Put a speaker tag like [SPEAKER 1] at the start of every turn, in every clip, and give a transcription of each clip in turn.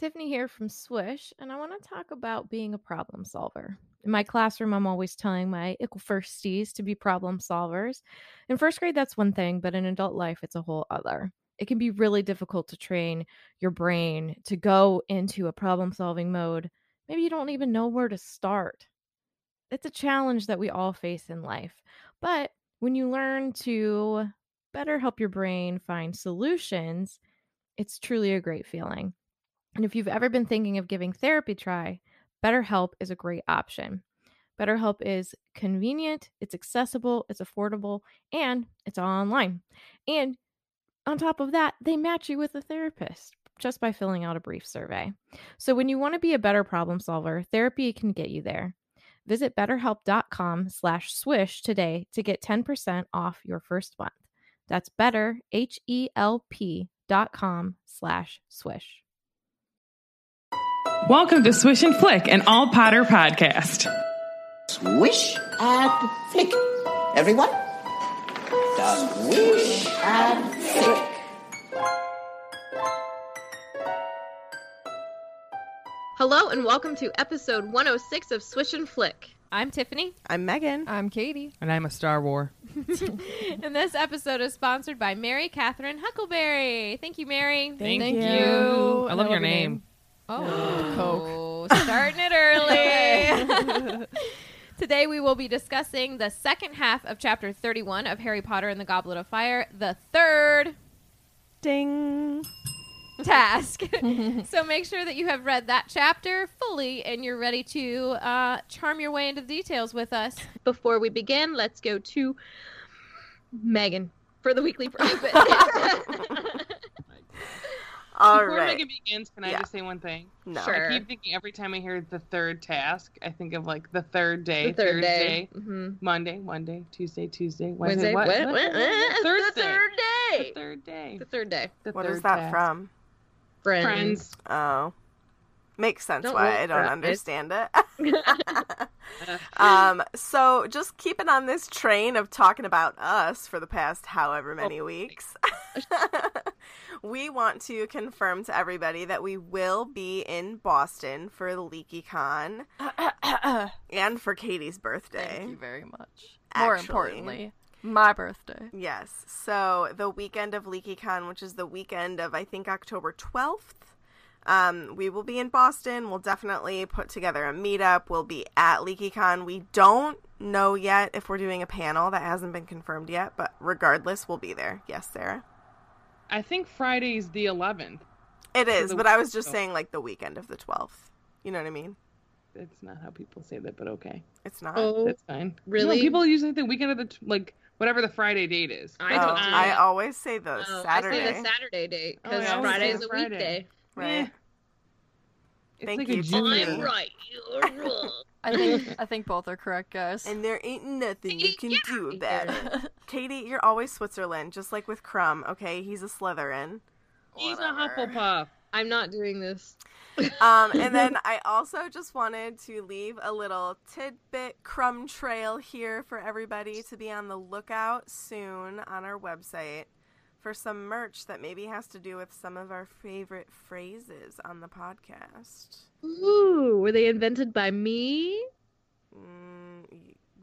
[SPEAKER 1] Tiffany here from Swish, and I want to talk about being a problem solver. In my classroom, I'm always telling my ickle firsties to be problem solvers. In first grade, that's one thing, but in adult life, it's a whole other. It can be really difficult to train your brain to go into a problem solving mode. Maybe you don't even know where to start. It's a challenge that we all face in life. But when you learn to better help your brain find solutions, it's truly a great feeling. And if you've ever been thinking of giving therapy a try, BetterHelp is a great option. BetterHelp is convenient, it's accessible, it's affordable, and it's all online. And on top of that, they match you with a therapist just by filling out a brief survey. So when you want to be a better problem solver, therapy can get you there. Visit betterhelp.com slash swish today to get 10% off your first month. That's better, H-E-L-P dot com slash swish.
[SPEAKER 2] Welcome to Swish and Flick, an all Potter podcast.
[SPEAKER 3] Swish and flick. Everyone? Swish and flick.
[SPEAKER 1] Hello and welcome to episode 106 of Swish and Flick. I'm Tiffany.
[SPEAKER 4] I'm Megan.
[SPEAKER 5] I'm Katie.
[SPEAKER 6] And I'm a Star War.
[SPEAKER 1] And this episode is sponsored by Mary Catherine Huckleberry. Thank you, Mary.
[SPEAKER 6] Thank
[SPEAKER 5] Thank
[SPEAKER 6] you.
[SPEAKER 5] you.
[SPEAKER 6] I love your name.
[SPEAKER 1] Oh, starting it early. Today we will be discussing the second half of chapter 31 of Harry Potter and the Goblet of Fire, the third
[SPEAKER 4] Ding.
[SPEAKER 1] task. so make sure that you have read that chapter fully and you're ready to uh, charm your way into the details with us. Before we begin, let's go to Megan for the weekly profit.
[SPEAKER 4] All
[SPEAKER 7] Before
[SPEAKER 4] right.
[SPEAKER 7] Megan begins, can
[SPEAKER 4] Yeah.
[SPEAKER 7] I just say one thing?
[SPEAKER 4] No.
[SPEAKER 1] Sure.
[SPEAKER 7] I keep thinking every time I hear the third task, I think of like the third day,
[SPEAKER 1] The third
[SPEAKER 7] Thursday,
[SPEAKER 1] day. hmm
[SPEAKER 7] Monday, Monday, Tuesday, Tuesday,
[SPEAKER 1] Wednesday.
[SPEAKER 7] Wednesday, what?
[SPEAKER 1] what? what-
[SPEAKER 7] what- what-
[SPEAKER 1] The
[SPEAKER 7] Thursday.
[SPEAKER 1] third day.
[SPEAKER 7] The third day.
[SPEAKER 1] The third day.
[SPEAKER 7] The
[SPEAKER 4] What
[SPEAKER 7] third
[SPEAKER 4] is that
[SPEAKER 7] task.
[SPEAKER 4] from?
[SPEAKER 1] Friends.
[SPEAKER 7] Friends.
[SPEAKER 4] Oh. Makes sense
[SPEAKER 1] Don't
[SPEAKER 4] why
[SPEAKER 1] look
[SPEAKER 4] I don't
[SPEAKER 1] for it.
[SPEAKER 4] understand it. um, so just keeping on this train of talking about us for the past
[SPEAKER 1] Oh.
[SPEAKER 4] however many weeks. we want to confirm to everybody that we will be in Boston for LeakyCon and for Katie's birthday.
[SPEAKER 5] Thank you very much. More
[SPEAKER 4] Actually.
[SPEAKER 5] importantly, my birthday.
[SPEAKER 4] Yes. So the weekend of LeakyCon, which is the weekend of I think October 12th, um, we will be in Boston. We'll definitely put together a meetup. We'll be at LeakyCon. We don't know yet if we're doing a panel. That hasn't been confirmed yet, but regardless, we'll be there. Yes, Sarah.
[SPEAKER 7] I think Friday's the 11th.
[SPEAKER 4] It is,
[SPEAKER 7] the
[SPEAKER 4] but I was just
[SPEAKER 7] weekend.
[SPEAKER 4] saying like the weekend of the 12th. You know what I mean?
[SPEAKER 7] It's not how people say that, but okay,
[SPEAKER 4] It's not.
[SPEAKER 1] Oh,
[SPEAKER 7] that's fine.
[SPEAKER 1] really?
[SPEAKER 7] No, people usually think the weekend of the t- like whatever the Friday date is.
[SPEAKER 1] I don't
[SPEAKER 4] Oh,
[SPEAKER 1] do
[SPEAKER 4] I
[SPEAKER 1] that.
[SPEAKER 4] always say the
[SPEAKER 1] oh,
[SPEAKER 4] Saturday.
[SPEAKER 1] I say the Saturday date
[SPEAKER 7] Oh,
[SPEAKER 1] because
[SPEAKER 7] yeah, I always
[SPEAKER 1] Friday
[SPEAKER 7] say
[SPEAKER 1] is a
[SPEAKER 7] Friday.
[SPEAKER 1] weekday.
[SPEAKER 4] right.
[SPEAKER 7] It's
[SPEAKER 4] Thank
[SPEAKER 7] like
[SPEAKER 4] you,
[SPEAKER 7] a junior.
[SPEAKER 4] Jimmy.
[SPEAKER 1] I'm right. You're wrong.
[SPEAKER 5] I think I think both are correct, guys.
[SPEAKER 4] And there ain't nothing you can do about it.
[SPEAKER 5] Whatever.
[SPEAKER 4] Katie, you're always Switzerland, just like with Crumb, okay? He's a Slytherin.
[SPEAKER 7] He's a Hufflepuff.
[SPEAKER 1] I'm not doing this.
[SPEAKER 4] Um, and then I also just wanted to leave a little tidbit crumb trail here for everybody to be on the lookout soon on our website for some merch that maybe has to do with some of our favorite phrases on the podcast.
[SPEAKER 1] Ooh, were they invented by me?
[SPEAKER 4] Mm, y-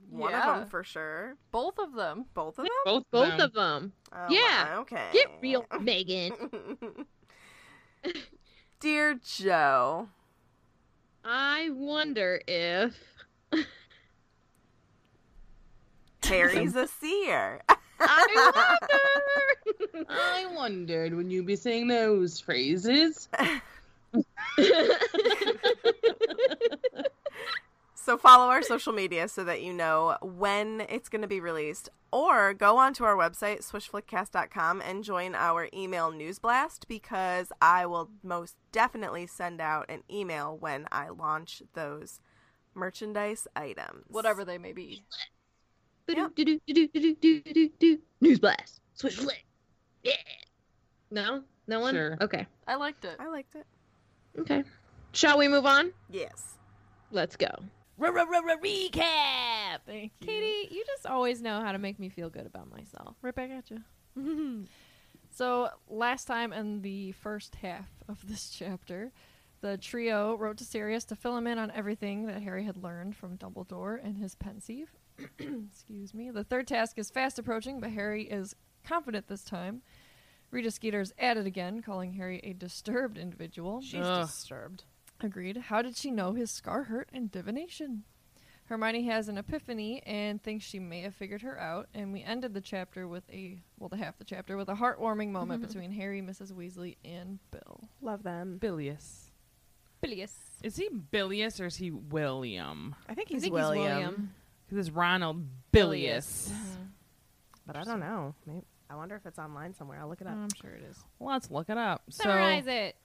[SPEAKER 4] one of
[SPEAKER 5] Yeah.
[SPEAKER 4] them for sure.
[SPEAKER 5] both of them.
[SPEAKER 4] Both of them?
[SPEAKER 7] Both,
[SPEAKER 1] Both
[SPEAKER 7] them.
[SPEAKER 1] of them.
[SPEAKER 4] Oh,
[SPEAKER 1] Yeah.
[SPEAKER 4] Okay.
[SPEAKER 1] Get real, Megan.
[SPEAKER 4] Dear Joe.
[SPEAKER 1] I wonder if
[SPEAKER 4] Terry's a seer.
[SPEAKER 1] I wonder.
[SPEAKER 7] I wondered when you'd be saying those phrases.
[SPEAKER 8] So follow our social media so that you know when it's going to be released, or go onto our website swishflickcast.com and join our email news blast because I will most definitely send out an email when I launch those merchandise items.
[SPEAKER 5] Whatever they may be.
[SPEAKER 8] Yep.
[SPEAKER 9] News blast. Switch flick. Yeah. No? No one?
[SPEAKER 10] Sure.
[SPEAKER 9] Okay.
[SPEAKER 5] I liked it.
[SPEAKER 8] I liked it.
[SPEAKER 9] Okay. Shall we move on?
[SPEAKER 8] Yes.
[SPEAKER 9] Let's go.
[SPEAKER 1] Recap. Thank you. Katie, you just always know how to make me feel good about myself.
[SPEAKER 5] Right back at you. so, last time in the first half of this chapter, the trio wrote to Sirius to fill him in on everything that Harry had learned from Dumbledore and his pensieve. Excuse me. The third task is fast approaching, but Harry is confident this time. Rita Skeeter's at it again, calling Harry a disturbed individual.
[SPEAKER 7] She's Ugh.
[SPEAKER 5] disturbed. Agreed. How did she know his scar hurt and divination? Hermione has an epiphany and thinks she may have figured her out, and we ended the chapter with a well, the half the chapter with a heartwarming moment
[SPEAKER 1] Mm-hmm.
[SPEAKER 5] between Harry, Mrs. Weasley, and Bill.
[SPEAKER 4] Love them.
[SPEAKER 7] Bilious.
[SPEAKER 1] Bilious.
[SPEAKER 7] Is he Bilious or is he William?
[SPEAKER 4] I think he's
[SPEAKER 1] think he's
[SPEAKER 4] William,
[SPEAKER 1] William.
[SPEAKER 7] Because it's Ronald Bilious.
[SPEAKER 1] Mm-hmm.
[SPEAKER 4] but I don't know. Maybe, I wonder if it's online somewhere. I'll look it up.
[SPEAKER 1] I'm sure it is.
[SPEAKER 7] Let's look it up.
[SPEAKER 1] Summarize
[SPEAKER 7] so
[SPEAKER 1] it.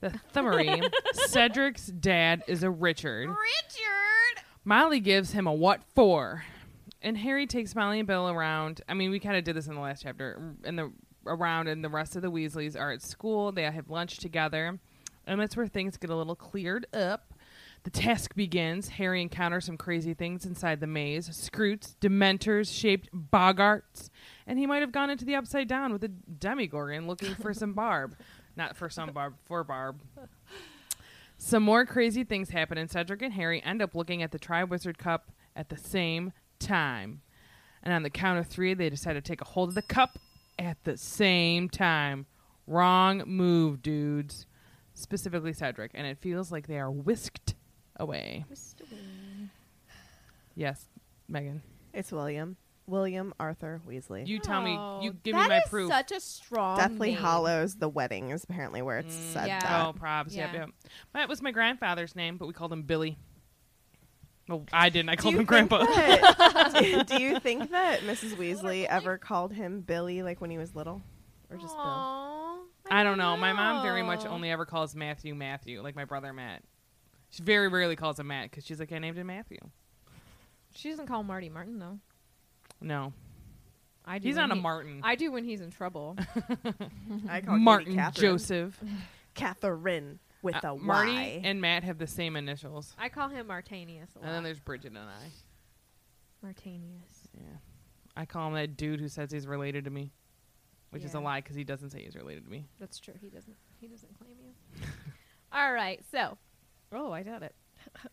[SPEAKER 7] the summary: Cedric's dad is a Richard.
[SPEAKER 1] Richard.
[SPEAKER 7] Molly gives him a what for, and Harry takes Molly and Bill around. I mean, we kind of did this in the last chapter. And the around, and the rest of the Weasleys are at school. They have lunch together, and that's where things get a little cleared up. The task begins. Harry encounters some crazy things inside the maze: Scroots, Dementors, shaped Boggarts, and he might have gone into the Upside Down with a Demigorgon looking for some Barb, not for some Barb, for Barb. Some more crazy things happen, and Cedric and Harry end up looking at the Triwizard Cup at the same time. And on the count of three, they decide to take a hold of the cup at the same time. Wrong move, dudes. Specifically, Cedric. And it feels like they are whisked away. Yes, Megan.
[SPEAKER 4] It's William. William Arthur Weasley.
[SPEAKER 7] You tell me. You
[SPEAKER 1] Oh,
[SPEAKER 7] give me
[SPEAKER 1] that
[SPEAKER 7] my
[SPEAKER 1] is
[SPEAKER 7] proof.
[SPEAKER 1] Such a strong
[SPEAKER 4] Deathly
[SPEAKER 1] name.
[SPEAKER 4] Hollows, the wedding is apparently where it's said
[SPEAKER 1] yeah.
[SPEAKER 4] that.
[SPEAKER 7] oh, props. Yep,
[SPEAKER 1] Yeah.
[SPEAKER 7] yep. That was my grandfather's name, but we called him Billy. Well, I didn't. I called
[SPEAKER 4] you
[SPEAKER 7] him Grandpa.
[SPEAKER 4] think that- do, do you think that Mrs. Weasley ever called him Billy, like when he was little, or just Bill?
[SPEAKER 1] Aw,
[SPEAKER 7] I don't know. My mom very much
[SPEAKER 1] know.
[SPEAKER 7] only ever calls Matthew Matthew, like my brother Matt. She very rarely calls him Matt because she's like, I named him Matthew.
[SPEAKER 1] She doesn't call Marty Martin though.
[SPEAKER 7] No,
[SPEAKER 1] I do.
[SPEAKER 7] he's
[SPEAKER 1] when
[SPEAKER 7] not a
[SPEAKER 1] he-
[SPEAKER 7] Martin.
[SPEAKER 1] I do when he's in trouble.
[SPEAKER 4] I call Katie
[SPEAKER 7] Martin
[SPEAKER 4] Catherine.
[SPEAKER 7] Joseph.
[SPEAKER 4] Catherine with
[SPEAKER 7] Uh,
[SPEAKER 4] a Y.
[SPEAKER 7] Marty and Matt have the same initials,
[SPEAKER 1] I call him Martanius a lot.
[SPEAKER 7] and then there's Bridget and I.
[SPEAKER 1] Martanius.
[SPEAKER 7] I call him that dude who says he's related to me, which is a
[SPEAKER 1] Yeah.
[SPEAKER 7] lie because he doesn't say he's related to me.
[SPEAKER 1] That's true. He doesn't. He doesn't claim you. All right. So, oh, I doubt it.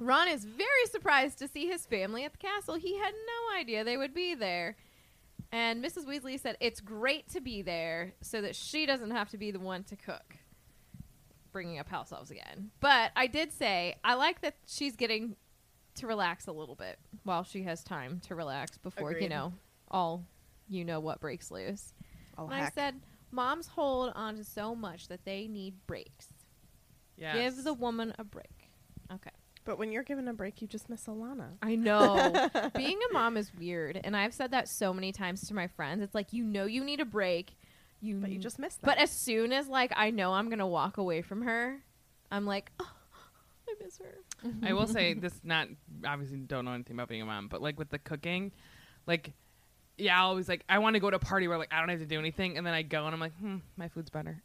[SPEAKER 1] Ron is very surprised to see his family at the castle. He had no idea they would be there. And Mrs. Weasley said it's great to be there so that she doesn't have to be the one to cook. Bringing up house elves again. But I did say I like that she's getting to relax a little bit while she has time to relax before, you
[SPEAKER 4] Agreed.
[SPEAKER 1] know, all you know what breaks loose.
[SPEAKER 4] I'll
[SPEAKER 1] And I
[SPEAKER 4] hack.
[SPEAKER 1] said, moms hold on to so much that they need breaks. Give the woman a break. Okay.
[SPEAKER 4] But when you're given a break, you just miss Alana.
[SPEAKER 1] I know. Being a mom is weird. And I've said that so many times to my friends. It's like, you know, you need a break. You,
[SPEAKER 4] But
[SPEAKER 7] Mm.
[SPEAKER 4] you
[SPEAKER 1] n-
[SPEAKER 4] just missed that.
[SPEAKER 1] But as soon as, like, I know I'm going to walk away from her, I'm like, oh, I miss her.
[SPEAKER 7] I will say this not obviously don't know anything about being a mom, but like with the cooking, like yeah, I always like I want to go to a party where like I don't have to do anything, and then I go and I'm like, hmm, my food's better.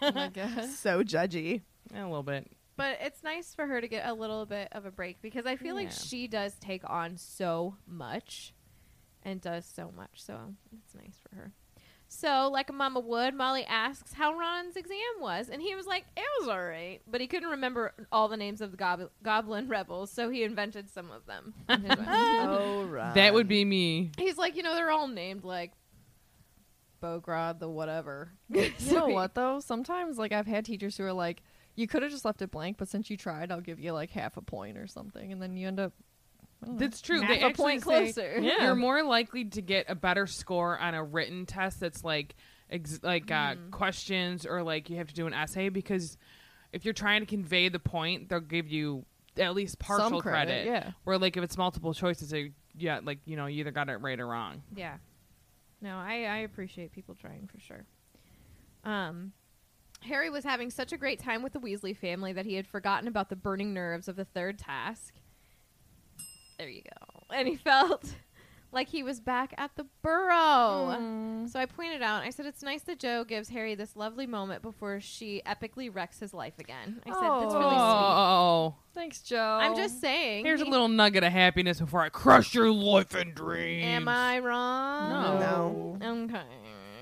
[SPEAKER 5] Oh my god.
[SPEAKER 4] so judgy.
[SPEAKER 7] a little bit.
[SPEAKER 1] But it's nice for her to get a little bit of a break because I feel like
[SPEAKER 7] Yeah.
[SPEAKER 1] she does take on so much and does so much. So it's nice for her. So, like a mama would, Molly asks how Ron's exam was. And he was like, it was all right. But he couldn't remember all the names of the gob- goblin rebels. So he invented some of them. on his own.
[SPEAKER 4] Oh, right.
[SPEAKER 7] that would be me.
[SPEAKER 1] He's like, you know, they're all named like Bogrod the whatever.
[SPEAKER 5] You know what though? Sometimes like I've had teachers who are like, you could have just left it blank, but since you tried, I'll give you like half a point or something, and then you end up
[SPEAKER 7] That's true.
[SPEAKER 1] Half
[SPEAKER 7] they
[SPEAKER 1] a
[SPEAKER 7] actually
[SPEAKER 1] point
[SPEAKER 7] say
[SPEAKER 1] closer.
[SPEAKER 7] Yeah. You're more likely to get a better score on a written test that's like ex- like uh, questions or like you have to do an essay because if you're trying to convey the point, they'll give you at least partial
[SPEAKER 5] credit, yeah.
[SPEAKER 7] Where like if it's multiple choices, they, yeah, like you know, you either got it right or wrong.
[SPEAKER 1] Yeah. No, I, I appreciate people trying for sure. Um, Harry was having such a great time with the Weasley family that he had forgotten about the burning nerves of the third task. There you go. And he felt like he was back at the burrow.
[SPEAKER 7] Mm.
[SPEAKER 1] So I pointed out, I said, it's nice that Joe gives Harry this lovely moment before she epically wrecks his life again. I said, that's really sweet.
[SPEAKER 7] Oh,
[SPEAKER 5] Thanks, Joe.
[SPEAKER 1] I'm just saying.
[SPEAKER 7] here's a
[SPEAKER 1] he-
[SPEAKER 7] little nugget of happiness before I crush your life and dreams.
[SPEAKER 1] Am I wrong?
[SPEAKER 7] No.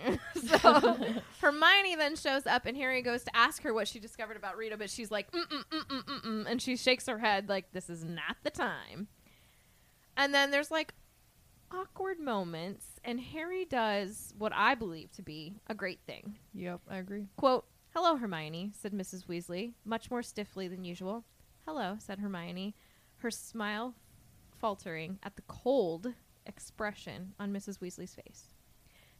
[SPEAKER 1] Okay. so Hermione then shows up, and Harry goes to ask her what she discovered about Rita, but she's like, mm mm mm mm mm, mm, and she shakes her head like this is not the time. And then there's like awkward moments, and Harry does what I believe to be a great thing.
[SPEAKER 5] Yep, I agree.
[SPEAKER 1] Quote, Hello, Hermione, said Mrs. Weasley, much more stiffly than usual. Hello, said Hermione, her smile faltering at the cold expression on Mrs. Weasley's face.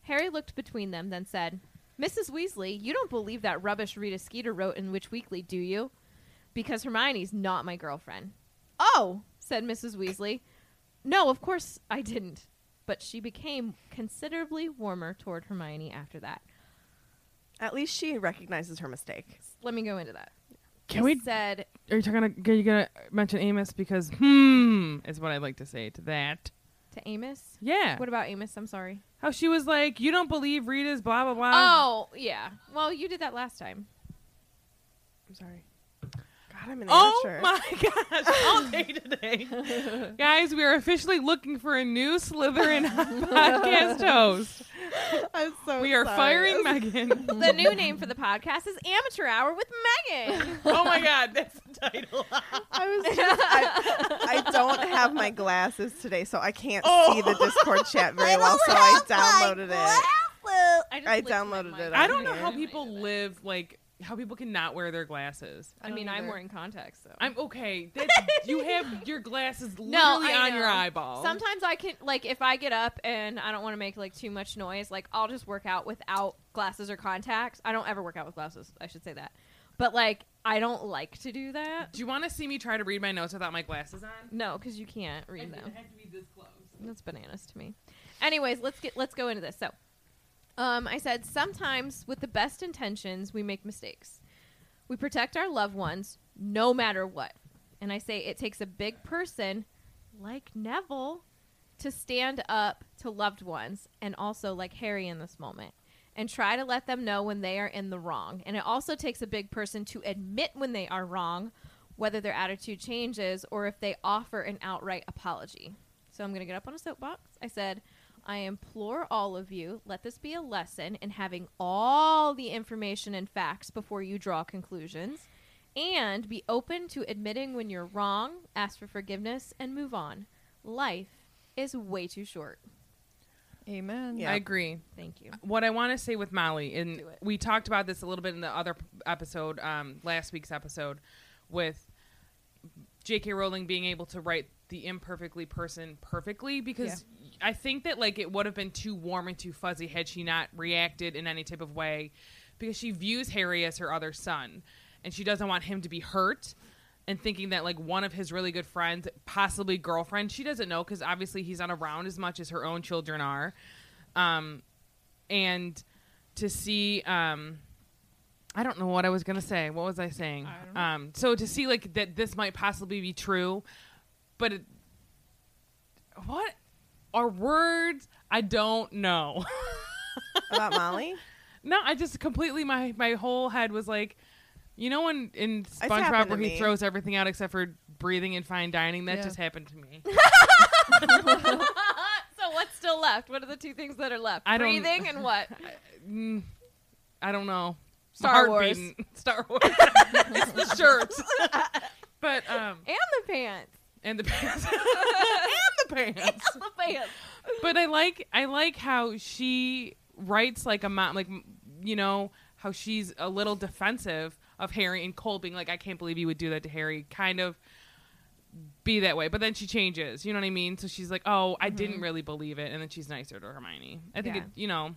[SPEAKER 1] Harry looked between them, then said, Mrs. Weasley, you don't believe that rubbish Rita Skeeter wrote in Witch Weekly, do you? Because Hermione's not my girlfriend. Oh, said Mrs. Weasley. No, of course I didn't. But she became considerably warmer toward Hermione after that.
[SPEAKER 4] At least she recognizes her mistake.
[SPEAKER 1] Let me go into that.
[SPEAKER 7] Can
[SPEAKER 1] He
[SPEAKER 7] we-
[SPEAKER 1] said
[SPEAKER 7] Are you gonna are you gonna mention Amos because hmm is what I like to say to that.
[SPEAKER 1] to Amos?
[SPEAKER 7] Yeah.
[SPEAKER 1] What about Amos? I'm sorry.
[SPEAKER 7] How she was like, you don't believe Rita's blah blah blah.
[SPEAKER 1] oh, yeah. Well, you did that last time.
[SPEAKER 7] I'm sorry.
[SPEAKER 4] God, I'm an
[SPEAKER 7] Oh
[SPEAKER 4] amateur.
[SPEAKER 7] my gosh! All day today, guys. We are officially looking for a new Slytherin podcast host.
[SPEAKER 4] I'm so
[SPEAKER 7] We are
[SPEAKER 4] sorry.
[SPEAKER 7] firing Megan.
[SPEAKER 1] The new name for the podcast is Amateur Hour with Megan.
[SPEAKER 7] Oh my god, that's the title.
[SPEAKER 4] I was just, I, I don't have my glasses today, so I can't
[SPEAKER 7] Oh.
[SPEAKER 4] see the Discord chat very well. So I downloaded it.
[SPEAKER 1] I, just
[SPEAKER 4] I
[SPEAKER 1] licked my
[SPEAKER 4] downloaded
[SPEAKER 1] mic.
[SPEAKER 4] it.
[SPEAKER 7] I
[SPEAKER 4] on
[SPEAKER 7] don't know
[SPEAKER 4] here.
[SPEAKER 7] how people live like how people cannot wear their glasses.
[SPEAKER 1] I mean, I'm
[SPEAKER 5] either.
[SPEAKER 1] wearing contacts, so.
[SPEAKER 7] I'm okay. That's, you have your glasses literally
[SPEAKER 1] I
[SPEAKER 7] on your
[SPEAKER 1] know.
[SPEAKER 7] eyeball.
[SPEAKER 1] Sometimes I can, like, if I get up and I don't want to make, like, too much noise, like, I'll just work out without glasses or contacts. I don't ever work out with glasses. I should say that. But, like, I don't like to do that.
[SPEAKER 7] Do you want to see me try to read my notes without my glasses on?
[SPEAKER 1] No, because you can't read them.
[SPEAKER 7] have to be this close.
[SPEAKER 1] That's bananas to me. Anyways, let's get let's go into this. So, um, I said sometimes with the best intentions we make mistakes. We protect our loved ones no matter what, and I say it takes a big person like Neville to stand up to loved ones and also like Harry in this moment and try to let them know when they are in the wrong. And it also takes a big person to admit when they are wrong, whether their attitude changes or if they offer an outright apology. So I'm going to get up on a soapbox. I said, I implore all of you, let this be a lesson in having all the information and facts before you draw conclusions. And be open to admitting when you're wrong, ask for forgiveness, and move on. Life is way too short.
[SPEAKER 5] Amen.
[SPEAKER 4] Yeah.
[SPEAKER 7] I agree.
[SPEAKER 1] Thank you.
[SPEAKER 7] What I want to say with Molly, and
[SPEAKER 1] Do it.
[SPEAKER 7] we talked about this a little bit in the other p- episode, um, last week's episode, with J.K. Rowling being able to write the imperfectly person perfectly, because I think that like it would have been too warm and too fuzzy had she not reacted in any type of way, because she views Harry as her other son, and she doesn't want him to be hurt. And thinking that like one of his really good friends, possibly girlfriend, she doesn't know because obviously he's not around as much as her own children are um, and to see um, I don't know what I was gonna say. What was I saying? Um, so to see like that this might possibly be true, but it, what are words? I don't know.
[SPEAKER 4] About Molly?
[SPEAKER 7] no, I just completely my my whole head was like. You know when in SpongeBob
[SPEAKER 4] happened
[SPEAKER 7] where
[SPEAKER 4] to
[SPEAKER 7] he
[SPEAKER 4] me.
[SPEAKER 7] throws everything out except for breathing and fine dining? That
[SPEAKER 5] Yeah.
[SPEAKER 7] just happened to me.
[SPEAKER 1] so what's still left? What are the two things that are left?
[SPEAKER 7] I don't-
[SPEAKER 1] Breathing and what?
[SPEAKER 7] Mm, I don't know. My
[SPEAKER 1] Star
[SPEAKER 7] heart
[SPEAKER 1] Wars.
[SPEAKER 7] beating. Star Wars. it's the shirts. but um
[SPEAKER 1] and the pants.
[SPEAKER 7] and the pants. and the pants.
[SPEAKER 1] The pants.
[SPEAKER 7] But I like I like how she writes like a mom like m- you know how she's a little defensive of Harry and Cole being like I can't believe you would do that to Harry kind of be that way but then she changes you know what I mean so she's like oh I
[SPEAKER 4] Mm-hmm.
[SPEAKER 7] didn't really believe it and then she's nicer to Hermione I think
[SPEAKER 1] Yeah.
[SPEAKER 7] it, you know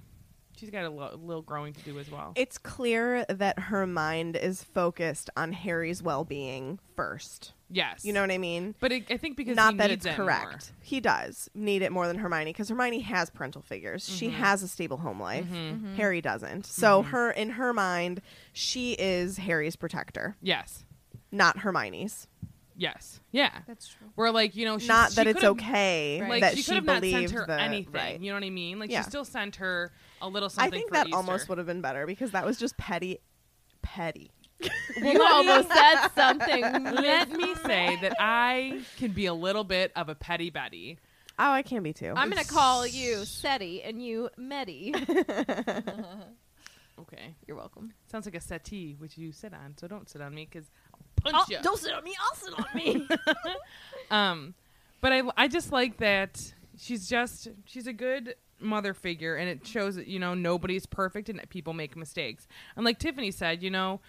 [SPEAKER 7] she's got a lo- little growing to do as well
[SPEAKER 4] It's clear that her mind is focused on Harry's well being first.
[SPEAKER 7] Yes.
[SPEAKER 4] You know what I mean?
[SPEAKER 7] But it, I think because
[SPEAKER 4] not
[SPEAKER 7] he
[SPEAKER 4] that
[SPEAKER 7] needs
[SPEAKER 4] it's
[SPEAKER 7] it
[SPEAKER 4] correct.
[SPEAKER 7] more.
[SPEAKER 4] He does need it more than Hermione because Hermione has parental figures. She
[SPEAKER 7] Mhm.
[SPEAKER 4] has a stable home life.
[SPEAKER 7] Mhm.
[SPEAKER 1] Mm-hmm.
[SPEAKER 7] Mhm.
[SPEAKER 4] Harry doesn't. So
[SPEAKER 7] Mhm.
[SPEAKER 4] her in her mind, she is Harry's protector.
[SPEAKER 7] Yes.
[SPEAKER 4] Not Hermione's.
[SPEAKER 7] Yes. Yeah.
[SPEAKER 4] That's true.
[SPEAKER 7] Where like you know, she's,
[SPEAKER 4] Not
[SPEAKER 7] she
[SPEAKER 4] that it's
[SPEAKER 7] could've-
[SPEAKER 4] okay
[SPEAKER 7] Like
[SPEAKER 4] that
[SPEAKER 7] she,
[SPEAKER 4] she
[SPEAKER 7] could have not sent
[SPEAKER 4] believed
[SPEAKER 7] her
[SPEAKER 4] the-
[SPEAKER 7] anything.
[SPEAKER 4] right.
[SPEAKER 7] You know what I mean? Like
[SPEAKER 4] Yeah.
[SPEAKER 7] she still sent her a little
[SPEAKER 4] I
[SPEAKER 7] something.
[SPEAKER 4] think
[SPEAKER 7] for
[SPEAKER 4] that
[SPEAKER 7] Easter.
[SPEAKER 4] almost would have been better because that was just petty petty.
[SPEAKER 7] Well,
[SPEAKER 1] You
[SPEAKER 7] let
[SPEAKER 1] almost
[SPEAKER 7] me-
[SPEAKER 1] said something,
[SPEAKER 7] Let
[SPEAKER 1] Liz.
[SPEAKER 7] me say that I can be a little bit of a petty Betty.
[SPEAKER 4] Oh, I can be too.
[SPEAKER 1] I'm gonna call you Seti and you Medi.
[SPEAKER 7] Okay.
[SPEAKER 1] You're welcome.
[SPEAKER 7] Sounds like a settee, which you sit on. So don't sit on me because I'll punch you.
[SPEAKER 1] Don't sit on me. I'll sit on me.
[SPEAKER 7] Um, but I, I just like that she's just she's a good mother figure, and it shows that you know nobody's perfect and that people make mistakes. And like Tiffany said, you know,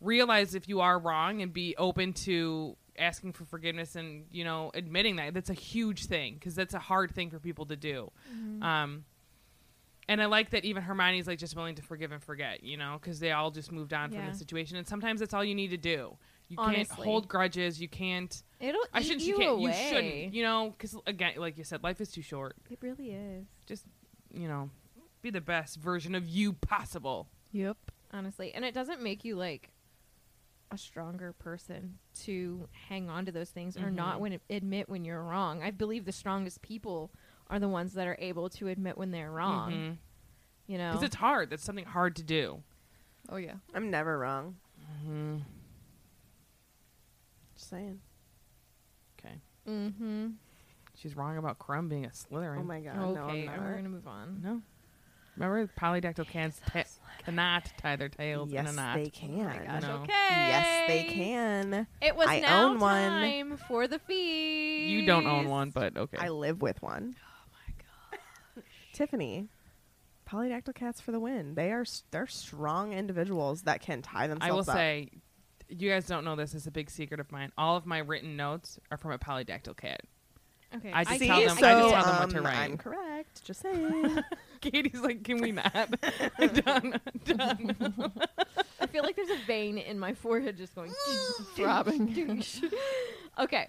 [SPEAKER 7] realize if you are wrong and be open to asking for forgiveness and you know admitting that that's a huge thing because that's a hard thing for people to do.
[SPEAKER 1] Mm-hmm.
[SPEAKER 10] Mhm.
[SPEAKER 7] Um. And I like that even Hermione's like just willing to forgive and forget, you know, because they all just moved on
[SPEAKER 1] Yeah.
[SPEAKER 7] from the situation. And sometimes that's all you need to do. You
[SPEAKER 1] Honestly.
[SPEAKER 7] can't hold grudges. You can't.
[SPEAKER 1] It'll
[SPEAKER 7] I
[SPEAKER 1] eat
[SPEAKER 7] shouldn't.
[SPEAKER 1] you
[SPEAKER 7] can't.
[SPEAKER 1] away.
[SPEAKER 7] You shouldn't. You know, because again, like you said, life is too short.
[SPEAKER 1] It really is.
[SPEAKER 7] Just you know, be the best version of you possible.
[SPEAKER 1] Yep. Honestly, and it doesn't make you like a stronger person to hang on to those things or
[SPEAKER 7] Mhm.
[SPEAKER 1] not when admit when you're wrong. I believe the strongest people are the ones that are able to admit when they're wrong.
[SPEAKER 7] Mhm.
[SPEAKER 1] You know,
[SPEAKER 7] Because it's hard. That's something hard to do.
[SPEAKER 1] oh yeah,
[SPEAKER 4] I'm never wrong.
[SPEAKER 7] Mm-hmm.
[SPEAKER 4] Just saying.
[SPEAKER 7] Okay.
[SPEAKER 1] mm-hmm.
[SPEAKER 7] She's wrong about Crumb being a Slytherin.
[SPEAKER 4] Oh my god, no, I'm
[SPEAKER 1] okay,
[SPEAKER 4] not.
[SPEAKER 1] we're gonna move on.
[SPEAKER 7] No. Remember, polydactyl cats ta- cannot tie their tails in
[SPEAKER 4] Yes,
[SPEAKER 7] a knot.
[SPEAKER 4] they can.
[SPEAKER 7] No.
[SPEAKER 1] Okay.
[SPEAKER 4] Yes, they can.
[SPEAKER 1] It was
[SPEAKER 4] I
[SPEAKER 1] now
[SPEAKER 4] own one.
[SPEAKER 1] time for the feast.
[SPEAKER 7] You don't own one, but okay.
[SPEAKER 4] I live with one. Oh my god. Tiffany, polydactyl cats for the win. They are s- they're strong individuals that can tie themselves.
[SPEAKER 7] I will
[SPEAKER 4] up.
[SPEAKER 7] say, you guys don't know this. It's a big secret of mine. All of my written notes are from a polydactyl cat.
[SPEAKER 1] Okay,
[SPEAKER 7] I just
[SPEAKER 4] See,
[SPEAKER 7] tell them.
[SPEAKER 4] so,
[SPEAKER 7] I just tell them what to
[SPEAKER 4] um,
[SPEAKER 7] write.
[SPEAKER 4] I'm correct. Just saying.
[SPEAKER 7] Katie's like, can we not? done. Done.
[SPEAKER 1] I feel like there's a vein in my forehead just going throbbing. okay,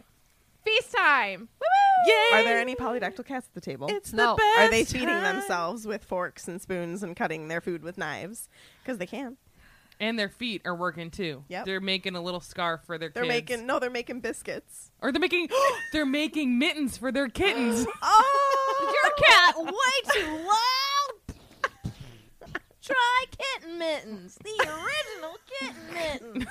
[SPEAKER 1] feast time. Woo!
[SPEAKER 4] Are there any polydactyl cats at the table?
[SPEAKER 7] It's
[SPEAKER 1] the No.
[SPEAKER 4] Are they
[SPEAKER 7] best
[SPEAKER 4] feeding
[SPEAKER 7] time.
[SPEAKER 4] themselves with forks and spoons and cutting their food with knives? Because they can.
[SPEAKER 7] and their feet are working too.
[SPEAKER 4] Yep.
[SPEAKER 7] They're making a little scarf for their
[SPEAKER 4] They're
[SPEAKER 7] kids.
[SPEAKER 4] making no. They're making biscuits.
[SPEAKER 7] or they're making they're making mittens for their kittens.
[SPEAKER 4] Oh,
[SPEAKER 1] Your cat way too loud. Try kitten mittens, the original kitten mittens.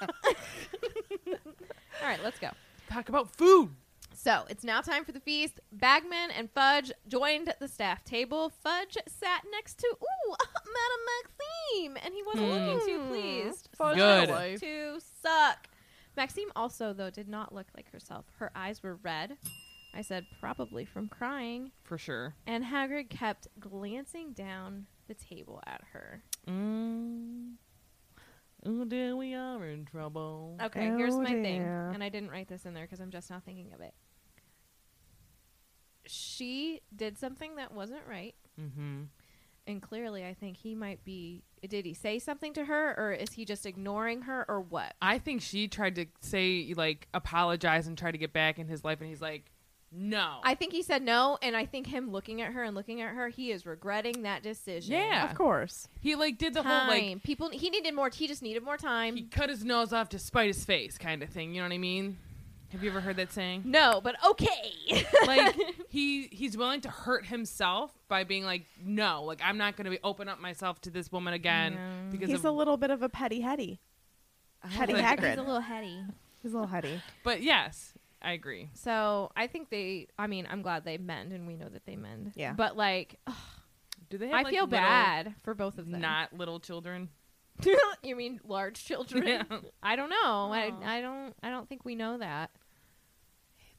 [SPEAKER 1] All right, let's go.
[SPEAKER 7] Talk about food.
[SPEAKER 1] So it's now time for the feast. Bagman and Fudge joined the staff table. Fudge sat next to ooh, Madame Maxime, and he wasn't looking too pleased. Hmm. Fudge
[SPEAKER 7] Good.
[SPEAKER 1] looked to suck. Maxime also, though, did not look like herself. Her eyes were red. I said probably from crying,
[SPEAKER 7] For sure.
[SPEAKER 1] and Hagrid kept glancing down the table at her.
[SPEAKER 7] Mm. Oh dear, we are in trouble.
[SPEAKER 1] Okay, here's
[SPEAKER 4] Oh,
[SPEAKER 1] my thing,
[SPEAKER 4] dear.
[SPEAKER 1] and I didn't write this in there because I'm just now thinking of it. She did something that wasn't right.
[SPEAKER 7] Mm-hmm.
[SPEAKER 1] And clearly, I think he might be. Did he say something to her, or is he just ignoring her, or what?
[SPEAKER 7] I think she tried to say like apologize and try to get back in his life, and he's like, no.
[SPEAKER 1] I think he said no, and I think him looking at her and looking at her, he is regretting that decision.
[SPEAKER 7] yeah,
[SPEAKER 4] of course.
[SPEAKER 7] he like did the
[SPEAKER 1] time.
[SPEAKER 7] whole like
[SPEAKER 1] People, he needed more. He just needed more time.
[SPEAKER 7] he cut his nose off to spite his face kind of thing. You know what I mean? Have you ever heard that saying?
[SPEAKER 1] no, but okay.
[SPEAKER 7] like he he's willing to hurt himself by being like no like i'm not going to be open up myself to this woman again
[SPEAKER 1] No.
[SPEAKER 7] because
[SPEAKER 4] He's
[SPEAKER 7] of,
[SPEAKER 4] a little bit of a petty heady. Petty
[SPEAKER 7] Oh, He's a
[SPEAKER 4] Hagrid.
[SPEAKER 1] He's a little heady.
[SPEAKER 4] He's a little heady.
[SPEAKER 7] but yes i agree
[SPEAKER 1] So I think they. I mean, I'm glad they mend, and we know that they mend.
[SPEAKER 4] Yeah.
[SPEAKER 1] But like, ugh,
[SPEAKER 7] do they have,
[SPEAKER 1] I
[SPEAKER 7] like,
[SPEAKER 1] feel
[SPEAKER 7] little-
[SPEAKER 1] bad for both of them.
[SPEAKER 7] not little children
[SPEAKER 1] you mean large children?
[SPEAKER 7] Yeah. Oh.
[SPEAKER 1] I don't know. I,
[SPEAKER 7] Aw.
[SPEAKER 1] I don't. I don't think we know that.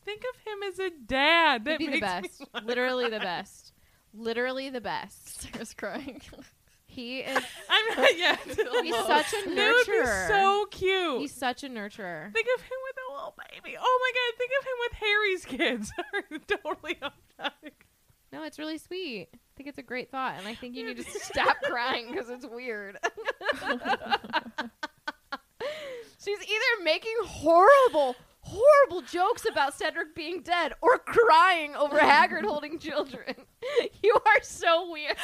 [SPEAKER 7] think of him as a dad
[SPEAKER 1] It'd
[SPEAKER 7] that
[SPEAKER 1] be the
[SPEAKER 7] makes me
[SPEAKER 1] best. Literally the best. Literally the best.
[SPEAKER 5] Sarah's crying.
[SPEAKER 1] He is.
[SPEAKER 7] i'm not yet
[SPEAKER 1] He's such a
[SPEAKER 7] that would be
[SPEAKER 1] nurturer.
[SPEAKER 7] so cute
[SPEAKER 1] He's such a nurturer.
[SPEAKER 7] think of him with a little baby oh my god think of him with harry's kids totally uptight.
[SPEAKER 1] No, it's really sweet. I think it's a great thought, and I think you need to stop crying because it's weird. She's either making horrible,
[SPEAKER 5] horrible jokes about Cedric being dead or crying over Haggard holding children. You are so weird.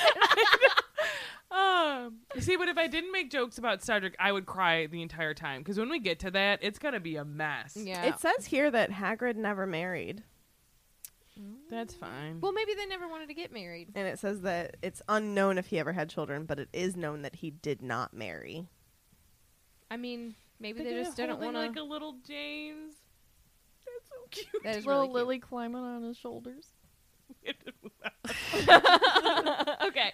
[SPEAKER 7] Um, see, but if I didn't make jokes about Cedric, I would cry the entire time. Because when we get to that, it's gonna be a mess.
[SPEAKER 4] It says here that Hagrid never married.
[SPEAKER 7] That's fine.
[SPEAKER 5] well, maybe they never wanted to get married.
[SPEAKER 4] And it says that it's unknown if he ever had children, but it is known that he did not marry.
[SPEAKER 5] I mean, maybe
[SPEAKER 7] Look
[SPEAKER 5] they
[SPEAKER 7] at
[SPEAKER 5] just
[SPEAKER 7] it
[SPEAKER 5] didn't
[SPEAKER 7] holding
[SPEAKER 5] want
[SPEAKER 7] like
[SPEAKER 5] to.
[SPEAKER 7] a little James. That's so cute.
[SPEAKER 5] That is little Lily climbing on his shoulders.
[SPEAKER 1] okay.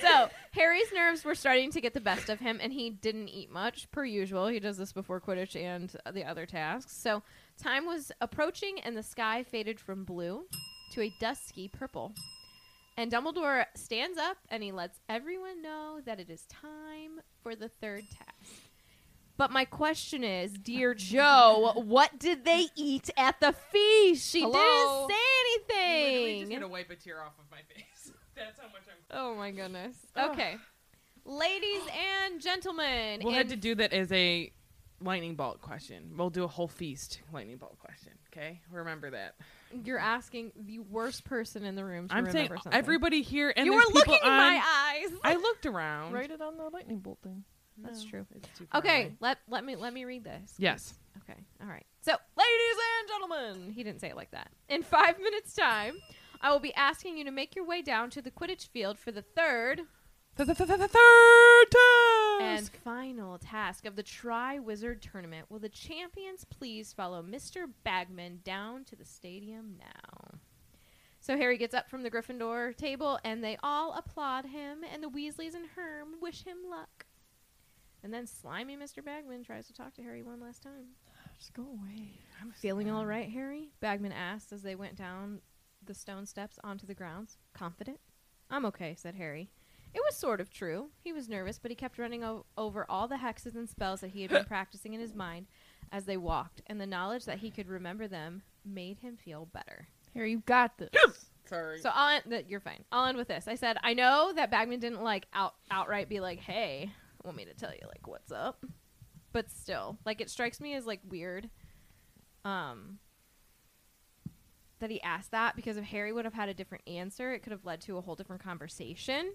[SPEAKER 1] So Harry's nerves were starting to get the best of him, and he didn't eat much, per usual. He does this before Quidditch and the other tasks. So time was approaching, and the sky faded from blue to a dusky purple. And Dumbledore stands up and he lets everyone know that it is time for the third task. But my question is, dear Joe, what did they eat at the feast? She
[SPEAKER 5] Hello?
[SPEAKER 1] didn't say anything.
[SPEAKER 7] Literally just gonna wipe a tear off of my face. That's how much I'm.
[SPEAKER 5] Oh my goodness.
[SPEAKER 1] Okay. Ah. Ladies and gentlemen,
[SPEAKER 7] We'll have
[SPEAKER 1] in-
[SPEAKER 7] to do that as a lightning bolt question. We'll do a whole feast lightning bolt question. Okay, remember that.
[SPEAKER 5] You're asking the worst person in the room to
[SPEAKER 7] I'm saying
[SPEAKER 5] remember something.
[SPEAKER 7] everybody here and
[SPEAKER 5] You
[SPEAKER 7] there's
[SPEAKER 5] were
[SPEAKER 7] people
[SPEAKER 5] looking in my
[SPEAKER 7] on-
[SPEAKER 5] eyes.
[SPEAKER 7] I looked around.
[SPEAKER 5] Write it on the lightning bolt thing.
[SPEAKER 1] That's
[SPEAKER 5] No,
[SPEAKER 1] true.
[SPEAKER 5] far
[SPEAKER 1] Okay,
[SPEAKER 5] away.
[SPEAKER 1] let let me let me read this.
[SPEAKER 7] Yes.
[SPEAKER 1] Okay. All right. So, ladies and gentlemen, he didn't say it like that. In 5 minutes time, I will be asking you to make your way down to the Quidditch field for the third
[SPEAKER 7] third
[SPEAKER 1] and final task of the Tri-Wizard tournament. Will the champions please follow Mr. Bagman down to the stadium now? So Harry gets up from the Gryffindor table and they all applaud him and the Weasleys and Herm wish him luck. And then slimy Mr. Bagman tries to talk to Harry one last time.
[SPEAKER 5] Just go away.
[SPEAKER 1] I'm feeling all right, Harry? Bagman asked as they went down the stone steps onto the grounds. Confident? I'm okay, said Harry. It was sort of true. He was nervous, but he kept running o- over all the hexes and spells that he had been practicing in his mind as they walked, and the knowledge that he could remember them made him feel better.
[SPEAKER 5] Here, you got this.
[SPEAKER 7] Sorry.
[SPEAKER 1] So I'll end, th- you're fine. I'll end with this. I said I know that Bagman didn't like out outright be like, "Hey, want me to tell you like what's up?" But still, like it strikes me as like weird, um, that he asked that because if Harry would have had a different answer, it could have led to a whole different conversation.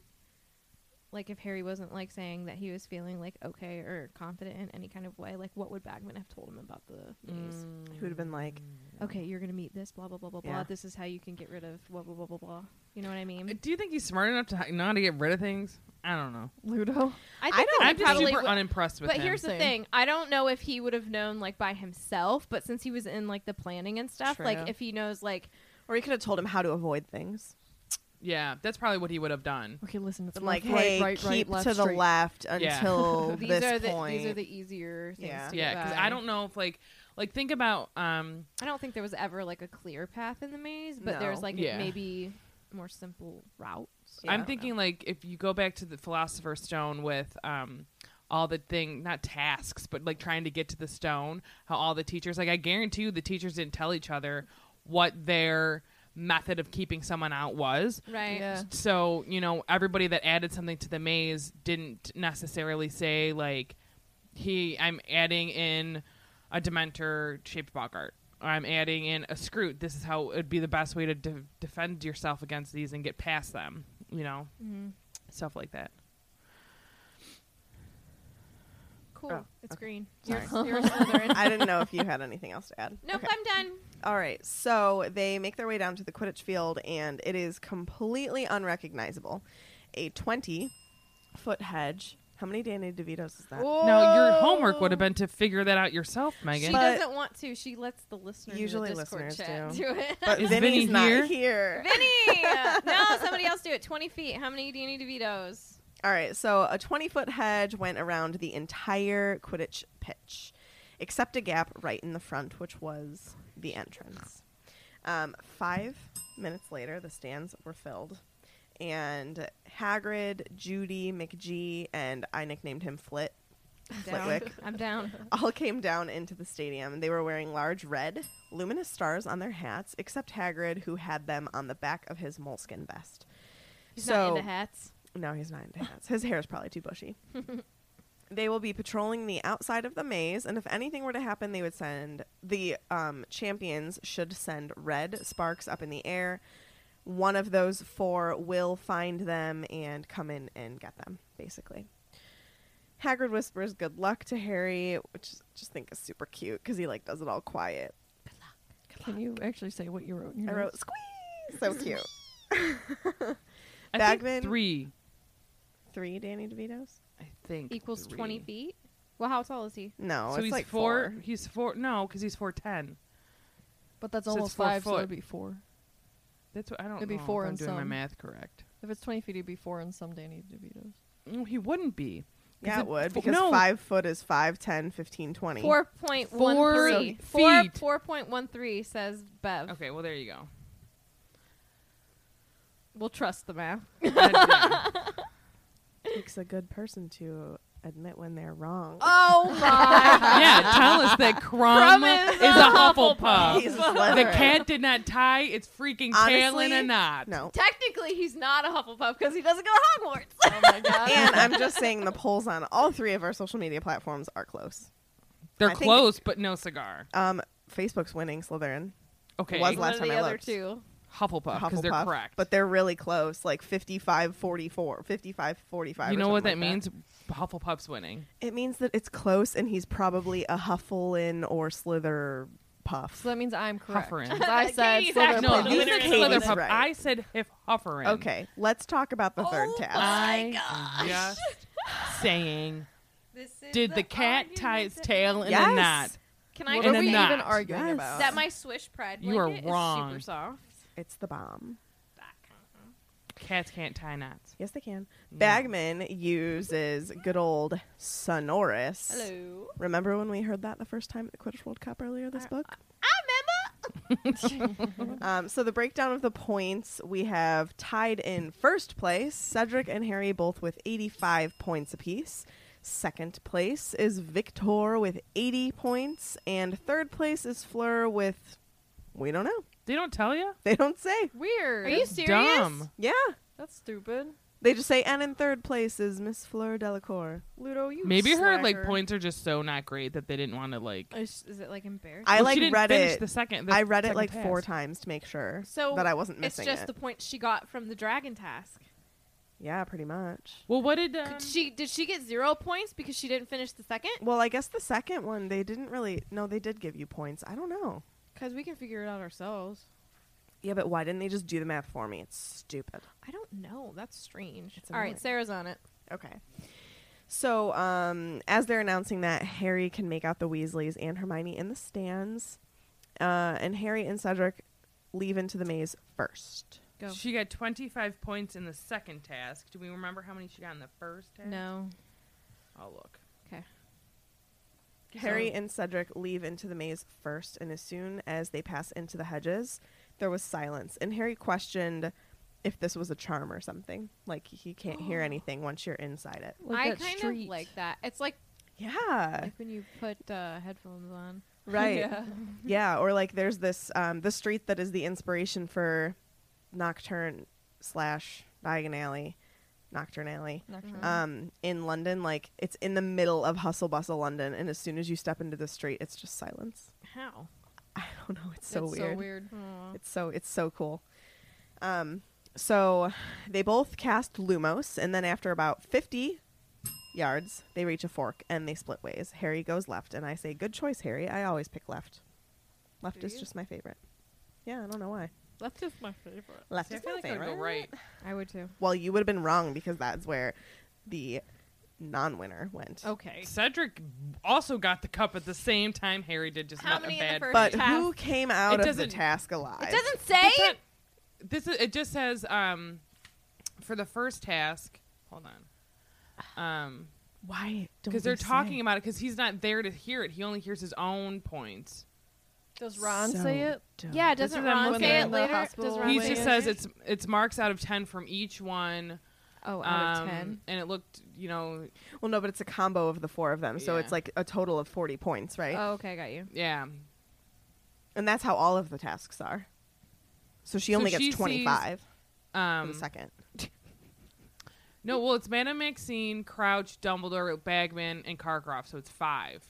[SPEAKER 1] Like if Harry wasn't like saying that he was feeling like okay or confident in any kind of way, like what would Bagman have told him about the maze?
[SPEAKER 7] Mm.
[SPEAKER 4] He would have been like,
[SPEAKER 1] okay, you're gonna meet this, blah blah blah blah
[SPEAKER 4] Yeah.
[SPEAKER 1] blah. This is how you can get rid of blah blah blah blah blah. You know what I mean?
[SPEAKER 7] Do you think he's smart enough to h- know how to get rid of things? I don't know.
[SPEAKER 5] Ludo.
[SPEAKER 1] I think
[SPEAKER 7] don't.
[SPEAKER 1] that
[SPEAKER 7] I'm
[SPEAKER 1] he
[SPEAKER 7] just
[SPEAKER 1] probably
[SPEAKER 7] super
[SPEAKER 1] would-
[SPEAKER 7] unimpressed with
[SPEAKER 1] But
[SPEAKER 7] him.
[SPEAKER 1] here's the
[SPEAKER 7] Same.
[SPEAKER 1] thing: I don't know if he would have known like by himself, but since he was in like the planning and stuff, like
[SPEAKER 4] True.
[SPEAKER 1] if he knows like
[SPEAKER 4] or he could have told him how to avoid things.
[SPEAKER 7] Yeah, that's probably what he would have done.
[SPEAKER 5] Okay, listen. It's
[SPEAKER 4] Been like,
[SPEAKER 5] left, right,
[SPEAKER 4] hey,
[SPEAKER 5] right, right,
[SPEAKER 4] keep
[SPEAKER 5] left,
[SPEAKER 4] to the
[SPEAKER 5] straight.
[SPEAKER 4] left
[SPEAKER 7] Yeah.
[SPEAKER 4] until
[SPEAKER 1] these
[SPEAKER 4] this
[SPEAKER 1] are the
[SPEAKER 4] point.
[SPEAKER 1] these are the easier things.
[SPEAKER 4] Yeah.
[SPEAKER 1] to get
[SPEAKER 7] Yeah, because
[SPEAKER 1] by.
[SPEAKER 7] I don't know if like like think about um
[SPEAKER 1] I don't think there was ever like a clear path in the maze, but there's
[SPEAKER 4] No.
[SPEAKER 1] like
[SPEAKER 7] Yeah.
[SPEAKER 1] maybe more simple routes.
[SPEAKER 7] I'm thinking like if you go back to the Philosopher's Stone with um all the thing not tasks but like trying to get to the stone how all the teachers like I guarantee you the teachers didn't tell each other what their method of keeping someone out was
[SPEAKER 1] right?
[SPEAKER 5] Yeah.
[SPEAKER 7] so you know everybody that added something to the maze didn't necessarily say like he i'm adding in a dementor shaped bogart or i'm adding in a scroot this is how it would be the best way to de- defend yourself against these and get past them you know
[SPEAKER 5] Mm-hmm.
[SPEAKER 7] stuff like that
[SPEAKER 1] Cool.
[SPEAKER 4] Oh,
[SPEAKER 1] it's
[SPEAKER 4] okay.
[SPEAKER 1] green. You're,
[SPEAKER 4] Sorry.
[SPEAKER 1] you're a Slytherin.
[SPEAKER 4] I didn't know if you had anything else to add.
[SPEAKER 1] Nope,
[SPEAKER 4] Okay.
[SPEAKER 1] I'm done.
[SPEAKER 4] All right. So they make their way down to the Quidditch field, and it is completely unrecognizable. A 20 foot hedge. How many Danny DeVitos is that?
[SPEAKER 7] now your homework would have been to figure that out yourself
[SPEAKER 1] She
[SPEAKER 7] megan
[SPEAKER 4] But-
[SPEAKER 1] doesn't want to. She lets the listeners
[SPEAKER 4] Usually
[SPEAKER 1] in the Discord
[SPEAKER 4] listeners
[SPEAKER 1] chat
[SPEAKER 4] do.
[SPEAKER 1] do it.
[SPEAKER 4] But
[SPEAKER 7] Is Vinny
[SPEAKER 4] Vinny's not
[SPEAKER 7] here?
[SPEAKER 4] here.
[SPEAKER 1] Vinny! no, somebody else do it. 20 feet. How many do you need DeVitos?
[SPEAKER 4] All right, so a 20 foot hedge went around the entire Quidditch pitch, except a gap right in the front, which was the entrance. Um, five minutes later, the stands were filled, and Hagrid, Judy, McGee, and I nicknamed him Flit,
[SPEAKER 1] I'm down.
[SPEAKER 4] Flitwick,
[SPEAKER 1] I'm down.
[SPEAKER 4] all came down into the stadium. They were wearing large red, luminous stars on their hats, except Hagrid, who had them on the back of his moleskin vest.
[SPEAKER 1] He's not into hats.
[SPEAKER 4] No, he's not into hats. His hair is probably too bushy. They will be patrolling the outside of the maze, and if anything were to happen, they would send the um, champions should send red sparks up in the air. One of those four will find them and come in and get them, basically. Hagrid whispers good luck to Harry, which I just think is super cute because he like does it all quiet.
[SPEAKER 5] Can you actually say what you wrote? In your
[SPEAKER 4] I wrote
[SPEAKER 5] notes?
[SPEAKER 4] squeeze. So cute.
[SPEAKER 7] I
[SPEAKER 4] Bagman
[SPEAKER 7] think three.
[SPEAKER 4] three Danny DeVito's.
[SPEAKER 7] I think
[SPEAKER 1] Equals 20
[SPEAKER 7] three.
[SPEAKER 1] feet? Well, how tall is he?
[SPEAKER 5] Oh,
[SPEAKER 4] No,
[SPEAKER 7] so
[SPEAKER 4] it's
[SPEAKER 7] he's
[SPEAKER 4] like
[SPEAKER 7] four,
[SPEAKER 4] four.
[SPEAKER 7] He's four. No, because he's four ten.
[SPEAKER 5] But that's
[SPEAKER 7] So it's
[SPEAKER 5] almost
[SPEAKER 7] four
[SPEAKER 5] five, so
[SPEAKER 7] foot.
[SPEAKER 5] it'd be four.
[SPEAKER 7] That's what I don't
[SPEAKER 5] It'd
[SPEAKER 7] know.
[SPEAKER 5] be four
[SPEAKER 7] if I'm
[SPEAKER 5] and
[SPEAKER 7] doing my
[SPEAKER 5] some.
[SPEAKER 7] math correct.
[SPEAKER 5] If it's 20 feet, it'd be four and some Danny DeVito's.
[SPEAKER 7] No, he wouldn't be. 'Cause
[SPEAKER 4] Yeah, it would
[SPEAKER 7] fo-
[SPEAKER 4] because
[SPEAKER 7] no,
[SPEAKER 4] five foot is five, ten, fifteen, twenty.
[SPEAKER 1] Four point one three. Four
[SPEAKER 7] feet.
[SPEAKER 1] four point one three says Bev.
[SPEAKER 7] Okay, well there you go.
[SPEAKER 1] We'll trust the math.
[SPEAKER 4] Takes a good person to admit when they're wrong.
[SPEAKER 1] Oh my!
[SPEAKER 7] yeah, tell us that Crumb,
[SPEAKER 1] Crumb is
[SPEAKER 7] is,
[SPEAKER 1] a
[SPEAKER 7] a
[SPEAKER 1] Hufflepuff.
[SPEAKER 7] Hufflepuff.
[SPEAKER 4] He's a
[SPEAKER 7] the
[SPEAKER 4] Slytherin.
[SPEAKER 7] cat did not tie its freaking tail in
[SPEAKER 4] Honestly,
[SPEAKER 7] a knot.
[SPEAKER 4] No.
[SPEAKER 1] Technically, he's not a Hufflepuff because he doesn't go to Hogwarts.
[SPEAKER 5] Oh my god.
[SPEAKER 4] and I'm just saying the polls on all three of our social media platforms are close.
[SPEAKER 7] They're
[SPEAKER 4] I think-
[SPEAKER 7] close, but no cigar.
[SPEAKER 4] Um, Facebook's winning Slytherin.
[SPEAKER 7] Okay,
[SPEAKER 4] was
[SPEAKER 1] One
[SPEAKER 4] last
[SPEAKER 1] of
[SPEAKER 4] time
[SPEAKER 1] the
[SPEAKER 4] I
[SPEAKER 1] other
[SPEAKER 4] looked.
[SPEAKER 1] two.
[SPEAKER 7] Hufflepuff because they're
[SPEAKER 4] Hufflepuff,
[SPEAKER 7] correct.
[SPEAKER 4] But they're really close, like 55 44, 55 45.
[SPEAKER 7] you
[SPEAKER 4] or
[SPEAKER 7] know what that
[SPEAKER 4] something like
[SPEAKER 7] means? Hufflepuff's winning.
[SPEAKER 4] It means that it's close and he's probably a Hufflin or Slither puff.
[SPEAKER 5] So that means I'm correct.
[SPEAKER 7] Hufferin.
[SPEAKER 5] 'Cause I said
[SPEAKER 1] Katie,
[SPEAKER 5] Slytherin.
[SPEAKER 1] that's
[SPEAKER 7] No,
[SPEAKER 4] Hufflepuff.
[SPEAKER 7] you
[SPEAKER 4] Winner
[SPEAKER 7] said
[SPEAKER 4] is winning.
[SPEAKER 7] Slytherin.
[SPEAKER 4] Right.
[SPEAKER 7] I said if Hufferin.
[SPEAKER 4] Okay, let's talk about the third
[SPEAKER 1] Oh,
[SPEAKER 4] task.
[SPEAKER 7] I am just saying.
[SPEAKER 1] This is
[SPEAKER 7] Did the cat tie
[SPEAKER 1] argument
[SPEAKER 7] its
[SPEAKER 1] that-
[SPEAKER 7] tail in
[SPEAKER 4] Yes.
[SPEAKER 7] a knot?
[SPEAKER 1] Can I?
[SPEAKER 5] What
[SPEAKER 7] And
[SPEAKER 5] are
[SPEAKER 7] a
[SPEAKER 5] we
[SPEAKER 7] knot.
[SPEAKER 5] even arguing
[SPEAKER 4] Yes.
[SPEAKER 5] about?
[SPEAKER 1] Is that my Swish Pride
[SPEAKER 7] You are
[SPEAKER 1] blanket is
[SPEAKER 7] wrong.
[SPEAKER 1] super soft.
[SPEAKER 4] It's the bomb.
[SPEAKER 7] Cats can't tie knots.
[SPEAKER 4] Yes, they can. Bagman uses good old Sonorous.
[SPEAKER 1] Hello.
[SPEAKER 4] Remember when we heard that the first time at the Quidditch World Cup earlier this book? I remember. um, so the breakdown of the points we have tied in first place Cedric and Harry both with 85 points apiece. Second place is Victor with 80 points, and third place is Fleur with we don't know.
[SPEAKER 7] They don't tell you.
[SPEAKER 4] They don't say.
[SPEAKER 5] Weird.
[SPEAKER 1] Are you serious?
[SPEAKER 7] Dumb.
[SPEAKER 4] Yeah,
[SPEAKER 5] That's stupid.
[SPEAKER 4] they just say and in third place is Miss Fleur Delacour.
[SPEAKER 5] Ludo, you
[SPEAKER 7] Maybe her like
[SPEAKER 5] slacker.
[SPEAKER 7] points are just so not great that they didn't want to like.
[SPEAKER 1] Is, is it like embarrassing?
[SPEAKER 4] I
[SPEAKER 7] Well,
[SPEAKER 4] like
[SPEAKER 7] she didn't
[SPEAKER 4] read
[SPEAKER 7] finish
[SPEAKER 4] it.
[SPEAKER 7] the second. the
[SPEAKER 4] I read it
[SPEAKER 7] second
[SPEAKER 4] like four
[SPEAKER 7] task.
[SPEAKER 4] times to make sure
[SPEAKER 1] so
[SPEAKER 4] that I wasn't
[SPEAKER 1] It's
[SPEAKER 4] missing
[SPEAKER 1] just
[SPEAKER 4] it.
[SPEAKER 1] the points she got from the dragon task.
[SPEAKER 4] yeah, pretty much.
[SPEAKER 7] Well, what did um,
[SPEAKER 1] she did she get zero points because she didn't finish the second?
[SPEAKER 4] Well, I guess the second one they didn't really. No, they did give you points. I don't know.
[SPEAKER 1] Because we can figure it out ourselves.
[SPEAKER 4] Yeah, but why didn't they just do the math for me? It's stupid.
[SPEAKER 1] I don't know. That's strange.
[SPEAKER 4] It's
[SPEAKER 1] All
[SPEAKER 4] annoying.
[SPEAKER 1] right, Sarah's on it.
[SPEAKER 4] Okay. So, um, as they're announcing that Harry can make out the Weasleys and Hermione in the stands, uh, and Harry and Cedric leave into the maze first.
[SPEAKER 1] Go.
[SPEAKER 7] she got twenty five points in the second task? Do we remember how many she got in the first task?
[SPEAKER 1] No.
[SPEAKER 7] I'll look.
[SPEAKER 1] Okay.
[SPEAKER 4] Harry and Cedric leave into the maze first, and as soon as they pass into the hedges, there was silence. And Harry questioned if this was a charm or something. Like he can't hear anything once you're inside it.
[SPEAKER 1] I
[SPEAKER 5] that
[SPEAKER 1] kind
[SPEAKER 5] street.
[SPEAKER 1] of like that. It's like
[SPEAKER 4] Yeah.
[SPEAKER 1] like when you put uh, headphones on.
[SPEAKER 4] Right. Yeah.
[SPEAKER 5] Yeah.
[SPEAKER 4] Or like there's this um the street that is the inspiration for Nocturne slash Diagon Alley. Nocturne Alley.
[SPEAKER 1] Mm-hmm.
[SPEAKER 5] Nocturne.
[SPEAKER 4] Um in London, like it's in the middle of hustle bustle London and as soon as you step into the street it's just silence.
[SPEAKER 1] How?
[SPEAKER 4] I don't know,
[SPEAKER 5] That's
[SPEAKER 4] it's so weird.
[SPEAKER 5] so weird.
[SPEAKER 7] Oh.
[SPEAKER 4] It's so it's so cool. Um, so they both cast Lumos, and then after about fifty yards, they reach a fork and they split ways. Harry goes left, and I say, "Good choice, Harry." I always pick left. Left
[SPEAKER 1] Do
[SPEAKER 4] is
[SPEAKER 1] you?
[SPEAKER 4] just my favorite. Yeah, I don't know why.
[SPEAKER 1] That's just my favorite.
[SPEAKER 4] Left
[SPEAKER 7] See, I
[SPEAKER 4] is
[SPEAKER 7] feel
[SPEAKER 4] my
[SPEAKER 7] like I
[SPEAKER 4] favorite.
[SPEAKER 7] go right.
[SPEAKER 1] I would too.
[SPEAKER 4] Well, you would have been wrong because that's where the non-winner went.
[SPEAKER 1] Okay.
[SPEAKER 7] Cedric also got the cup at the same time Harry did. Just
[SPEAKER 1] How
[SPEAKER 7] not
[SPEAKER 1] many
[SPEAKER 7] a
[SPEAKER 1] in the
[SPEAKER 7] bad.
[SPEAKER 1] first
[SPEAKER 4] But
[SPEAKER 1] Task.
[SPEAKER 4] who came out
[SPEAKER 7] It
[SPEAKER 4] of the
[SPEAKER 7] doesn't-
[SPEAKER 4] task alive?
[SPEAKER 1] It doesn't say.
[SPEAKER 7] That's not- this is it just says um for the first task hold on um
[SPEAKER 4] Why?
[SPEAKER 7] because they're talking about it because he's not there to hear it he only hears his own points
[SPEAKER 5] Does Ron say it?
[SPEAKER 1] Yeah, doesn't
[SPEAKER 7] what I'm
[SPEAKER 1] Ron
[SPEAKER 7] looking
[SPEAKER 1] say
[SPEAKER 7] at.
[SPEAKER 1] it
[SPEAKER 7] The
[SPEAKER 1] later?
[SPEAKER 5] hospital
[SPEAKER 1] Does Ron
[SPEAKER 7] he
[SPEAKER 5] Wait,
[SPEAKER 1] say
[SPEAKER 7] just
[SPEAKER 1] it?
[SPEAKER 7] says it's it's marks out of 10 from each one
[SPEAKER 1] oh out of
[SPEAKER 7] um,
[SPEAKER 1] ten.
[SPEAKER 7] and it looked you know
[SPEAKER 4] Well, no, but it's a combo of the four of them, so
[SPEAKER 7] Yeah.
[SPEAKER 4] it's like a total of forty points, right?
[SPEAKER 1] Oh, okay, I got you.
[SPEAKER 7] yeah
[SPEAKER 4] And that's how all of the tasks are. So she
[SPEAKER 7] So
[SPEAKER 4] only
[SPEAKER 7] she
[SPEAKER 4] gets
[SPEAKER 7] sees
[SPEAKER 4] 25 for
[SPEAKER 7] um
[SPEAKER 4] the second.
[SPEAKER 7] No, well, it's Madame Maxine, Crouch, Dumbledore, Bagman, and Carcroft, so it's five.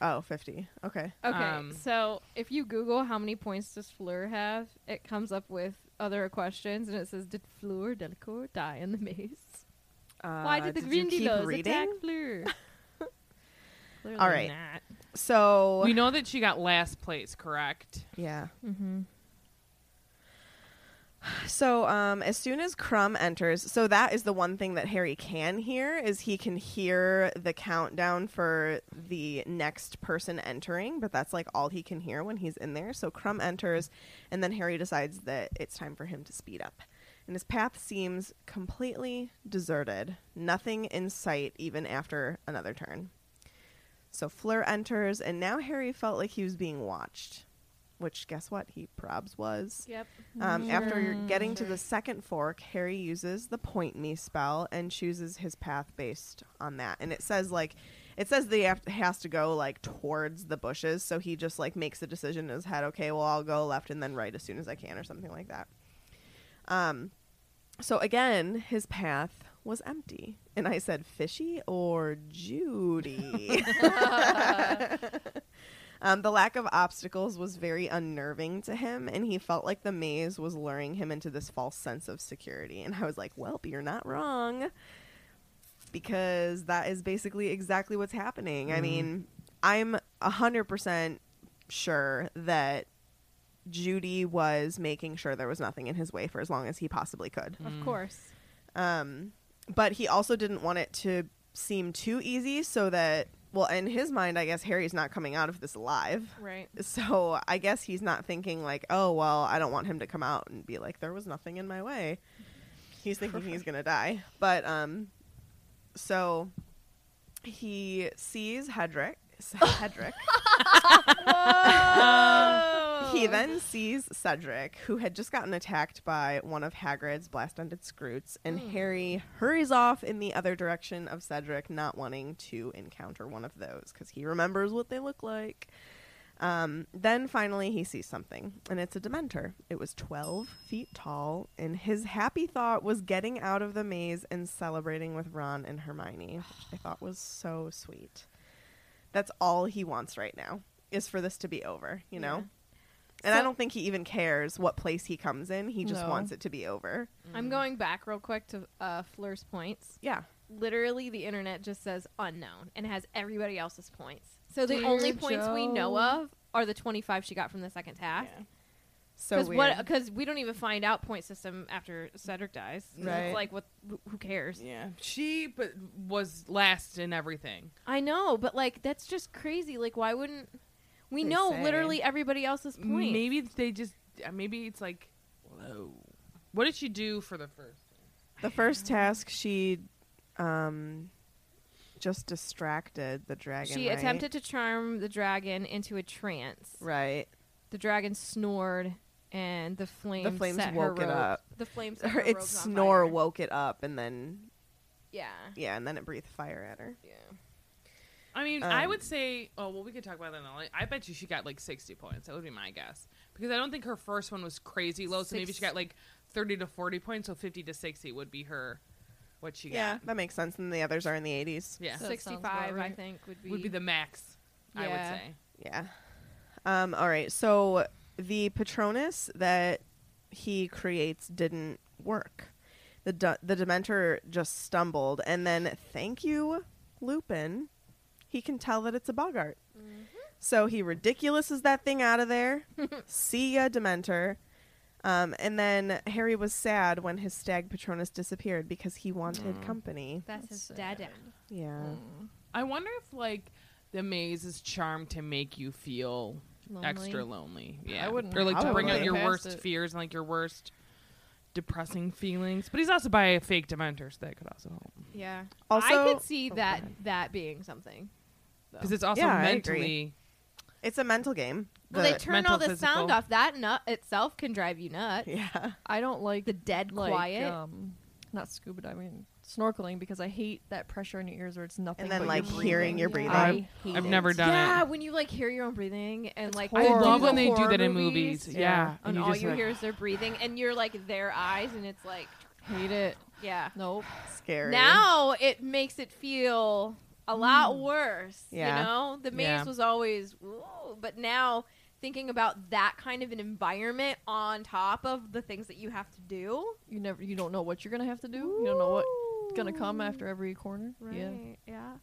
[SPEAKER 4] Oh, 50. Okay.
[SPEAKER 5] Okay,
[SPEAKER 7] Um,
[SPEAKER 5] so if you Google how many points does Fleur have, it comes up with other questions, and it says, "Did Fleur Delacour die in the maze?
[SPEAKER 4] Uh,
[SPEAKER 5] Why did the Grindylows attack Fleur?" Clearly
[SPEAKER 4] All right.
[SPEAKER 5] not.
[SPEAKER 4] So
[SPEAKER 7] We know that she got last place, correct?
[SPEAKER 4] Yeah. Mm-hmm. So um, as soon as Crumb enters, so that is the one thing that Harry can hear is he can hear the countdown for the next person entering, but that's like all he can hear when he's in there. So Crumb enters, and then Harry decides that it's time for him to speed up. And his path seems completely deserted, nothing in sight even after another turn. So Fleur enters, and now Harry felt like he was being watched, which guess what? He probs was.
[SPEAKER 5] Yep.
[SPEAKER 4] Um, After you're
[SPEAKER 5] Mm.
[SPEAKER 4] getting to the second fork, Harry uses the point me spell and chooses his path based on that. And it says like, it says that he have- has to go like towards the bushes. So he just like makes a decision in his head. Okay, well I'll go left and then right as soon as I can, or something like that. Um, so again, his path was empty, and I said fishy or Judy. Um, the lack of obstacles was very unnerving to him, and he felt like the maze was luring him into this false sense of security. And I was like, well, you're not wrong. Because that is basically exactly what's happening. I mean, I'm 100% sure that Judy was making sure there was nothing in his way for as long as he possibly could.
[SPEAKER 11] Mm.
[SPEAKER 5] Of course.
[SPEAKER 4] Um, but he also didn't want it to seem too easy so that, well, in his mind, I guess Harry's not coming out of this alive.
[SPEAKER 5] Right.
[SPEAKER 4] So I guess he's not thinking, like, oh, well, I don't want him to come out and be like, there was nothing in my way. He's thinking he's going to die. But, um, so he sees Hedrick. Hedrick. He then sees Cedric, who had just gotten attacked by one of Hagrid's blast-ended scroots, and Harry hurries off in the other direction of Cedric, not wanting to encounter one of those because he remembers what they look like. Um, then finally, he sees something, and it's a Dementor. It was 12 feet tall, and his happy thought was getting out of the maze and celebrating with Ron and Hermione, which I thought was so sweet. That's all he wants right now is for this to be over, you know? And I
[SPEAKER 5] So-
[SPEAKER 4] don't think he even cares what place he comes in. He just
[SPEAKER 5] No.
[SPEAKER 4] wants it to be over.
[SPEAKER 5] I'm going back real quick to uh, Fleur's points.
[SPEAKER 4] Yeah.
[SPEAKER 5] Literally, the internet just says unknown and has everybody else's points. So the
[SPEAKER 9] Dear
[SPEAKER 5] only points we know
[SPEAKER 9] Joe.
[SPEAKER 5] of are the 25 she got from the second half.
[SPEAKER 4] So
[SPEAKER 5] Cause
[SPEAKER 4] weird.
[SPEAKER 5] Because we don't even find out point system after Cedric dies. So
[SPEAKER 7] Right.
[SPEAKER 5] It's like what? who- Who cares?
[SPEAKER 7] Yeah. She but was last in everything.
[SPEAKER 5] I know, but like that's just crazy. Like, why wouldn't we
[SPEAKER 7] They
[SPEAKER 5] know
[SPEAKER 7] say.
[SPEAKER 5] literally everybody else's point?
[SPEAKER 7] Maybe they just. uh, Maybe it's like, whoa. What did she do for the first?
[SPEAKER 4] The first task, she um, just distracted the dragon.
[SPEAKER 5] she
[SPEAKER 4] right?
[SPEAKER 5] attempted to charm the dragon into a trance.
[SPEAKER 4] Right.
[SPEAKER 5] The dragon snored, and the flames
[SPEAKER 4] The flames
[SPEAKER 5] set her
[SPEAKER 4] woke it
[SPEAKER 5] robe-
[SPEAKER 4] up.
[SPEAKER 5] The flames. set
[SPEAKER 4] Her,
[SPEAKER 5] her
[SPEAKER 4] its
[SPEAKER 5] robes on
[SPEAKER 4] snore
[SPEAKER 5] fire.
[SPEAKER 4] woke it up, and then
[SPEAKER 5] Yeah.
[SPEAKER 4] yeah, and then it breathed fire at her.
[SPEAKER 5] Yeah.
[SPEAKER 7] I mean, I
[SPEAKER 4] Um,
[SPEAKER 7] would say. Oh well, we could talk about that. In a li- I bet you she got like sixty points. That would be my guess because I don't think her first one was crazy low. So maybe she
[SPEAKER 4] Six-
[SPEAKER 7] got like thirty to forty points. So fifty to sixty would be her. What she
[SPEAKER 4] Yeah,
[SPEAKER 7] got?
[SPEAKER 4] that makes sense. And the others are in the eighties.
[SPEAKER 7] Yeah.
[SPEAKER 5] So it sounds about 65, I right. think, would
[SPEAKER 7] would be
[SPEAKER 5] be-
[SPEAKER 7] the max. I would
[SPEAKER 5] Yeah.
[SPEAKER 7] say.
[SPEAKER 4] Yeah. Um, all right. So the Patronus that he creates didn't work. The de- the Dementor just stumbled, and then thank you, Lupin. He can tell that it's a Bogart.
[SPEAKER 5] Mm-hmm.
[SPEAKER 4] So he ridiculouses that thing out of there. See ya, Dementor. Um, and then Harry was sad when his stag Patronus disappeared because he wanted company.
[SPEAKER 5] That's his dad.
[SPEAKER 4] Yeah.
[SPEAKER 5] Mm.
[SPEAKER 7] I wonder if like the maze is charmed to make you feel
[SPEAKER 5] Lonely?
[SPEAKER 7] extra lonely.
[SPEAKER 5] I
[SPEAKER 7] Yeah,
[SPEAKER 5] wouldn't
[SPEAKER 7] or like to bring
[SPEAKER 5] probably
[SPEAKER 7] out your
[SPEAKER 5] past
[SPEAKER 7] worst
[SPEAKER 5] it.
[SPEAKER 7] fears and like your worst depressing feelings. But he's also by a fake dementor, so that could also help
[SPEAKER 5] Yeah. I
[SPEAKER 4] Also- oh,
[SPEAKER 5] could see that that being something. though.
[SPEAKER 7] because it's also
[SPEAKER 4] Yeah, I
[SPEAKER 7] mentally.
[SPEAKER 4] It's a mental game.
[SPEAKER 5] Well,
[SPEAKER 4] The-
[SPEAKER 5] they turn
[SPEAKER 7] mental,
[SPEAKER 5] all the
[SPEAKER 7] physical.
[SPEAKER 5] sound off. That nut itself can drive you nuts.
[SPEAKER 4] Yeah.
[SPEAKER 5] I don't like the dead
[SPEAKER 10] like,
[SPEAKER 5] quiet.
[SPEAKER 10] Um, not scuba diving, snorkeling because I hate that pressure in your ears where it's nothing.
[SPEAKER 4] then,
[SPEAKER 10] but
[SPEAKER 4] like,
[SPEAKER 10] your
[SPEAKER 4] hearing your
[SPEAKER 10] breathing.
[SPEAKER 4] breathing. I I've-
[SPEAKER 7] I've never done
[SPEAKER 5] yeah,
[SPEAKER 7] it.
[SPEAKER 5] when you like hear your own breathing and like
[SPEAKER 7] I
[SPEAKER 5] horror-
[SPEAKER 7] love when they do
[SPEAKER 5] horror
[SPEAKER 7] that in movies. Yeah, and
[SPEAKER 5] and
[SPEAKER 7] you
[SPEAKER 5] all
[SPEAKER 7] just
[SPEAKER 5] you
[SPEAKER 7] like-
[SPEAKER 5] hear is their breathing, and you're like their eyes, and it's like
[SPEAKER 10] Hate it.
[SPEAKER 5] Yeah.
[SPEAKER 4] Nope.
[SPEAKER 12] Scary.
[SPEAKER 5] Now it makes it feel a
[SPEAKER 4] Mm.
[SPEAKER 5] lot worse.
[SPEAKER 12] Yeah.
[SPEAKER 5] You know, the maze
[SPEAKER 12] Yeah.
[SPEAKER 5] was always, ooh, but now thinking about that kind of an environment on top of the things that you have to do.
[SPEAKER 4] You never, you don't know what you're gonna have to do. You don't know what's gonna come after every corner. Yeah.
[SPEAKER 5] Yeah.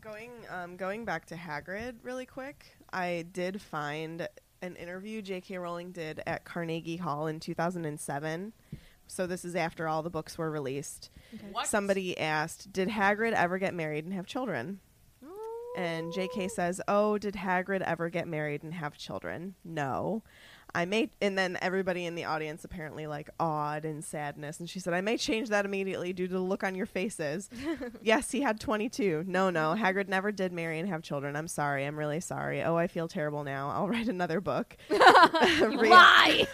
[SPEAKER 12] Going um, going back to Hagrid really quick, I did find an interview J.K. Rowling did at Carnegie Hall in 2007. So this is after all the books were released.
[SPEAKER 5] Okay. What?
[SPEAKER 12] Somebody asked, "Did Hagrid ever get married and have children?" And J.K. says, "Oh, did Hagrid ever get married and have children? No." I may, and then everybody in the audience apparently like awed and sadness. And she said, "I may change that immediately due to the look on your faces." yes, he had 22. No, no, Hagrid never did marry and have children. I'm sorry. I'm really sorry. Oh, I feel terrible now. I'll write another book.
[SPEAKER 5] Lie!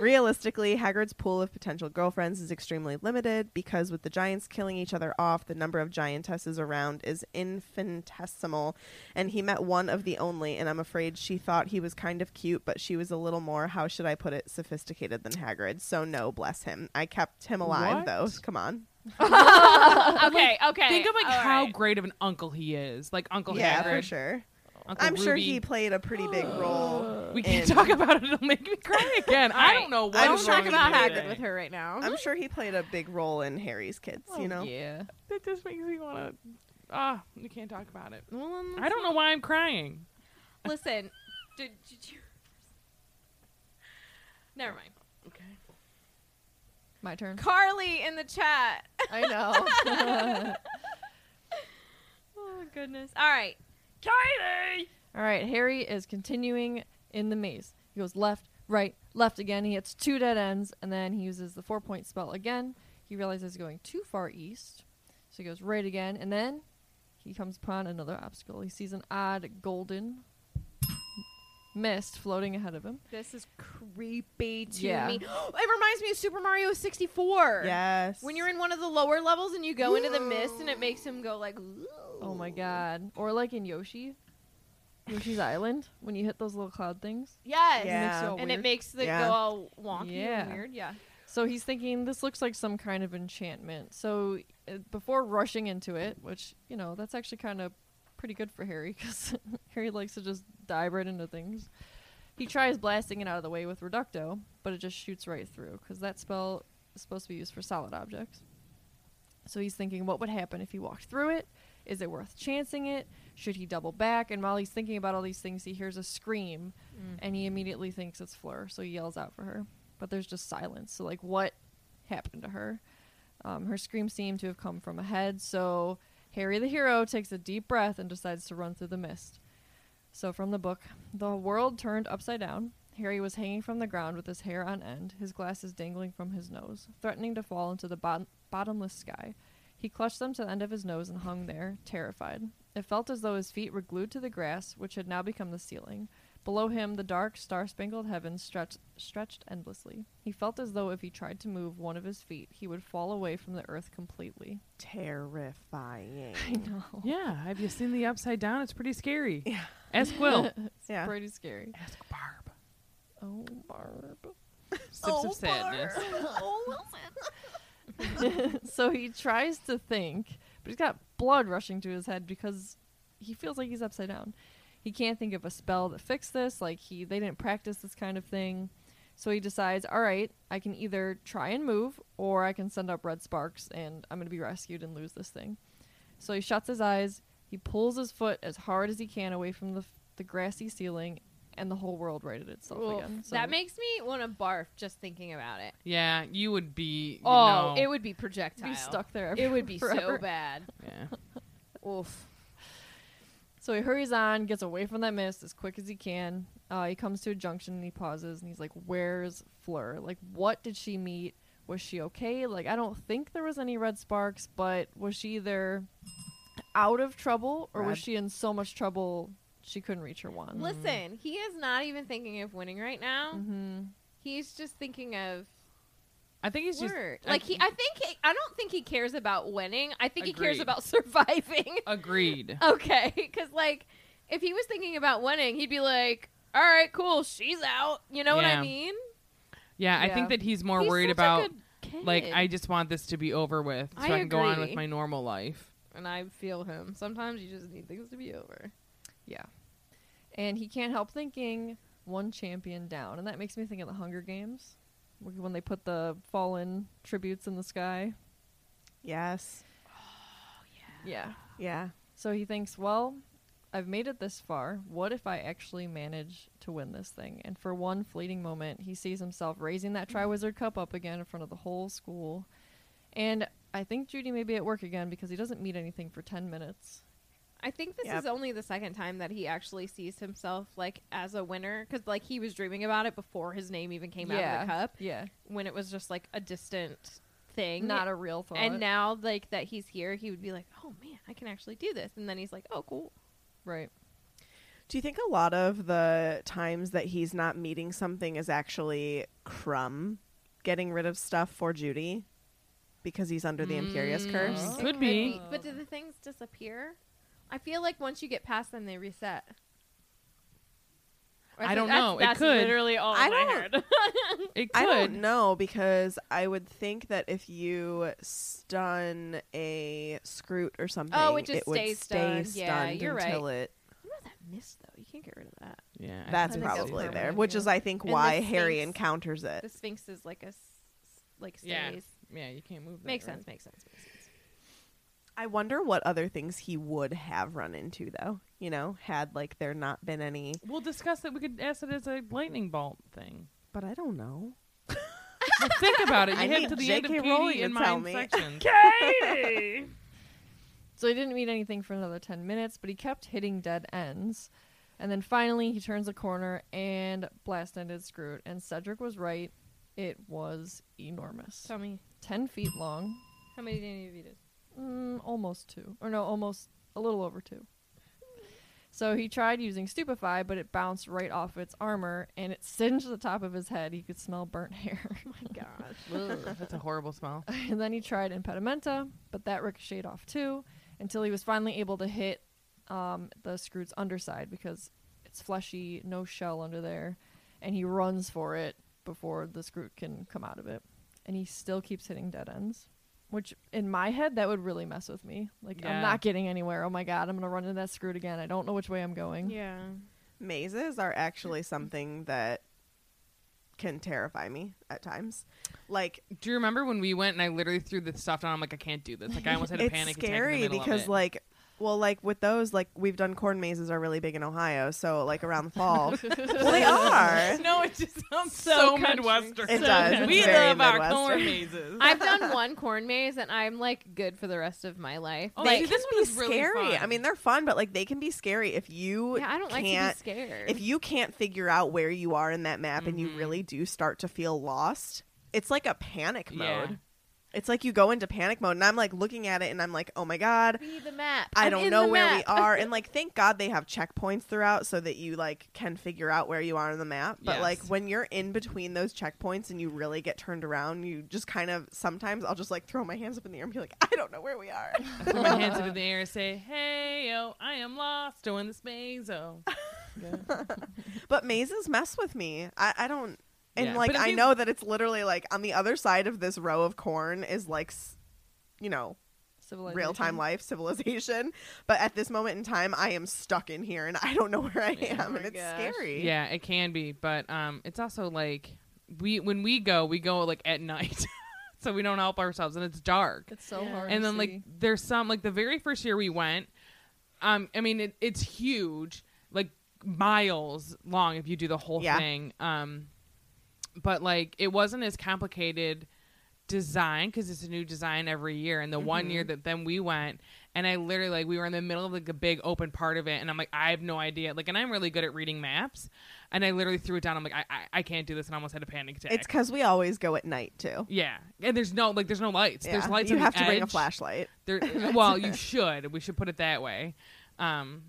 [SPEAKER 12] Realistically, Hagrid's pool of potential girlfriends is extremely limited because with the giants killing each other off, the number of giantesses around is infinitesimal, and he met one of the only, and I'm afraid she thought he was kind of cute, but she was a little more, how should I put it, sophisticated than Hagrid. So no, bless him. I kept him alive
[SPEAKER 7] What?
[SPEAKER 12] though. Come on.
[SPEAKER 5] okay, okay.
[SPEAKER 7] Think of like
[SPEAKER 5] all
[SPEAKER 7] how
[SPEAKER 5] right.
[SPEAKER 7] great of an uncle he is. Like Uncle
[SPEAKER 12] yeah,
[SPEAKER 7] Oh, Hagrid.
[SPEAKER 12] for sure.
[SPEAKER 7] Uncle
[SPEAKER 12] I'm sure
[SPEAKER 7] Ruby.
[SPEAKER 12] he played a pretty big role.
[SPEAKER 7] We can't
[SPEAKER 12] in-
[SPEAKER 7] talk about it. It'll make me cry again. I
[SPEAKER 5] right.
[SPEAKER 7] don't know.
[SPEAKER 12] I'm
[SPEAKER 7] What
[SPEAKER 12] sure
[SPEAKER 7] is wrong
[SPEAKER 12] he
[SPEAKER 7] with
[SPEAKER 5] about
[SPEAKER 7] me
[SPEAKER 5] Hagrid
[SPEAKER 7] today.
[SPEAKER 5] with her right now.
[SPEAKER 12] I'm sure he played a big role in Harry's kids.
[SPEAKER 7] Oh,
[SPEAKER 12] you know.
[SPEAKER 7] Yeah. That just makes me want to. Ah, we can't talk about it. I don't know why I'm crying.
[SPEAKER 5] Listen, did, did you? Never mind.
[SPEAKER 7] Okay.
[SPEAKER 4] My turn.
[SPEAKER 5] Carly in the chat.
[SPEAKER 4] I know.
[SPEAKER 5] oh goodness. All right, Carly.
[SPEAKER 4] All right, Harry is continuing in the maze. He goes left, right, left again. He hits two dead ends, and then he uses the four point spell again. He realizes he's going too far east, so he goes right again, and then he comes upon another obstacle. He sees an odd golden mist floating ahead of him.
[SPEAKER 5] This is creepy to
[SPEAKER 4] Yeah.
[SPEAKER 5] me. It reminds me of Super Mario 64.
[SPEAKER 12] Yes.
[SPEAKER 5] When you're in one of the lower levels and you go into the mist and it makes him go like,
[SPEAKER 4] Oh my god. Or like in Yoshi, Yoshi's Island, when you hit those little cloud things.
[SPEAKER 5] yes.
[SPEAKER 12] Yeah. Makes you
[SPEAKER 5] And
[SPEAKER 12] all
[SPEAKER 5] it
[SPEAKER 4] weird.
[SPEAKER 5] makes the
[SPEAKER 12] Yeah.
[SPEAKER 5] go all wonky
[SPEAKER 4] Yeah.
[SPEAKER 5] and weird. Yeah.
[SPEAKER 4] So he's thinking this looks like some kind of enchantment. So uh, before rushing into it, which you know that's actually kind of pretty good for Harry because Harry likes to just dive right into things. He tries blasting it out of the way with Reducto, but it just shoots right through because that spell is supposed to be used for solid objects. So he's thinking, what would happen if he walked through it? Is it worth chancing it? Should he double back? And while he's thinking about all these things, he hears a scream and he immediately thinks it's Fleur, so he yells out for her. But there's just silence. So, like, what happened to her? Um, her scream seemed to have come from ahead, so Harry the hero takes a deep breath and decides to run through the mist. So, from the book, the world turned upside down. Harry was hanging from the ground with his hair on end, his glasses dangling from his nose, threatening to fall into the bot- bottomless sky. He clutched them to the end of his nose and hung there, terrified. It felt as though his feet were glued to the grass, which had now become the ceiling. Below him, the dark, star spangled heaven stretched, stretched endlessly. He felt as though if he tried to move one of his feet, he would fall away from the earth completely.
[SPEAKER 12] Terrifying.
[SPEAKER 4] I know.
[SPEAKER 7] Yeah. Have you seen the Upside Down? It's pretty scary. Yeah. Ask Will.
[SPEAKER 4] It's
[SPEAKER 12] Yeah.
[SPEAKER 4] pretty scary.
[SPEAKER 7] Ask Barb.
[SPEAKER 4] Oh, Barb.
[SPEAKER 7] Sips of sadness.
[SPEAKER 4] so he tries to think, but he's got blood rushing to his head because he feels like he's upside down. He can't think of a spell that fixed this. Like he, they didn't practice this kind of thing. So he decides, all right, I can either try and move, or I can send up red sparks, and I'm gonna be rescued and lose this thing. So he shuts his eyes. He pulls his foot as hard as he can away from the the grassy ceiling, and the whole world righted itself
[SPEAKER 5] Oof.
[SPEAKER 4] again. So
[SPEAKER 5] That makes me want to barf just thinking about it.
[SPEAKER 7] Yeah, you would be.
[SPEAKER 5] Oh,
[SPEAKER 7] no.
[SPEAKER 5] it would be projectile.
[SPEAKER 4] be stuck there.
[SPEAKER 5] It would be
[SPEAKER 4] forever.
[SPEAKER 5] so bad.
[SPEAKER 7] Yeah.
[SPEAKER 5] Oof.
[SPEAKER 4] So he hurries on, gets away from that mist as quick as he can. Uh, he comes to a junction and he pauses and he's like, "Where's Fleur? Like, what did she meet? Was she okay? Like, I don't think there was any red sparks, but was she either out of trouble or
[SPEAKER 12] Red.
[SPEAKER 4] was she in so much trouble she couldn't reach her wand?"
[SPEAKER 5] Listen, he is not even thinking of winning right now.
[SPEAKER 4] Mm-hmm.
[SPEAKER 5] He's just thinking of
[SPEAKER 7] I think he's just
[SPEAKER 5] Word.
[SPEAKER 7] I-
[SPEAKER 5] like he, I think he, I don't think he cares about winning. I think he cares
[SPEAKER 7] Agreed.
[SPEAKER 5] about surviving.
[SPEAKER 7] agreed.
[SPEAKER 5] Uh, okay, because like if he was thinking about winning, he'd be like, "All right, cool, she's out." You know what
[SPEAKER 7] Yeah.
[SPEAKER 5] I mean?
[SPEAKER 7] Yeah, I
[SPEAKER 4] Yeah.
[SPEAKER 7] think that he's more
[SPEAKER 5] He's
[SPEAKER 7] worried
[SPEAKER 5] such a
[SPEAKER 7] about
[SPEAKER 5] good
[SPEAKER 7] Like
[SPEAKER 5] kid.
[SPEAKER 7] I just want this to be over with so I,
[SPEAKER 5] I
[SPEAKER 7] can go on with
[SPEAKER 5] agree.
[SPEAKER 7] my normal life.
[SPEAKER 5] and I feel him. Sometimes you just need things to be over. Yeah. And he can't help thinking one champion down. And that makes me think of the Hunger Games wh- when they put the fallen tributes in the sky.
[SPEAKER 4] Yes.
[SPEAKER 5] Yeah.
[SPEAKER 4] Yeah.
[SPEAKER 5] So he thinks, well, I've made it this far. What if I actually manage to win this thing? And for one fleeting moment, he sees himself raising that
[SPEAKER 1] Mm-hmm.
[SPEAKER 5] Triwizard Cup up again in front of the whole school. And I think Judy may be at work again because he doesn't meet anything for 10 minutes.
[SPEAKER 1] I think this
[SPEAKER 5] Yep.
[SPEAKER 1] is only the second time that he actually sees himself like as a winner because like he was dreaming about it before his name even came out
[SPEAKER 5] Yeah,
[SPEAKER 1] of the cup.
[SPEAKER 5] yeah.
[SPEAKER 1] when it was just like a distant thing,
[SPEAKER 5] Not a real thought.
[SPEAKER 1] And now like that he's here, he would be like, "Oh man, I can actually do this," and then he's like, "Oh cool."
[SPEAKER 5] Right.
[SPEAKER 4] Do you think a lot of the times that he's not meeting something is actually Crumb getting rid of stuff for Judy because he's under the Imperious curse?
[SPEAKER 1] It But do the things disappear? I feel like once you get past them, they reset. Or
[SPEAKER 7] I
[SPEAKER 1] think
[SPEAKER 7] don't
[SPEAKER 1] that's-
[SPEAKER 7] know. It
[SPEAKER 1] That's
[SPEAKER 7] could.
[SPEAKER 1] literally all
[SPEAKER 7] I
[SPEAKER 1] I,
[SPEAKER 7] don't-
[SPEAKER 1] heard.
[SPEAKER 7] It
[SPEAKER 4] I
[SPEAKER 7] could.
[SPEAKER 4] don't know because I would think that if you stun a Scroot or something,
[SPEAKER 1] Oh, it just
[SPEAKER 4] would
[SPEAKER 1] stays
[SPEAKER 4] stay
[SPEAKER 1] stunned. Yeah, you're right.
[SPEAKER 4] until it.
[SPEAKER 1] You know that mist though. You can't get rid of that.
[SPEAKER 7] Yeah, I
[SPEAKER 4] that's
[SPEAKER 7] think that's
[SPEAKER 4] probably
[SPEAKER 7] permanent,
[SPEAKER 4] there, which
[SPEAKER 7] yeah.
[SPEAKER 4] is I think
[SPEAKER 1] And the
[SPEAKER 4] why Harry
[SPEAKER 1] Sphinx-
[SPEAKER 4] encounters it.
[SPEAKER 1] The Sphinx is like a s- like stays.
[SPEAKER 7] Yeah. Yeah, you can't move that,
[SPEAKER 1] Makes
[SPEAKER 7] right?
[SPEAKER 1] sense. Makes sense. Makes sense.
[SPEAKER 4] I wonder what other things he would have run into though. You know, had like there not been any.
[SPEAKER 7] We'll discuss it. We could ask it as a lightning bolt thing.
[SPEAKER 4] But I don't know.
[SPEAKER 7] Well, think about it. You
[SPEAKER 4] I
[SPEAKER 7] have
[SPEAKER 4] need
[SPEAKER 7] to the end of
[SPEAKER 4] J.K.
[SPEAKER 7] Katie
[SPEAKER 4] Rowling to
[SPEAKER 7] in
[SPEAKER 4] tell
[SPEAKER 7] my
[SPEAKER 4] me.
[SPEAKER 7] section.
[SPEAKER 5] Katie! So he didn't meet anything for another 10 minutes, but he kept hitting dead ends. And then finally, he turns a corner and blast ended Scroot. And Cedric was right. It was enormous.
[SPEAKER 1] Tell me.
[SPEAKER 5] 10 feet long.
[SPEAKER 1] How many do you need to
[SPEAKER 5] Mm, almost two. Or no, almost a little over two. So he tried using Stupefy, but it bounced right off its armor and it singed the top of his head. He could smell burnt hair. Oh my
[SPEAKER 7] Ugh, that's a horrible smell.
[SPEAKER 5] and then he tried impedimenta, but that ricocheted off too, until he was finally able to hit um, the Scroot's underside because it's fleshy, no shell under there, and he runs for it before the Scroot can come out of it, and he still keeps hitting dead ends. Which in my head that would really mess with me. Like
[SPEAKER 4] Yeah.
[SPEAKER 5] I'm not getting anywhere. Oh my god, I'm gonna run into that Scroot again. I don't know which way I'm going.
[SPEAKER 1] Yeah.
[SPEAKER 4] Mazes are actually something that can terrify me at times. Like,
[SPEAKER 7] do you remember when we went and I literally threw the stuff down? I'm like, I can't do this. Like, I almost had a
[SPEAKER 4] it's
[SPEAKER 7] panic attack. in the
[SPEAKER 4] scary
[SPEAKER 7] middle of
[SPEAKER 4] because
[SPEAKER 7] it.
[SPEAKER 4] like well like with those like we've done corn mazes are really big in ohio so like around the fall well they are
[SPEAKER 7] No, it just sounds so,
[SPEAKER 1] country.
[SPEAKER 7] Midwestern.
[SPEAKER 4] It So does. country.
[SPEAKER 7] We
[SPEAKER 4] It's very
[SPEAKER 7] love our
[SPEAKER 4] Midwestern.
[SPEAKER 7] corn mazes.
[SPEAKER 1] I've done one corn maze and I'm like good for the rest of my life.
[SPEAKER 7] Oh,
[SPEAKER 1] like
[SPEAKER 7] see, this
[SPEAKER 4] can
[SPEAKER 7] one
[SPEAKER 4] be
[SPEAKER 7] is really
[SPEAKER 4] scary i
[SPEAKER 7] fun.
[SPEAKER 4] mean they're fun but like they can be scary if
[SPEAKER 5] Oh,
[SPEAKER 4] you
[SPEAKER 1] Yeah, I don't like
[SPEAKER 4] can't
[SPEAKER 1] to be scared.
[SPEAKER 4] if you can't figure out where you are in that map
[SPEAKER 7] Mm-hmm.
[SPEAKER 4] and you really do start to feel lost it's like a panic mode
[SPEAKER 7] Yeah.
[SPEAKER 4] It's like you go into panic mode, and I'm like looking at it, and I'm like, "Oh my god,
[SPEAKER 1] Read the map.
[SPEAKER 4] I
[SPEAKER 1] I'm
[SPEAKER 4] don't
[SPEAKER 1] in
[SPEAKER 4] know
[SPEAKER 1] the
[SPEAKER 4] where
[SPEAKER 1] map.
[SPEAKER 4] we are. And like, thank God they have checkpoints throughout so that you like can figure out where you are on the map. But
[SPEAKER 7] Yes.
[SPEAKER 4] like when you're in between those checkpoints and you really get turned around, you just kind of sometimes I'll just like throw my hands up in the air and be like, I don't know where we are.
[SPEAKER 7] I put my hands up in the air and say, "Hey yo, I am lost doing this maze." Oh,
[SPEAKER 4] but mazes mess with me. I, I don't. And
[SPEAKER 7] Yeah.
[SPEAKER 4] like
[SPEAKER 7] But if
[SPEAKER 4] I
[SPEAKER 7] you-
[SPEAKER 4] know that it's literally like on the other side of this row of corn is like, s- you know, real time
[SPEAKER 5] Civilization.
[SPEAKER 4] life civilization. But at this moment in time, I am stuck in here and I don't know where I am, and it's scary.
[SPEAKER 7] yeah, it can be, but um, it's also like we when we go, we go like at night, so we don't help ourselves, and it's dark.
[SPEAKER 5] It's so hard.
[SPEAKER 7] and
[SPEAKER 5] to
[SPEAKER 7] then like
[SPEAKER 5] see.
[SPEAKER 7] there's some like the very first year we went um i mean it, it's huge like miles long if you do the whole
[SPEAKER 4] Yeah.
[SPEAKER 7] thing um but like it wasn't as complicated design because it's a new design every year and the one
[SPEAKER 4] Mhm.
[SPEAKER 7] year that then we went and i literally like we were in the middle of like a big open part of it and i'm like i have no idea like and i'm really good at reading maps and i literally threw it down i'm like i i, I can't do this and I almost had a panic attack
[SPEAKER 4] It's because we always go at night too.
[SPEAKER 7] yeah and there's no like there's no lights there's
[SPEAKER 4] Yeah.
[SPEAKER 7] lights
[SPEAKER 4] You
[SPEAKER 7] on the
[SPEAKER 4] have to bring a
[SPEAKER 7] edge.
[SPEAKER 4] flashlight.
[SPEAKER 7] There, well, you should. We should put it that way. Um,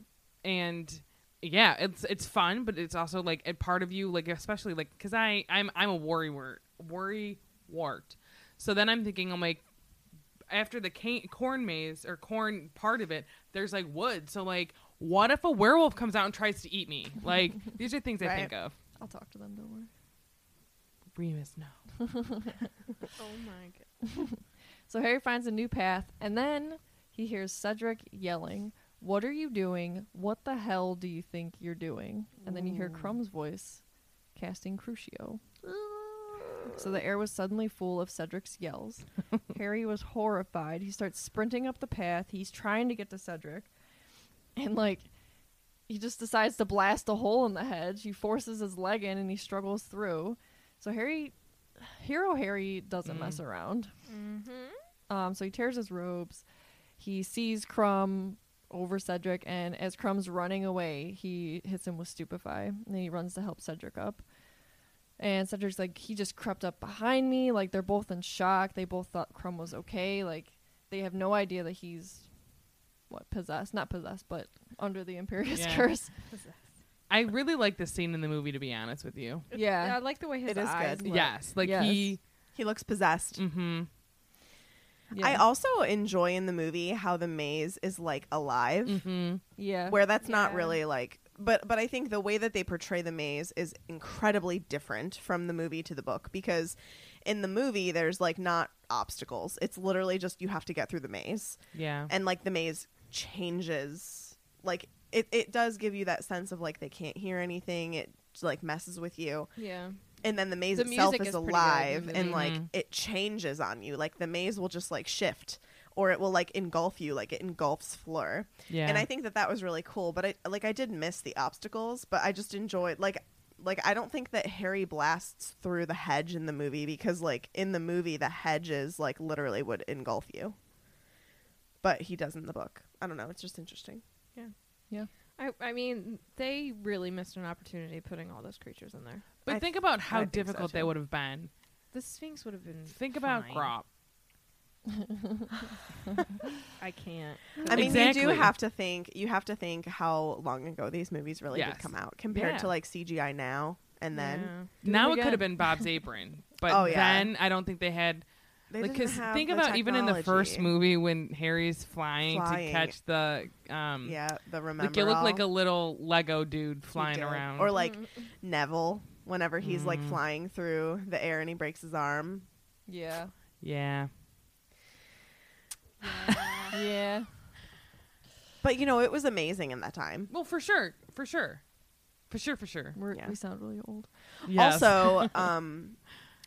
[SPEAKER 7] and yeah, it's it's fun, but it's also like a part of you, like especially like because I I'm I'm a worry wart worry wart. So then I'm thinking I'm like after the cane, corn maze or corn part of it, there's like wood. So like, what if a werewolf comes out and tries to eat me? Like these are things I
[SPEAKER 5] Right.
[SPEAKER 7] think of.
[SPEAKER 5] I'll talk to them. Don't worry.
[SPEAKER 7] Remus, no.
[SPEAKER 5] oh my god. so Harry finds a new path and then he hears Cedric yelling, "What are you doing? What the hell do you think you're doing?" And then you hear
[SPEAKER 1] Mm.
[SPEAKER 10] Ooh.
[SPEAKER 5] Crumb's voice casting Crucio. So the air was suddenly full of Cedric's yells. Harry was horrified. He starts sprinting up the path. He's trying to get to Cedric. And like he just decides to blast a hole in the hedge. He forces his leg in and he struggles through. So Harry Hero Harry doesn't mess
[SPEAKER 10] Mm.
[SPEAKER 5] around.
[SPEAKER 10] Mm-hmm.
[SPEAKER 5] Um, so he tears his robes. He sees Crumb over Cedric, and as Crumb's running away, he hits him with Stupefy. And then he runs to help Cedric up. And Cedric's like, he just crept up behind me. Like, they're both in shock. They both thought Crumb was okay. Like, they have no idea that he's, what, possessed? Not possessed, but under the Imperious
[SPEAKER 7] Yeah.
[SPEAKER 5] Curse.
[SPEAKER 7] I really like this scene in the movie, to be honest with you.
[SPEAKER 5] Yeah.
[SPEAKER 10] I like the way his
[SPEAKER 4] It is
[SPEAKER 10] eyes
[SPEAKER 4] good.
[SPEAKER 10] look.
[SPEAKER 7] Yes, like he.
[SPEAKER 4] he looks possessed.
[SPEAKER 7] Mm-hmm.
[SPEAKER 4] I
[SPEAKER 10] Yeah.
[SPEAKER 4] also enjoy in the movie how the maze is like alive.
[SPEAKER 7] Mm-hmm.
[SPEAKER 5] Yeah.
[SPEAKER 4] where that's not
[SPEAKER 10] Yeah.
[SPEAKER 4] really like but but I think the way that they portray the maze is incredibly different from the movie to the book because in the movie there's like not obstacles. It's literally just you have to get through the maze.
[SPEAKER 7] Yeah.
[SPEAKER 4] And like the maze changes. Like it it does give you that sense of like they can't hear anything. It like messes with you.
[SPEAKER 5] Yeah.
[SPEAKER 4] And then the maze
[SPEAKER 10] The
[SPEAKER 4] itself
[SPEAKER 10] music
[SPEAKER 4] is,
[SPEAKER 10] is pretty good in the
[SPEAKER 4] alive
[SPEAKER 10] movie.
[SPEAKER 4] and like
[SPEAKER 10] Mhm.
[SPEAKER 4] it changes on you. Like the maze will just like shift or it will like engulf you like it engulfs Fleur.
[SPEAKER 7] Yeah.
[SPEAKER 4] And I think that that was really cool, but I like I did miss the obstacles, but I just enjoyed like like I don't think that Harry blasts through the hedge in the movie because like in the movie the hedges like literally would engulf you. But he does in the book. I don't know, it's just interesting.
[SPEAKER 1] Yeah.
[SPEAKER 5] Yeah.
[SPEAKER 1] I, I mean, they really missed an opportunity putting all those creatures in there.
[SPEAKER 7] But think about how difficult they would have been.
[SPEAKER 1] The Sphinx would have been.
[SPEAKER 7] Think about
[SPEAKER 1] fine.
[SPEAKER 7] Grop.
[SPEAKER 1] I can't.
[SPEAKER 4] I mean, you do
[SPEAKER 7] Exactly.
[SPEAKER 4] have to think. You have to think how long ago these movies really
[SPEAKER 7] Yes.
[SPEAKER 4] did come out compared to
[SPEAKER 7] Yeah.
[SPEAKER 4] like CGI now and then.
[SPEAKER 7] Now it could have been Bob's apron, but
[SPEAKER 4] Oh, yeah.
[SPEAKER 7] then I don't think they had.
[SPEAKER 4] They
[SPEAKER 7] like,
[SPEAKER 4] didn't have
[SPEAKER 7] think
[SPEAKER 4] the
[SPEAKER 7] about even in the first
[SPEAKER 4] technology.
[SPEAKER 7] movie when Harry's flying,
[SPEAKER 4] Flying.
[SPEAKER 7] to catch the um
[SPEAKER 4] Yeah, the remember.
[SPEAKER 7] like it looked like
[SPEAKER 4] all.
[SPEAKER 7] a little Lego dude
[SPEAKER 4] He
[SPEAKER 7] flying
[SPEAKER 4] did.
[SPEAKER 7] around
[SPEAKER 4] or like Neville whenever he's like
[SPEAKER 7] Mm.
[SPEAKER 4] flying through the air and he breaks his arm.
[SPEAKER 5] Yeah.
[SPEAKER 7] yeah
[SPEAKER 5] Yeah.
[SPEAKER 4] But you know, it was amazing in that time.
[SPEAKER 7] well for sure for sure for sure for sure
[SPEAKER 5] We're,
[SPEAKER 4] Yeah.
[SPEAKER 5] We sound really old.
[SPEAKER 7] Yes.
[SPEAKER 4] Also, um,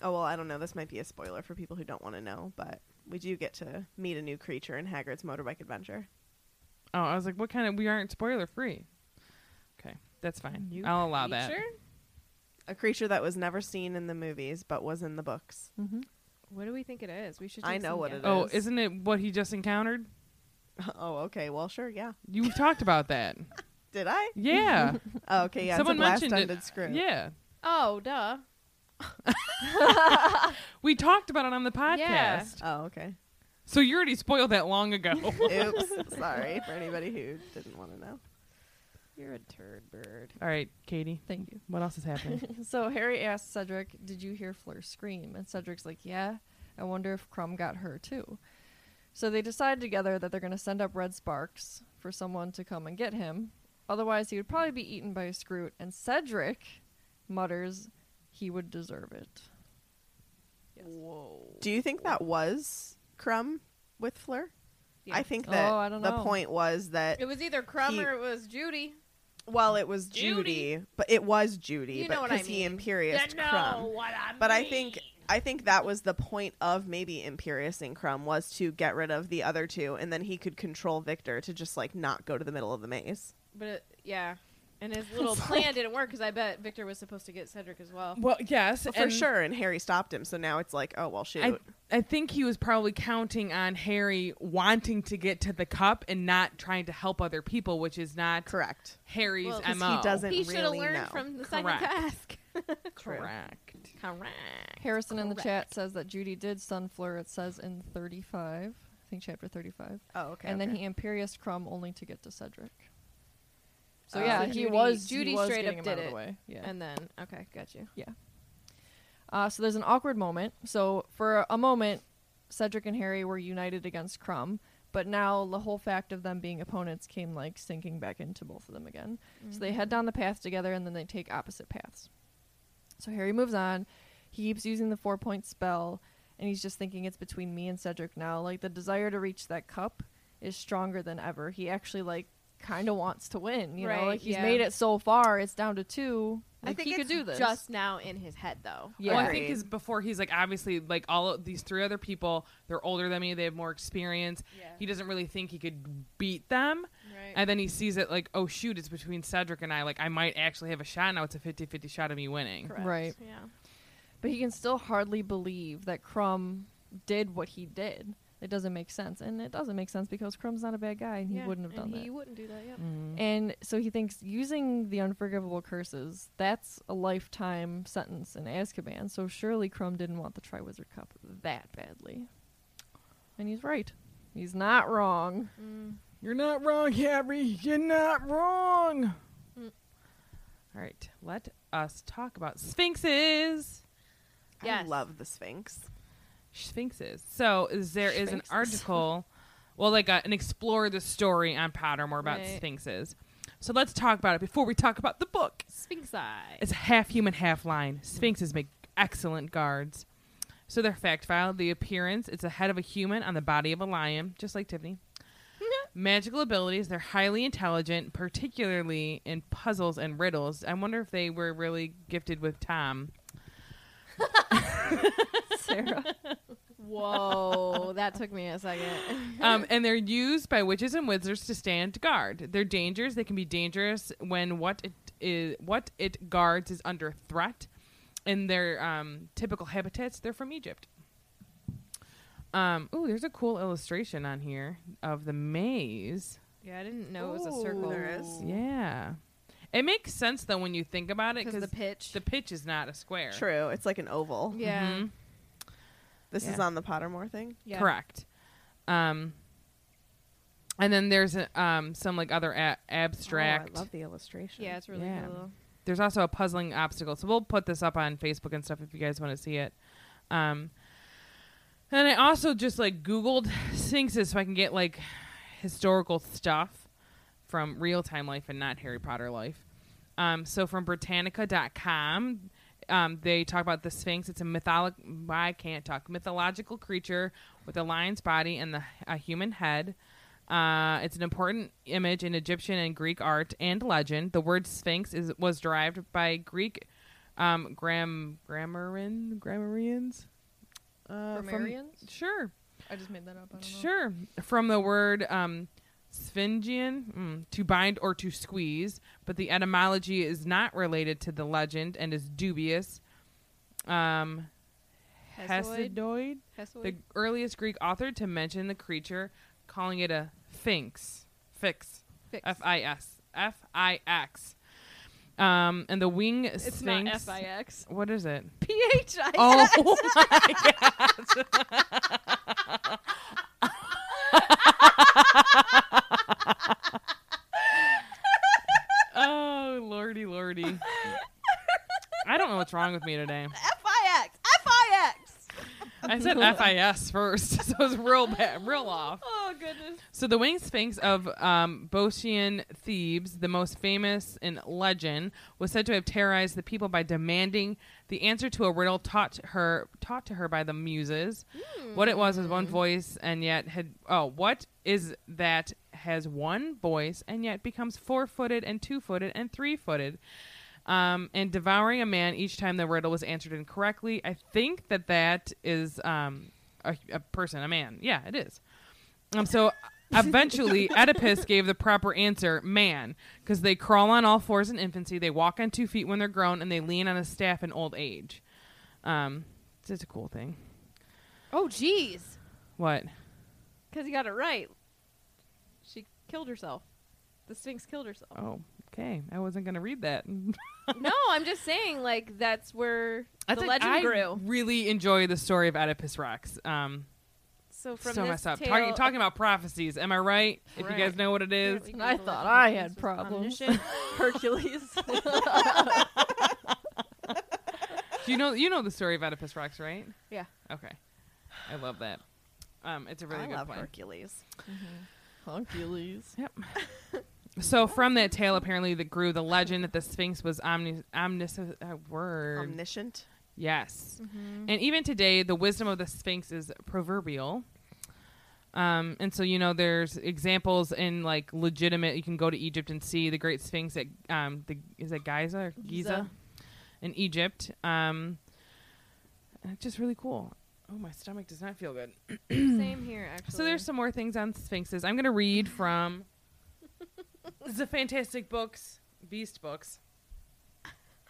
[SPEAKER 4] oh well, I don't know. This might be a spoiler for people who don't want to know, but we do get to meet a new creature in Hagrid's motorbike adventure.
[SPEAKER 7] oh I was like what kind of we aren't spoiler free okay that's fine I'll allow that
[SPEAKER 4] A creature that was never seen in the movies but was in the books.
[SPEAKER 1] What do we think it is? We should.
[SPEAKER 4] I
[SPEAKER 1] take
[SPEAKER 4] know
[SPEAKER 1] some
[SPEAKER 4] what it
[SPEAKER 1] guesses.
[SPEAKER 7] oh isn't it what he just encountered
[SPEAKER 4] Oh, okay. Well, sure. Yeah.
[SPEAKER 7] you talked about that
[SPEAKER 4] Did I?
[SPEAKER 7] yeah
[SPEAKER 4] Oh, okay. Yeah.
[SPEAKER 7] someone
[SPEAKER 4] it's a blast
[SPEAKER 7] mentioned
[SPEAKER 4] ended
[SPEAKER 7] it
[SPEAKER 4] screw.
[SPEAKER 7] yeah
[SPEAKER 1] Oh, duh.
[SPEAKER 7] we talked about it on the podcast
[SPEAKER 1] Yeah.
[SPEAKER 4] Oh, okay.
[SPEAKER 7] so you already spoiled that long ago
[SPEAKER 4] Oops. Sorry for anybody who didn't want to know.
[SPEAKER 1] You're a turd bird.
[SPEAKER 7] all right Katie
[SPEAKER 5] Thank you.
[SPEAKER 7] what else is happening
[SPEAKER 5] So "Oh, Harry asks Cedric, "Did you hear Fleur scream?" And Cedric's like, "Yeah. I wonder if Crumb got her too." So they decide together that they're going to send up red sparks for someone to come and get him. Otherwise, he would probably be eaten by a Scroot. And Cedric mutters, "He would deserve it."
[SPEAKER 1] Whoa.
[SPEAKER 4] Do you think that was Crumb with Fleur?
[SPEAKER 1] Yeah.
[SPEAKER 4] I think that
[SPEAKER 5] Oh, I don't
[SPEAKER 4] the
[SPEAKER 5] know.
[SPEAKER 4] point was that
[SPEAKER 1] It was either Crumb
[SPEAKER 4] He-
[SPEAKER 1] or it was Judy.
[SPEAKER 4] well, it was Judy, but it was Judy,
[SPEAKER 1] You
[SPEAKER 4] but
[SPEAKER 1] know what I
[SPEAKER 4] he
[SPEAKER 1] mean.
[SPEAKER 4] imperious
[SPEAKER 1] You know
[SPEAKER 4] Crumb.
[SPEAKER 1] what I
[SPEAKER 4] but I think I think that was the point of maybe imperiousing Crumb was to get rid of the other two, and then he could control Victor to just like not go to the middle of the maze.
[SPEAKER 1] But it, yeah, and his little plan didn't work because I bet Victor was supposed to get Cedric as well.
[SPEAKER 7] Well, yes,
[SPEAKER 4] But for
[SPEAKER 7] and
[SPEAKER 4] sure, and Harry stopped him, so now it's like, oh well, shoot.
[SPEAKER 7] I, I think he was probably counting on Harry wanting to get to the cup and not trying to help other people, which is not
[SPEAKER 4] Correct.
[SPEAKER 7] Harry's
[SPEAKER 1] Well, 'cause
[SPEAKER 7] MO.
[SPEAKER 4] he doesn't
[SPEAKER 1] He should have
[SPEAKER 4] really
[SPEAKER 1] learned
[SPEAKER 4] know.
[SPEAKER 1] from the second
[SPEAKER 7] Correct.
[SPEAKER 1] task.
[SPEAKER 4] True.
[SPEAKER 7] correct.
[SPEAKER 1] Correct.
[SPEAKER 5] Harrison in the
[SPEAKER 1] Correct.
[SPEAKER 5] chat says that Judy did stun Fleur. It says in 35, I think chapter 35.
[SPEAKER 4] Oh, okay.
[SPEAKER 5] and then
[SPEAKER 4] okay.
[SPEAKER 5] he imperious Crumb only to get to Cedric. So
[SPEAKER 1] Oh.
[SPEAKER 5] yeah,
[SPEAKER 1] So
[SPEAKER 5] Ah, he
[SPEAKER 1] Judy-
[SPEAKER 5] was
[SPEAKER 1] Judy
[SPEAKER 5] he was
[SPEAKER 1] straight
[SPEAKER 5] getting
[SPEAKER 1] up
[SPEAKER 5] him out
[SPEAKER 1] did
[SPEAKER 5] of
[SPEAKER 1] it.
[SPEAKER 5] the way. Yeah.
[SPEAKER 1] And then okay, got you.
[SPEAKER 5] Uh, so there's an awkward moment. So for a moment, Cedric and Harry were united against Crumb, but now the whole fact of them being opponents came like sinking back into both of them again. So they head down the path together, and then they take opposite paths. So Harry moves on. He keeps using the four point spell, and he's just thinking it's between me and Cedric now. Like the desire to reach that cup is stronger than ever. He actually like kind of wants to win. You know,
[SPEAKER 11] Right,
[SPEAKER 5] like he's
[SPEAKER 11] yeah.
[SPEAKER 5] made it so far. It's down to two.
[SPEAKER 11] I
[SPEAKER 5] Like,
[SPEAKER 11] think
[SPEAKER 5] he
[SPEAKER 11] it's
[SPEAKER 5] could do this.
[SPEAKER 11] just now in his head, though.
[SPEAKER 7] Yeah, well, I think is before he's like obviously like all of these three other people. They're older than me. They have more experience. He doesn't really think he could beat them.
[SPEAKER 11] Right.
[SPEAKER 7] And then he sees it like, oh shoot, it's between Cedric and I. Like I might actually have a shot now. It's a 50-50 shot of me winning.
[SPEAKER 5] Right.
[SPEAKER 11] Yeah.
[SPEAKER 5] But he can still hardly believe that Crumb did what he did. It doesn't make sense. And it doesn't make sense because Crumb's not a bad guy and he
[SPEAKER 11] Yeah,
[SPEAKER 5] wouldn't have
[SPEAKER 11] and
[SPEAKER 5] done
[SPEAKER 11] He
[SPEAKER 5] that.
[SPEAKER 11] wouldn't do that. Yep.
[SPEAKER 5] Mm. And so he thinks using the unforgivable curses, that's a lifetime sentence in Azkaban. So surely Crumb didn't want the Triwizard Cup that badly. And he's right. He's not wrong.
[SPEAKER 7] You're not wrong, Harry. You're not wrong.
[SPEAKER 11] Mm.
[SPEAKER 7] All right, let us talk about sphinxes.
[SPEAKER 11] Yes.
[SPEAKER 4] love the Sphinx.
[SPEAKER 7] Sphinxes. So is there is an
[SPEAKER 4] Sphinxes.
[SPEAKER 7] article, well, like a, an explore the story on Pottermore about
[SPEAKER 11] Right.
[SPEAKER 7] sphinxes. So let's talk about it before we talk about the book.
[SPEAKER 11] Sphinx eye.
[SPEAKER 7] It's half human, half lion. Sphinxes make excellent guards. So their fact file: the appearance, it's the head of a human on the body of a lion, just like Tiffany. Magical abilities, they're highly intelligent, particularly in puzzles and riddles. I wonder if they were really gifted with Tom.
[SPEAKER 11] Whoa, that took me a second.
[SPEAKER 7] um, and they're used by witches and wizards to stand guard. They're dangers. They can be dangerous when what it is, what it guards is under threat. In their um, typical habitats, they're from Egypt. Um, ooh, there's a cool illustration on here of the maze.
[SPEAKER 11] yeah, I didn't know it was a circle.
[SPEAKER 4] there is.
[SPEAKER 7] Yeah, it makes sense though when you think about it
[SPEAKER 11] 'Cause the
[SPEAKER 7] pitch the pitch is not a square.
[SPEAKER 4] True. It's like an oval.
[SPEAKER 11] Yeah.
[SPEAKER 7] Mhm.
[SPEAKER 4] This is
[SPEAKER 7] Yeah.
[SPEAKER 4] on the Pottermore thing.
[SPEAKER 7] Correct. Um, and then there's a, um, some like other a- abstract.
[SPEAKER 4] Oh, I love the illustration.
[SPEAKER 11] Yeah, it's really
[SPEAKER 7] Yeah.
[SPEAKER 11] cool.
[SPEAKER 7] There's also a puzzling obstacle. So we'll put this up on Facebook and stuff if you guys want to see it. Um, and I also just like Googled Sphinxes so I can get like historical stuff from real time life and not Harry Potter life. Um, so from Britannica.com, um, they talk about the Sphinx. It's a mythologic, I can't talk, mythological creature with a lion's body and the, a human head. Uh, it's an important image in Egyptian and Greek art and legend. The word Sphinx is was derived by Greek um, gram grammarian grammarians. Uh, from-
[SPEAKER 5] Grammarians?
[SPEAKER 7] sure.
[SPEAKER 5] I just made that up. I don't know.
[SPEAKER 7] Sure. From the word um, sphingian, mm, to bind or to squeeze, but the etymology is not related to the legend and is dubious. Um,
[SPEAKER 11] Hesiod?
[SPEAKER 7] Hesiod, the
[SPEAKER 11] Hesiod?
[SPEAKER 7] earliest Greek author to mention the creature, calling it a sphinx. Fix.
[SPEAKER 11] Fix.
[SPEAKER 7] F I S. F I X. Um, and the wing
[SPEAKER 5] It's not
[SPEAKER 7] sphinx.
[SPEAKER 5] F.I.X..
[SPEAKER 7] What is it?
[SPEAKER 5] P.H.I.X..
[SPEAKER 7] Oh my god. oh lordy lordy. I don't know what's wrong with me today.
[SPEAKER 11] F-I-X. F-I-X.
[SPEAKER 7] I said FIS first, so it's real bad, real off.
[SPEAKER 11] Oh, goodness.
[SPEAKER 7] So the winged sphinx of um, Boeotian Thebes, the most famous in legend, was said to have terrorized the people by demanding the answer to a riddle taught to her taught to her by the muses. What it was was
[SPEAKER 11] Hmm.
[SPEAKER 7] one voice, and yet had oh, what is that has one voice and yet becomes four footed and two footed and three footed. Um, and devouring a man each time the riddle was answered incorrectly. I think that that is um, a, a person, a man. Yeah, it is. Um, so eventually, Oedipus gave the proper answer man, because they crawl on all fours in infancy, they walk on two feet when they're grown, and they lean on a staff in old age. Um, it's just a cool thing.
[SPEAKER 11] Oh, jeez.
[SPEAKER 7] What?
[SPEAKER 11] Because he got it right. She killed herself. The Sphinx killed herself.
[SPEAKER 7] Oh, okay. I wasn't going to read that.
[SPEAKER 11] no, I'm just saying, like, that's where the legend
[SPEAKER 7] I
[SPEAKER 11] grew.
[SPEAKER 7] really enjoy the story of Oedipus Rex. Um,
[SPEAKER 11] So from
[SPEAKER 7] so
[SPEAKER 11] this
[SPEAKER 7] messed up.
[SPEAKER 11] tale,
[SPEAKER 7] Talking, talking about prophecies, am I right? If you guys
[SPEAKER 11] Right.
[SPEAKER 7] know what it is,
[SPEAKER 11] Apparently
[SPEAKER 5] And I
[SPEAKER 11] Google
[SPEAKER 5] thought
[SPEAKER 11] it
[SPEAKER 5] I
[SPEAKER 11] was
[SPEAKER 5] had problems.
[SPEAKER 11] omniscient.
[SPEAKER 5] Hercules.
[SPEAKER 7] Do you know you know the story of Oedipus Rex, right?
[SPEAKER 11] Yeah.
[SPEAKER 7] Okay. I love that. Um, it's a really
[SPEAKER 4] I
[SPEAKER 7] good
[SPEAKER 4] love
[SPEAKER 7] play.
[SPEAKER 4] Hercules.
[SPEAKER 5] Hercules.
[SPEAKER 7] Yep. So from that tale, apparently that grew the legend that the Sphinx was omni omnis a uh, word
[SPEAKER 4] Omniscient.
[SPEAKER 7] Yes. Mm-hmm. And even today, the wisdom of the Sphinx is proverbial. Um, and so, you know, there's examples in like legitimate, you can go to Egypt and see the Great Sphinx at, um, the, is it Giza or Giza, Giza. in Egypt. Um, it's just really cool. Oh, my stomach does not feel good.
[SPEAKER 11] Same here, actually.
[SPEAKER 7] So there's some more things on sphinxes. I'm going to read from the Fantastic Books, Beast Books.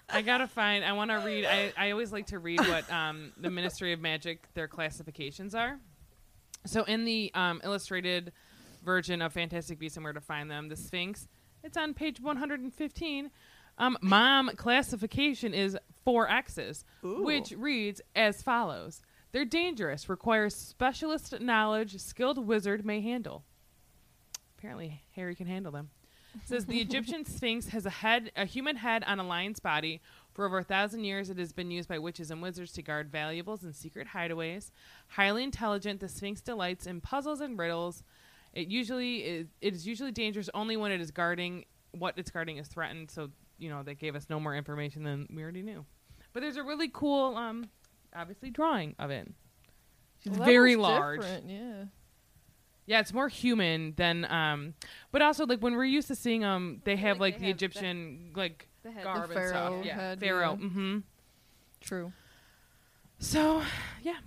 [SPEAKER 7] I gotta find. I want to read. I, I always like to read what um, the Ministry of Magic their classifications are. So in the um, illustrated version of Fantastic Beasts and Where to Find Them, the Sphinx. It's on page 115. Um, mom classification is four X's, Ooh. which reads as follows: They're dangerous, requires specialist knowledge, skilled wizard may handle. Apparently, Harry can handle them says the Egyptian Sphinx has a head, a human head on a lion's body. For over a thousand years, it has been used by witches and wizards to guard valuables and secret hideaways. Highly intelligent, the Sphinx delights in puzzles and riddles. It usually is, it is usually dangerous only when it is guarding what it's guarding is threatened. So you know they gave us no more information than we already knew. But there's a really cool, um, obviously drawing of it. She's well, very large.
[SPEAKER 5] Yeah.
[SPEAKER 7] Yeah, it's more human than um but also like when we're used to seeing um they have like, like they the have Egyptian the, like the head, garb the pharaoh and stuff. Yeah. Head, pharaoh. Yeah. Mhm.
[SPEAKER 5] True.
[SPEAKER 7] So, yeah.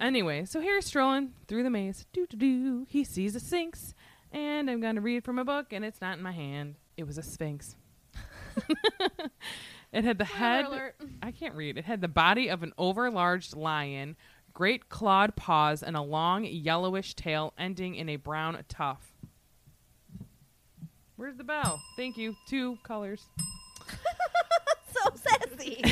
[SPEAKER 7] Anyway, so Harry's strolling through the maze. Doo doo doo. He sees a sphinx, and I'm going to read from a book, and it's not in my hand. It was a sphinx. it had the Spoiler head. Alert. I can't read. It had the body of an overlarge lion, great clawed paws and a long yellowish tail ending in a brown tuft. Where's the bell? Thank you. Two colors.
[SPEAKER 11] so sassy.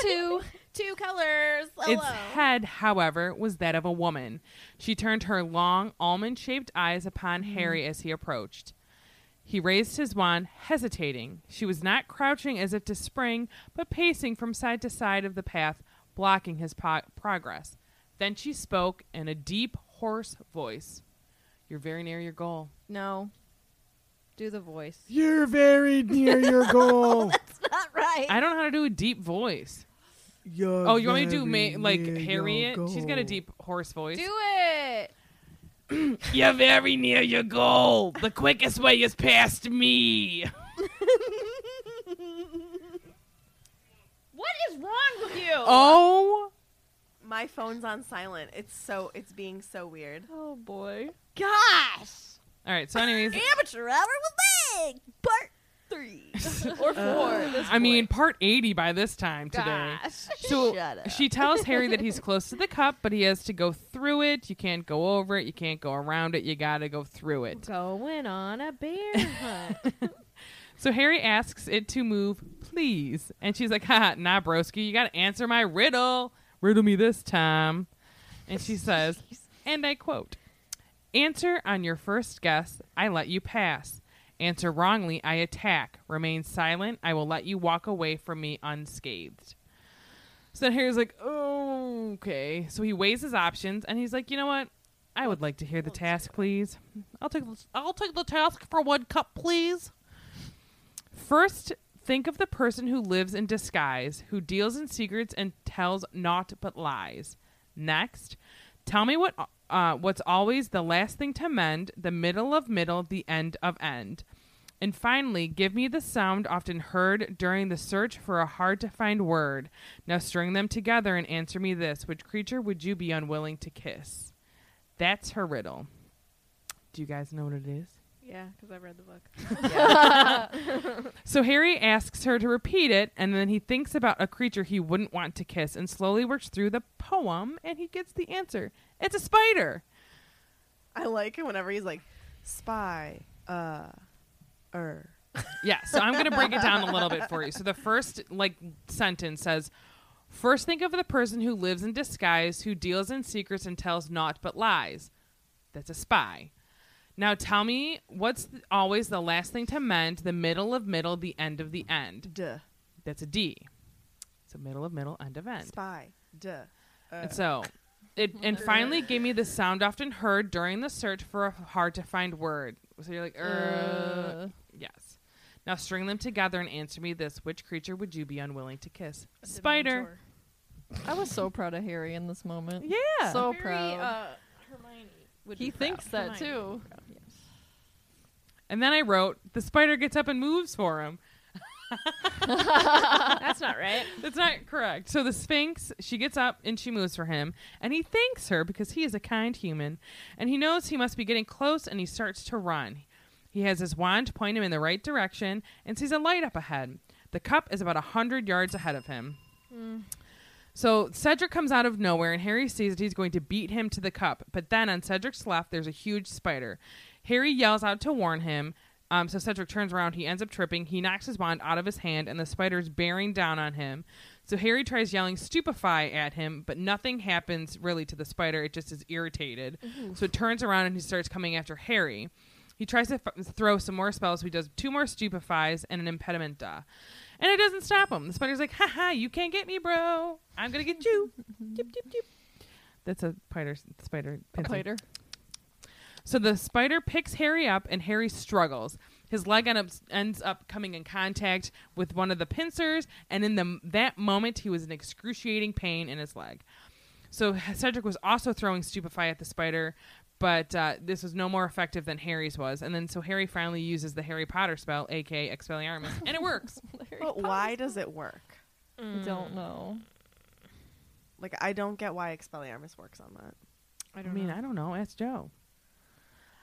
[SPEAKER 11] two two colors. Hello.
[SPEAKER 7] Its head, however, was that of a woman. She turned her long almond-shaped eyes upon mm. Harry as he approached. He raised his wand, hesitating. She was not crouching as if to spring, but pacing from side to side of the path blocking his po- progress. Then she spoke in a deep, hoarse voice. You're very near your goal.
[SPEAKER 11] No. Do the voice.
[SPEAKER 13] You're very near your goal.
[SPEAKER 11] That's not right.
[SPEAKER 7] I don't know how to do a deep voice.
[SPEAKER 13] You're
[SPEAKER 7] oh, you want me to do ma- like Harriet? She's got a deep, hoarse voice.
[SPEAKER 11] Do it.
[SPEAKER 13] You're very near your goal. The quickest way is past me.
[SPEAKER 11] What is wrong with you?
[SPEAKER 7] Oh,
[SPEAKER 4] my phone's on silent. It's so it's being so weird.
[SPEAKER 5] Oh boy.
[SPEAKER 11] Gosh.
[SPEAKER 7] All right. So, anyways,
[SPEAKER 11] amateur hour with Meg, part three or four. Uh,
[SPEAKER 7] I mean, part eighty by this time today.
[SPEAKER 11] Gosh.
[SPEAKER 7] So she tells Harry that he's close to the cup, but he has to go through it. You can't go over it. You can't go around it. You got to go through it.
[SPEAKER 11] Going on a bear hunt.
[SPEAKER 7] So Harry asks it to move, please. And she's like, ha, nah, broski, you gotta answer my riddle. Riddle me this time. And she says, and I quote, Answer on your first guess, I let you pass. Answer wrongly, I attack. Remain silent, I will let you walk away from me unscathed. So then Harry's like, oh, okay. So he weighs his options and he's like, you know what? I would like to hear the task, please. I'll take the, I'll take the task for one cup, please. First, think of the person who lives in disguise, who deals in secrets and tells naught but lies. Next, tell me what uh, what's always the last thing to mend, the middle of middle, the end of end. And finally, give me the sound often heard during the search for a hard to find word. Now string them together and answer me this which creature would you be unwilling to kiss? That's her riddle. Do you guys know what it is?
[SPEAKER 10] Yeah, because I read the book.
[SPEAKER 7] Yeah. so Harry asks her to repeat it, and then he thinks about a creature he wouldn't want to kiss and slowly works through the poem, and he gets the answer. It's a spider.
[SPEAKER 4] I like it whenever he's like, spy, uh, er.
[SPEAKER 7] Yeah, so I'm going to break it down a little bit for you. So the first, like, sentence says, First think of the person who lives in disguise, who deals in secrets and tells naught but lies. That's a spy. Now tell me what's th- always the last thing to mend, the middle of middle, the end of the end.
[SPEAKER 4] Duh.
[SPEAKER 7] That's a D. So middle of middle, end of end.
[SPEAKER 4] Spy. Duh.
[SPEAKER 7] Uh. And so it and finally gave me the sound often heard during the search for a hard to find word. So you're like, uh. yes. Now string them together and answer me this: Which creature would you be unwilling to kiss? Spider.
[SPEAKER 5] I was so proud of Harry in this moment.
[SPEAKER 7] Yeah.
[SPEAKER 5] so
[SPEAKER 11] Very,
[SPEAKER 5] proud.
[SPEAKER 11] uh, Hermione would
[SPEAKER 5] he
[SPEAKER 11] be proud.
[SPEAKER 5] thinks that
[SPEAKER 11] Hermione
[SPEAKER 5] too.
[SPEAKER 11] would be proud, yes.
[SPEAKER 7] And then I wrote: The spider gets up and moves for him.
[SPEAKER 11] That's not right.
[SPEAKER 7] That's not correct. So the Sphinx, she gets up and she moves for him, and he thanks her because he is a kind human, and he knows he must be getting close, and he starts to run. He has his wand point him in the right direction and sees a light up ahead. The cup is about a hundred yards ahead of him.
[SPEAKER 11] Mm.
[SPEAKER 7] So Cedric comes out of nowhere, and Harry sees that he's going to beat him to the cup. But then on Cedric's left, there's a huge spider. Harry yells out to warn him. Um, so Cedric turns around. He ends up tripping. He knocks his wand out of his hand, and the spider's bearing down on him. So Harry tries yelling "stupefy" at him, but nothing happens really to the spider. It just is irritated.
[SPEAKER 13] Oof.
[SPEAKER 7] So it turns around and he starts coming after Harry. He tries to f- throw some more spells. He does two more stupefies and an impedimenta. And it doesn't stop him. The spider's like, haha, you can't get me, bro. I'm going to get you. Yip, yip, yip. That's a spider. spider pencil.
[SPEAKER 5] Spider.
[SPEAKER 7] So the spider picks Harry up, and Harry struggles. His leg end up, ends up coming in contact with one of the pincers, and in the, that moment, he was in excruciating pain in his leg. So Cedric was also throwing stupefy at the spider, but uh, this was no more effective than Harry's was. And then so Harry finally uses the Harry Potter spell, aka Expelliarmus, and it works.
[SPEAKER 4] But why does it work?
[SPEAKER 5] I
[SPEAKER 4] Mm.
[SPEAKER 5] don't know.
[SPEAKER 4] Like I don't get why Expelliarmus works on that.
[SPEAKER 7] I mean, I don't know. Ask Joe.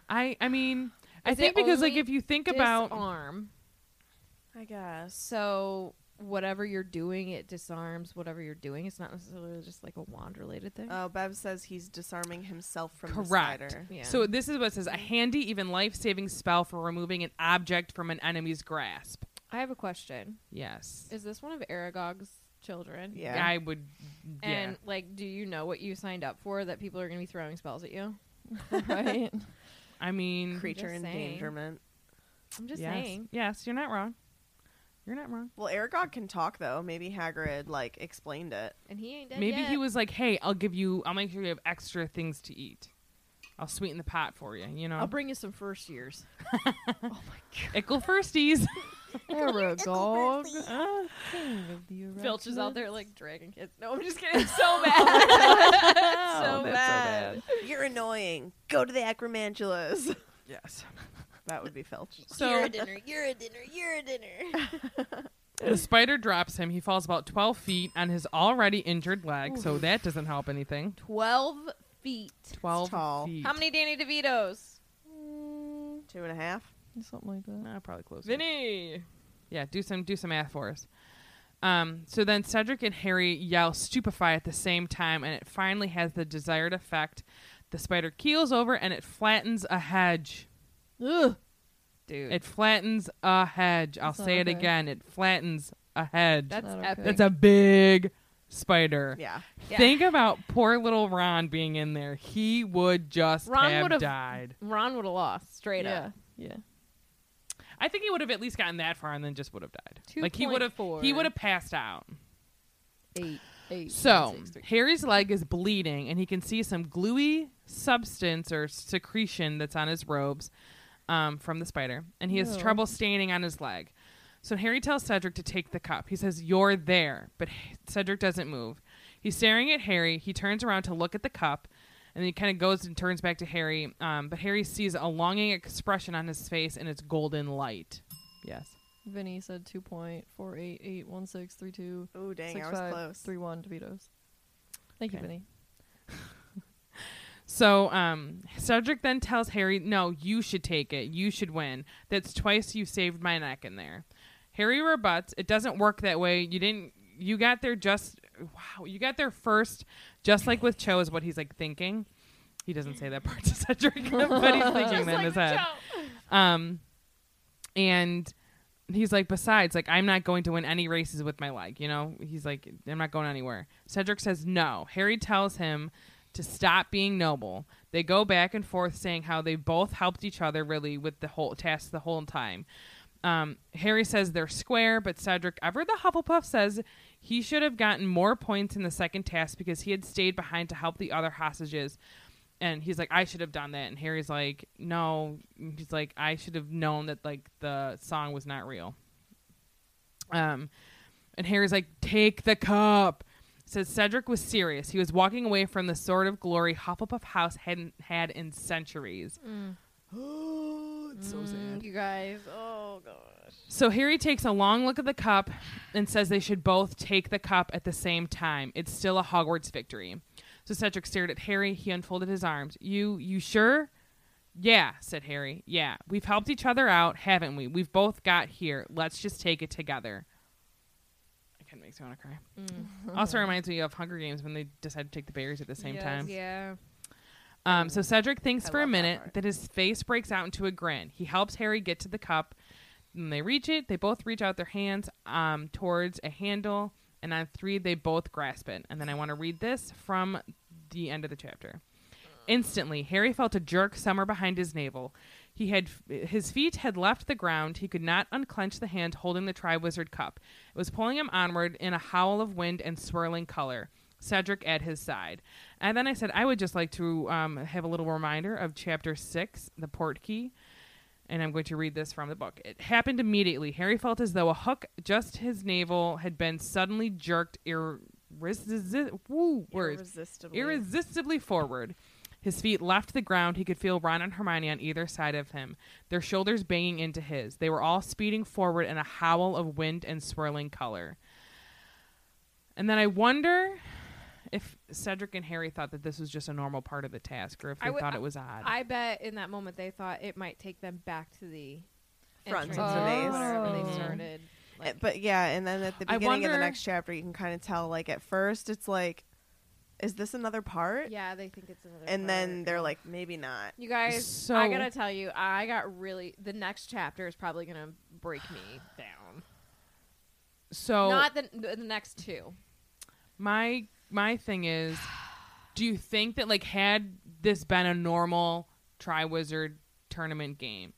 [SPEAKER 7] I I mean, I
[SPEAKER 11] Is it
[SPEAKER 7] think because like
[SPEAKER 11] only
[SPEAKER 7] if you think about
[SPEAKER 11] disarm.
[SPEAKER 4] I guess.
[SPEAKER 11] So whatever you're doing, it disarms whatever you're doing. It's not necessarily just like a wand related thing.
[SPEAKER 4] Oh, Bev says he's disarming himself from the
[SPEAKER 7] Correct.
[SPEAKER 4] spider.
[SPEAKER 7] So this is what it says: a handy, even life-saving spell for removing an object from an enemy's grasp.
[SPEAKER 11] I have a question.
[SPEAKER 7] Yes.
[SPEAKER 11] Is this one of Aragog's children?
[SPEAKER 7] I would. Yeah.
[SPEAKER 11] And like, do you know what you signed up for? That people are going to be throwing spells at you,
[SPEAKER 5] Right.
[SPEAKER 7] I mean,
[SPEAKER 4] creature
[SPEAKER 11] Just saying.
[SPEAKER 4] endangerment.
[SPEAKER 11] I'm just
[SPEAKER 7] Yes.
[SPEAKER 11] saying.
[SPEAKER 7] Yes, you're not wrong. You're not wrong.
[SPEAKER 4] Well, Aragog can talk though. Maybe Hagrid like explained it.
[SPEAKER 11] And he ain't
[SPEAKER 7] Maybe he was like, "Hey, I'll give you. I'll make sure you have extra things to eat. I'll sweeten the pot for you. You know,
[SPEAKER 5] I'll bring you some first years.
[SPEAKER 7] ickle firsties."
[SPEAKER 5] Aragog. Ah.
[SPEAKER 11] Filch is out there
[SPEAKER 5] like
[SPEAKER 11] like dragging kids. No, I'm just kidding. So bad. Oh,
[SPEAKER 4] Oh,
[SPEAKER 11] so, bad.
[SPEAKER 4] You're annoying. Go to the Acromantulas.
[SPEAKER 7] Yes.
[SPEAKER 4] That would be Filch.
[SPEAKER 7] So- You're a
[SPEAKER 9] dinner. You're a dinner. You're a dinner.
[SPEAKER 7] The spider drops him. He falls about 12 feet on his already injured leg, so
[SPEAKER 11] Oof.
[SPEAKER 7] that doesn't help anything.
[SPEAKER 11] Twelve feet.
[SPEAKER 7] 12 feet.
[SPEAKER 11] How many Danny DeVitos?
[SPEAKER 4] Two and a half.
[SPEAKER 5] Something like that.
[SPEAKER 7] Nah, probably closer.
[SPEAKER 11] Vinny.
[SPEAKER 7] Yeah, do some do some math for us. Um, so then Cedric and Harry yell stupefy at the same time, and it finally has the desired effect. The spider keels over and it flattens a hedge.
[SPEAKER 5] Ugh.
[SPEAKER 11] Dude.
[SPEAKER 7] It flattens a hedge. I'll
[SPEAKER 11] That's not
[SPEAKER 7] say it
[SPEAKER 11] okay.
[SPEAKER 7] again. It flattens a hedge.
[SPEAKER 11] That's Not okay.
[SPEAKER 7] That's a big spider.
[SPEAKER 4] Yeah.
[SPEAKER 11] Yeah.
[SPEAKER 7] Think about poor little Ron being in there. He would just
[SPEAKER 11] Ron would
[SPEAKER 7] have
[SPEAKER 11] have
[SPEAKER 7] died.
[SPEAKER 11] Ron would have lost straight up.
[SPEAKER 5] Yeah.
[SPEAKER 7] I think he would have at least gotten that far and then just would have died. Like he would have
[SPEAKER 11] 2.4.
[SPEAKER 7] he would have passed out.
[SPEAKER 11] Eight. Eight.
[SPEAKER 7] So
[SPEAKER 11] six, three.
[SPEAKER 7] Harry's leg is bleeding, and he can see some gluey substance or secretion that's on his robes um, from the spider, and he has
[SPEAKER 13] Ew.
[SPEAKER 7] trouble standing on his leg. So Harry tells Cedric to take the cup. He says, "You're there," but H- Cedric doesn't move. He's staring at Harry. He turns around to look at the cup, and he kind of goes and turns back to Harry. Um, but Harry sees a longing expression on his face, and it's golden light. Yes.
[SPEAKER 5] Vinny said 2.4881632.
[SPEAKER 4] Ooh, dang, I was close.
[SPEAKER 5] 31 DeVitos. Thank you,
[SPEAKER 7] Okay.
[SPEAKER 5] Vinny.
[SPEAKER 7] So um, Cedric then tells Harry, "No, you should take it. You should win. That's twice you saved my neck in there." Harry rebuts, "It doesn't work that way. You didn't. You got there just wow. You got there first, just like with Cho is what he's like thinking. He doesn't say that part to Cedric, but he's thinking
[SPEAKER 13] Just
[SPEAKER 7] that in
[SPEAKER 13] like
[SPEAKER 7] his
[SPEAKER 13] with
[SPEAKER 7] head. Um, and he's like, besides, like I'm not going to win any races with my leg. You know, he's like, I'm not going anywhere. Cedric says no. Harry tells him to stop being noble. They go back and forth saying how they both helped each other really with the whole task the whole time. Um, Harry says they're square, but Cedric, ever the Hufflepuff, says he should have gotten more points in the second task because he had stayed behind to help the other hostages. and he's like, I should have done that. And Harry's like, No. And He's like, I should have known that like the song was not real. Um, and Harry's like, Take the cup. Says Cedric was serious. He was walking away from the sort of glory Hufflepuff House hadn't had in centuries.
[SPEAKER 14] Mm.
[SPEAKER 7] it's so sad.
[SPEAKER 5] You guys, oh gosh.
[SPEAKER 7] So Harry takes a long look at the cup and says they should both take the cup at the same time. It's still a Hogwarts victory. So Cedric stared at Harry. He unfolded his arms. You, you sure? Yeah, said Harry. Yeah, we've helped each other out, haven't we? We've both got here. Let's just take it together. It kind of makes me want to cry. Also reminds me of Hunger Games when they decide to take the berries at the same
[SPEAKER 5] Yes.
[SPEAKER 7] time.
[SPEAKER 5] Yeah.
[SPEAKER 7] Um, so Cedric thinks
[SPEAKER 5] I
[SPEAKER 7] for a
[SPEAKER 5] love that
[SPEAKER 7] minute that, his face breaks out into a grin. He helps Harry get to the cup. When they reach it, they both reach out their hands um, towards a handle, and on three, they both grasp it. And then I want to read this from the end of the chapter. Instantly, Harry felt a jerk somewhere behind his navel. He had his feet had left the ground. He could not unclench the hand holding the Triwizard Cup. It was pulling him onward in a howl of wind and swirling color. Cedric at his side, and then I said, "I would just like to um, have a little reminder of Chapter Six, the Port Key." And I'm going to read this from the book. It happened immediately. Harry felt as though a hook just his navel had been suddenly jerked irresisti- woo, words.
[SPEAKER 4] Irresistibly.
[SPEAKER 7] irresistibly forward. His feet left the ground. He could feel Ron and Hermione on either side of him, their shoulders banging into his. They were all speeding forward in a howl of wind and swirling color. And then I wonder if Cedric and Harry thought that this was just a normal part of the task, or if they
[SPEAKER 5] would-
[SPEAKER 7] thought it was odd.
[SPEAKER 5] I bet in that moment they thought it might take them back to the
[SPEAKER 4] Front
[SPEAKER 5] entrance
[SPEAKER 4] of the
[SPEAKER 5] or
[SPEAKER 4] maze.
[SPEAKER 5] wherever Oh, they
[SPEAKER 4] Mhm.
[SPEAKER 5] started.
[SPEAKER 4] Uh, but yeah, and then at the
[SPEAKER 7] I
[SPEAKER 4] beginning of
[SPEAKER 7] wonder-
[SPEAKER 4] the next chapter, you can kind of tell. Like at first, it's like, is this another part?
[SPEAKER 5] Yeah, they think it's another.
[SPEAKER 4] And then
[SPEAKER 5] part.
[SPEAKER 4] they're like, maybe not.
[SPEAKER 5] You guys, I
[SPEAKER 4] So-
[SPEAKER 5] gotta tell you, I got really. The next chapter is probably gonna break me down.
[SPEAKER 7] so
[SPEAKER 5] Not the the the next two.
[SPEAKER 7] my my thing is, do you think that like had this been a normal Triwizard tournament game,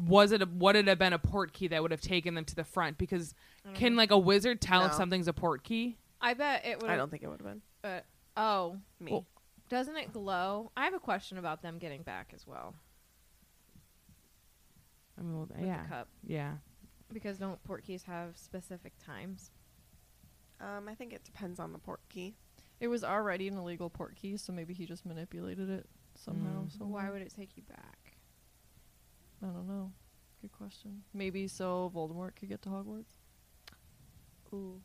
[SPEAKER 7] was it a, would it have been a port key that would have taken them to the front? Because
[SPEAKER 5] I don't
[SPEAKER 7] can
[SPEAKER 5] know.
[SPEAKER 7] like a wizard tell if
[SPEAKER 4] No.
[SPEAKER 7] something's a port key?
[SPEAKER 5] I bet it would.
[SPEAKER 4] I don't think it would have been.
[SPEAKER 5] But oh,
[SPEAKER 4] Me. Well-
[SPEAKER 5] doesn't it glow? I have a question about them getting back as well.
[SPEAKER 7] I mean, well,
[SPEAKER 5] the
[SPEAKER 7] yeah,
[SPEAKER 5] cup.
[SPEAKER 7] yeah.
[SPEAKER 5] Because don't port keys have specific times?
[SPEAKER 4] Um, I think it depends on the port key.
[SPEAKER 15] It was already an illegal port key, so maybe he just manipulated it somehow.
[SPEAKER 7] Mm.
[SPEAKER 15] So
[SPEAKER 5] Mm-hmm. Why would it take you back?
[SPEAKER 15] I don't know. Good question. Maybe so Voldemort could get to Hogwarts.
[SPEAKER 5] Ooh.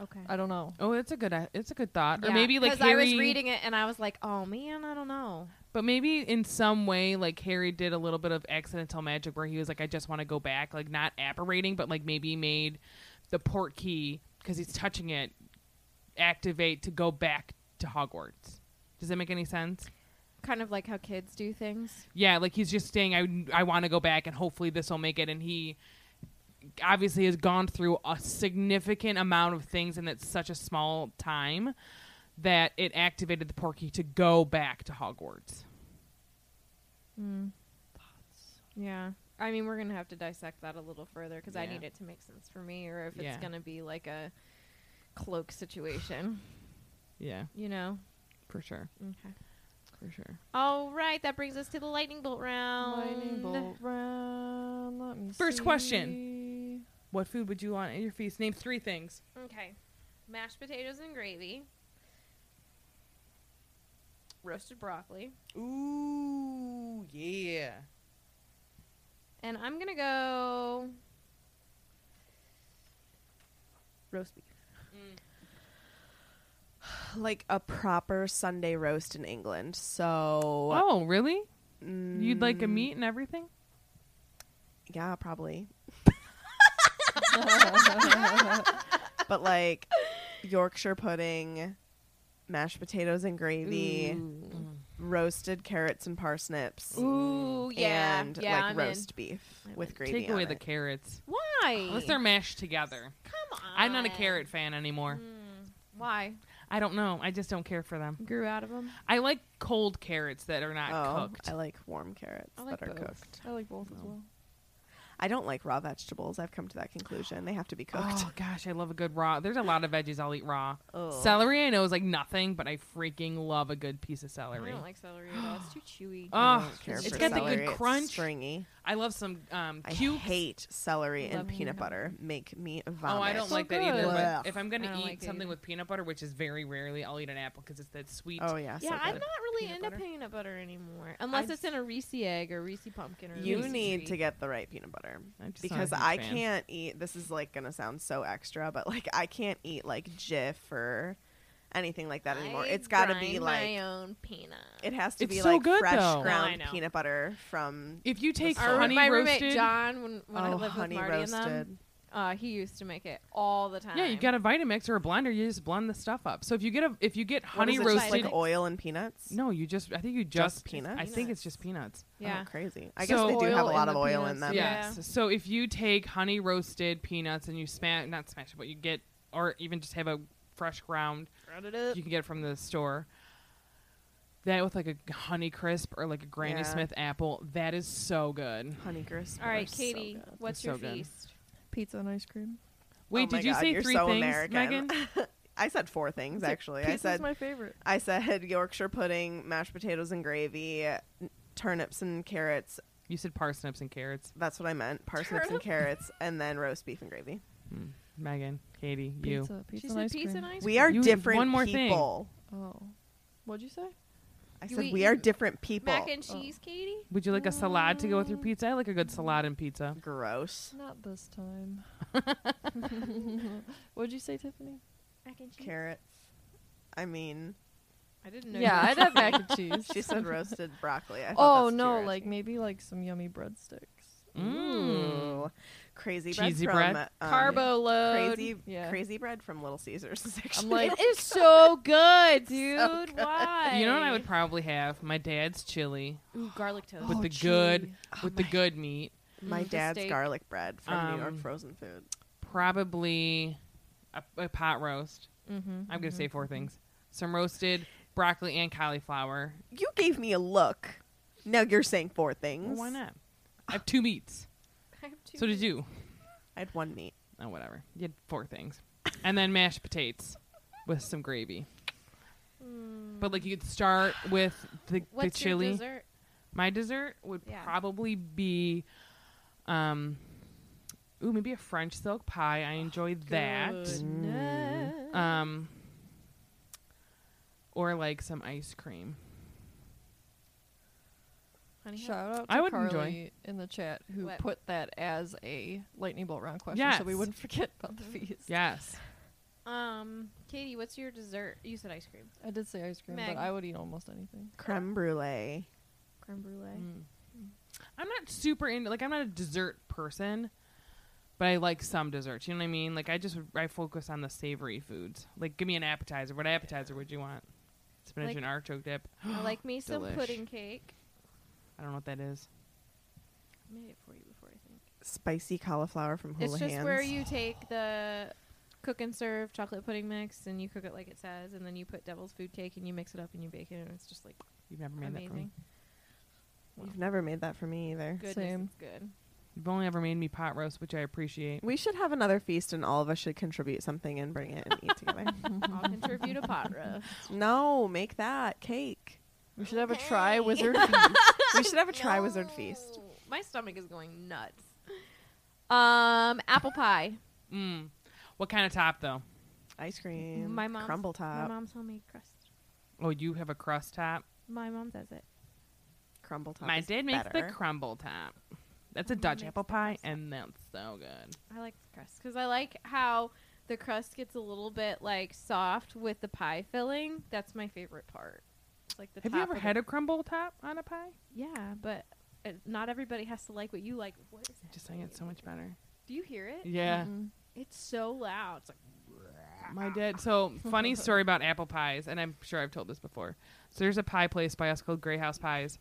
[SPEAKER 5] Okay.
[SPEAKER 15] I don't know.
[SPEAKER 7] Oh, it's a good it's a good thought. Or
[SPEAKER 5] Yeah,
[SPEAKER 7] maybe like
[SPEAKER 5] 'cause
[SPEAKER 7] Harry,
[SPEAKER 5] I was reading it and I was like, oh man, I don't know.
[SPEAKER 7] but maybe in some way like Harry did a little bit of accidental magic where he was like, I just want to go back, like not apparating, but like maybe made the port key because he's touching it activate to go back to Hogwarts. Does that make any sense?
[SPEAKER 5] Kind of like how kids do things.
[SPEAKER 7] Yeah, like he's just saying, I I want to go back and hopefully this will make it, and he obviously has gone through a significant amount of things in that's such a small time that it activated the Porky to go back to Hogwarts.
[SPEAKER 5] Mm. Yeah. I mean, we're gonna have to dissect that a little further because I
[SPEAKER 7] Yeah.
[SPEAKER 5] need it to make sense for me, or if it's
[SPEAKER 7] Yeah.
[SPEAKER 5] gonna be like a cloak situation.
[SPEAKER 7] Yeah,
[SPEAKER 5] You know.
[SPEAKER 7] for sure,
[SPEAKER 5] Okay.
[SPEAKER 7] for sure.
[SPEAKER 5] All right, that brings us to the lightning bolt round.
[SPEAKER 15] Lightning bolt round. Let me
[SPEAKER 7] First
[SPEAKER 15] see.
[SPEAKER 7] question. What food would you want at your feast? Name three things.
[SPEAKER 5] Okay. Mashed potatoes and gravy. Roasted broccoli.
[SPEAKER 7] Ooh, yeah.
[SPEAKER 5] And I'm gonna go
[SPEAKER 4] Roast beef. Like a proper Sunday roast in England. So.
[SPEAKER 7] Oh, really? You'd like a
[SPEAKER 4] Mm.
[SPEAKER 7] meat and everything?
[SPEAKER 4] Yeah, probably. but like Yorkshire pudding, mashed potatoes and gravy, roasted carrots and parsnips.
[SPEAKER 5] Mm. Ooh, yeah.
[SPEAKER 4] Mm. And
[SPEAKER 5] Yeah,
[SPEAKER 4] like
[SPEAKER 5] I'm
[SPEAKER 4] roast
[SPEAKER 5] in.
[SPEAKER 4] beef
[SPEAKER 5] I'm
[SPEAKER 4] with
[SPEAKER 5] in.
[SPEAKER 4] gravy.
[SPEAKER 7] Take away
[SPEAKER 4] on
[SPEAKER 7] the
[SPEAKER 4] it.
[SPEAKER 7] carrots.
[SPEAKER 5] Why?
[SPEAKER 7] Unless they're mashed together.
[SPEAKER 5] Come on.
[SPEAKER 7] I'm not a carrot fan anymore.
[SPEAKER 4] Mm.
[SPEAKER 5] Why?
[SPEAKER 7] I don't know. I just don't care for them.
[SPEAKER 5] Grew out of them.
[SPEAKER 7] I like cold carrots that are not
[SPEAKER 4] Oh,
[SPEAKER 7] cooked.
[SPEAKER 4] I like warm carrots
[SPEAKER 5] I like
[SPEAKER 4] that are
[SPEAKER 5] both.
[SPEAKER 4] cooked.
[SPEAKER 15] I like both as well.
[SPEAKER 4] I don't like raw vegetables. I've come to that conclusion. They have to be cooked.
[SPEAKER 7] Oh gosh, I love a good raw. There's a lot of veggies I'll eat raw. Oh. Celery, I know is like nothing, but I freaking love a good piece of celery.
[SPEAKER 5] I don't like celery at all. It's too chewy.
[SPEAKER 7] Oh, it's got the good
[SPEAKER 4] It's
[SPEAKER 7] crunch.
[SPEAKER 4] stringy.
[SPEAKER 7] I love some um,
[SPEAKER 4] I
[SPEAKER 7] cubes.
[SPEAKER 4] hate celery and
[SPEAKER 7] Love
[SPEAKER 4] peanut
[SPEAKER 7] peanut
[SPEAKER 4] butter. Make me vomit.
[SPEAKER 7] Oh, I don't like that either.
[SPEAKER 4] Ugh.
[SPEAKER 7] But if I'm gonna
[SPEAKER 5] I don't
[SPEAKER 7] eat
[SPEAKER 5] like it
[SPEAKER 7] something
[SPEAKER 5] either.
[SPEAKER 7] with peanut butter, which is very rarely, I'll eat an apple because it's that sweet.
[SPEAKER 4] Oh, yeah,
[SPEAKER 5] Yeah,
[SPEAKER 4] so
[SPEAKER 5] I'm not
[SPEAKER 4] good.
[SPEAKER 5] really
[SPEAKER 7] Peanut
[SPEAKER 5] into
[SPEAKER 7] butter?
[SPEAKER 5] peanut butter anymore, unless
[SPEAKER 7] I-
[SPEAKER 5] it's in a Reese egg or Reese pumpkin. Or
[SPEAKER 4] You
[SPEAKER 5] Reese's
[SPEAKER 4] need to
[SPEAKER 5] treat.
[SPEAKER 4] get the right peanut butter
[SPEAKER 7] I'm just not a
[SPEAKER 4] because
[SPEAKER 7] huge
[SPEAKER 4] I
[SPEAKER 7] fan.
[SPEAKER 4] can't eat. This is like gonna sound so extra, but like I can't eat like Jif or anything like that anymore.
[SPEAKER 5] I
[SPEAKER 4] it's got to be
[SPEAKER 5] grind
[SPEAKER 4] like
[SPEAKER 5] my own peanut.
[SPEAKER 4] it has to
[SPEAKER 7] It's
[SPEAKER 4] be
[SPEAKER 7] so
[SPEAKER 4] like
[SPEAKER 7] good,
[SPEAKER 4] fresh
[SPEAKER 7] though.
[SPEAKER 4] ground
[SPEAKER 5] No, I know.
[SPEAKER 4] peanut butter from.
[SPEAKER 7] If you take
[SPEAKER 4] store.
[SPEAKER 7] honey
[SPEAKER 5] my roommate
[SPEAKER 7] roasted,
[SPEAKER 5] John, when, when I
[SPEAKER 4] Oh,
[SPEAKER 5] lived with
[SPEAKER 4] honey
[SPEAKER 5] Marty and them,
[SPEAKER 4] roasted.
[SPEAKER 5] uh, he used to make it all the time.
[SPEAKER 7] yeah, you got a Vitamix or a blender, you just blend the stuff up. So if you get a if you get
[SPEAKER 4] What
[SPEAKER 7] honey
[SPEAKER 4] is it,
[SPEAKER 7] roasted,
[SPEAKER 4] just like oil and peanuts. Oh,
[SPEAKER 7] no, you just I think you
[SPEAKER 4] Just
[SPEAKER 7] just,
[SPEAKER 4] peanuts?
[SPEAKER 7] I think it's just peanuts.
[SPEAKER 5] Yeah.
[SPEAKER 4] Oh, crazy. I guess
[SPEAKER 7] So-
[SPEAKER 4] they do
[SPEAKER 7] Oil
[SPEAKER 4] have a
[SPEAKER 7] in
[SPEAKER 4] lot
[SPEAKER 7] the
[SPEAKER 4] of oil in
[SPEAKER 7] Yes.
[SPEAKER 4] them.
[SPEAKER 7] So if you take honey roasted peanuts and you smash not smash it, but you get or even just have a fresh ground
[SPEAKER 5] Round it up.
[SPEAKER 7] you can get from the store. That with like a honey crisp or like a Granny
[SPEAKER 4] Yeah.
[SPEAKER 7] Smith apple, that is so good.
[SPEAKER 4] Honey crisp.
[SPEAKER 5] All right, Katie, what's
[SPEAKER 7] They're
[SPEAKER 5] your
[SPEAKER 7] so good.
[SPEAKER 5] feast?
[SPEAKER 1] Pizza and ice cream.
[SPEAKER 7] Wait,
[SPEAKER 4] Oh my
[SPEAKER 7] did you
[SPEAKER 4] God,
[SPEAKER 7] say
[SPEAKER 4] you're
[SPEAKER 7] three
[SPEAKER 4] so
[SPEAKER 7] things,
[SPEAKER 4] American.
[SPEAKER 7] Megan?
[SPEAKER 4] I said four things actually. I
[SPEAKER 1] Pizza's
[SPEAKER 4] said
[SPEAKER 1] my favorite.
[SPEAKER 4] I said Yorkshire pudding, mashed potatoes and gravy, n- turnips and carrots.
[SPEAKER 7] You said parsnips and carrots.
[SPEAKER 4] That's what I meant. Parsnips and
[SPEAKER 5] Turnip?
[SPEAKER 4] carrots, and then roast beef and gravy.
[SPEAKER 7] Megan, Katie, you.
[SPEAKER 1] Pizza, pizza
[SPEAKER 5] She
[SPEAKER 1] and
[SPEAKER 5] said
[SPEAKER 1] ice
[SPEAKER 5] pizza
[SPEAKER 1] cream.
[SPEAKER 5] and ice
[SPEAKER 4] We are
[SPEAKER 7] You-
[SPEAKER 4] different
[SPEAKER 7] one more thing.
[SPEAKER 4] people.
[SPEAKER 1] Oh, what'd you say?
[SPEAKER 4] I
[SPEAKER 5] You
[SPEAKER 4] said
[SPEAKER 5] eat
[SPEAKER 4] we are
[SPEAKER 5] m-
[SPEAKER 4] different people.
[SPEAKER 5] Mac and cheese, Katie.
[SPEAKER 7] Would you like a salad to go with your pizza? I like a good salad and pizza.
[SPEAKER 4] Gross.
[SPEAKER 1] Not this time. what'd you say, Tiffany?
[SPEAKER 5] Mac and cheese.
[SPEAKER 4] Carrots. I mean,
[SPEAKER 5] I didn't know.
[SPEAKER 1] yeah,
[SPEAKER 5] you
[SPEAKER 1] I'd
[SPEAKER 5] were
[SPEAKER 1] have mac
[SPEAKER 5] cheese.
[SPEAKER 1] and cheese.
[SPEAKER 4] she said roasted broccoli. I thought
[SPEAKER 1] oh
[SPEAKER 4] that's too
[SPEAKER 1] no,
[SPEAKER 4] roasty.
[SPEAKER 1] like maybe like some yummy breadsticks.
[SPEAKER 7] Mm.
[SPEAKER 4] Ooh. crazy
[SPEAKER 7] Cheesy
[SPEAKER 4] bread from
[SPEAKER 7] bread?
[SPEAKER 4] um,
[SPEAKER 5] carbo load.
[SPEAKER 4] Crazy,
[SPEAKER 1] Yeah.
[SPEAKER 4] crazy bread from Little Caesars. is actually
[SPEAKER 1] I'm like,
[SPEAKER 5] It is so good, dude. Why?
[SPEAKER 7] Mm. You know what I would probably have? My dad's chili
[SPEAKER 5] Ooh, garlic toast.
[SPEAKER 7] with
[SPEAKER 1] Oh,
[SPEAKER 7] the good
[SPEAKER 1] chili.
[SPEAKER 7] with the good meat.
[SPEAKER 4] my
[SPEAKER 5] Mm, the
[SPEAKER 4] dad's
[SPEAKER 5] steak.
[SPEAKER 4] garlic bread from New York
[SPEAKER 7] Um,
[SPEAKER 4] frozen food.
[SPEAKER 7] Probably a, a pot roast.
[SPEAKER 5] Mm-hmm.
[SPEAKER 7] I'm gonna say four things: some roasted broccoli and cauliflower.
[SPEAKER 4] You gave me a look. Now you're saying four things.
[SPEAKER 7] Well, why not? I have two meats. So did you?
[SPEAKER 4] I had one meat.
[SPEAKER 7] Oh, whatever. You had four things, and then mashed potatoes with some gravy. But like you could start with the, the
[SPEAKER 5] Hmm. What's
[SPEAKER 7] chili.
[SPEAKER 5] Your dessert?
[SPEAKER 7] My dessert would
[SPEAKER 5] Yeah.
[SPEAKER 7] probably be, um, ooh, maybe a French silk pie. I enjoy that.
[SPEAKER 5] Goodness.
[SPEAKER 7] Um, or like some ice cream.
[SPEAKER 5] Honey,
[SPEAKER 1] Shout out to
[SPEAKER 7] I would enjoy.
[SPEAKER 1] Carly in the chat who
[SPEAKER 5] What?
[SPEAKER 1] put that as a lightning bolt round question, so we
[SPEAKER 7] Yes.
[SPEAKER 1] wouldn't forget about the feast.
[SPEAKER 7] Yes.
[SPEAKER 5] um, Katie, what's your dessert? You said ice cream,
[SPEAKER 1] I did say ice cream,
[SPEAKER 5] Meg.
[SPEAKER 1] but I would eat almost anything.
[SPEAKER 4] Creme brulee.
[SPEAKER 5] creme brulee.
[SPEAKER 7] I'm not super into like I'm not a dessert person, but I like some desserts. You know what I mean? Like I just I focus on the savory foods. Like give me an appetizer. What appetizer would you want? Spinach
[SPEAKER 5] Like-
[SPEAKER 7] and artichoke dip.
[SPEAKER 5] I like me some
[SPEAKER 7] Delish.
[SPEAKER 5] pudding cake.
[SPEAKER 7] I don't know what that is.
[SPEAKER 5] I made it for you before, I think.
[SPEAKER 4] Spicy cauliflower from Hula
[SPEAKER 5] it's just
[SPEAKER 4] Hands.
[SPEAKER 5] where you take the cook and serve chocolate pudding mix and you cook it like it says, and then you put devil's food cake and you mix it up and you bake it, and it's just like
[SPEAKER 7] You've never made that for me.
[SPEAKER 5] amazing.
[SPEAKER 4] You've never made that for me either.
[SPEAKER 5] Goodness,
[SPEAKER 1] Same.
[SPEAKER 5] it's good.
[SPEAKER 7] You've only ever made me pot roast, which I appreciate.
[SPEAKER 4] We should have another feast, and all of us should contribute something and bring it and eat together.
[SPEAKER 5] I'll contribute a pot roast.
[SPEAKER 4] no, make that cake.
[SPEAKER 1] We should have a try wizard feast.
[SPEAKER 4] We should have a try wizard feast.
[SPEAKER 5] Ooh, My stomach is going nuts. Um, apple pie.
[SPEAKER 7] Mm. What kind of top though?
[SPEAKER 4] Ice cream.
[SPEAKER 5] my mom's
[SPEAKER 4] crumble top.
[SPEAKER 5] My mom's homemade crust.
[SPEAKER 7] Oh, you have a crust top.
[SPEAKER 5] My mom does it.
[SPEAKER 4] crumble top.
[SPEAKER 7] My
[SPEAKER 4] is
[SPEAKER 7] dad makes
[SPEAKER 4] better.
[SPEAKER 7] the crumble top. That's a
[SPEAKER 5] My mom
[SPEAKER 7] Dutch
[SPEAKER 5] makes
[SPEAKER 7] apple
[SPEAKER 5] the
[SPEAKER 7] pie,
[SPEAKER 5] crust top.
[SPEAKER 7] and that's so good.
[SPEAKER 5] I like the crust because I like how the crust gets a little bit like soft with the pie filling. That's my favorite part. It's like the
[SPEAKER 7] Have
[SPEAKER 5] top
[SPEAKER 7] you ever
[SPEAKER 5] of
[SPEAKER 7] had
[SPEAKER 5] the,
[SPEAKER 7] a crumble top on a pie?
[SPEAKER 5] Yeah, but uh, not everybody has to like what you like. What is that?
[SPEAKER 7] Just saying, it's so much better.
[SPEAKER 5] Do you hear it? Mm-hmm.
[SPEAKER 7] Yeah.
[SPEAKER 5] It's so loud. It's like
[SPEAKER 7] My dad. So funny story about apple pies, and I'm sure I've told this before. So there's a pie place by us called Grey House Pies,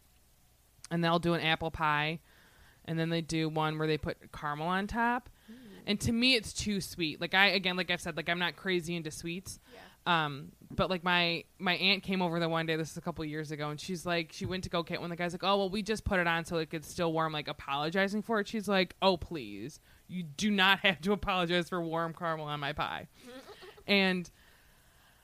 [SPEAKER 7] and they'll do an apple pie, and then they do one where they put caramel on top. And to me, it's too sweet. Like I again, like I've said, like I'm not crazy into sweets,
[SPEAKER 5] Yeah.
[SPEAKER 7] Um, but like my my aunt came over the one day. This is a couple years ago, and she's like, she went to go get one. The guy's like, oh well, we just put it on so it could still warm. Like apologizing for it. She's like, oh please, you do not have to apologize for warm caramel on my pie. and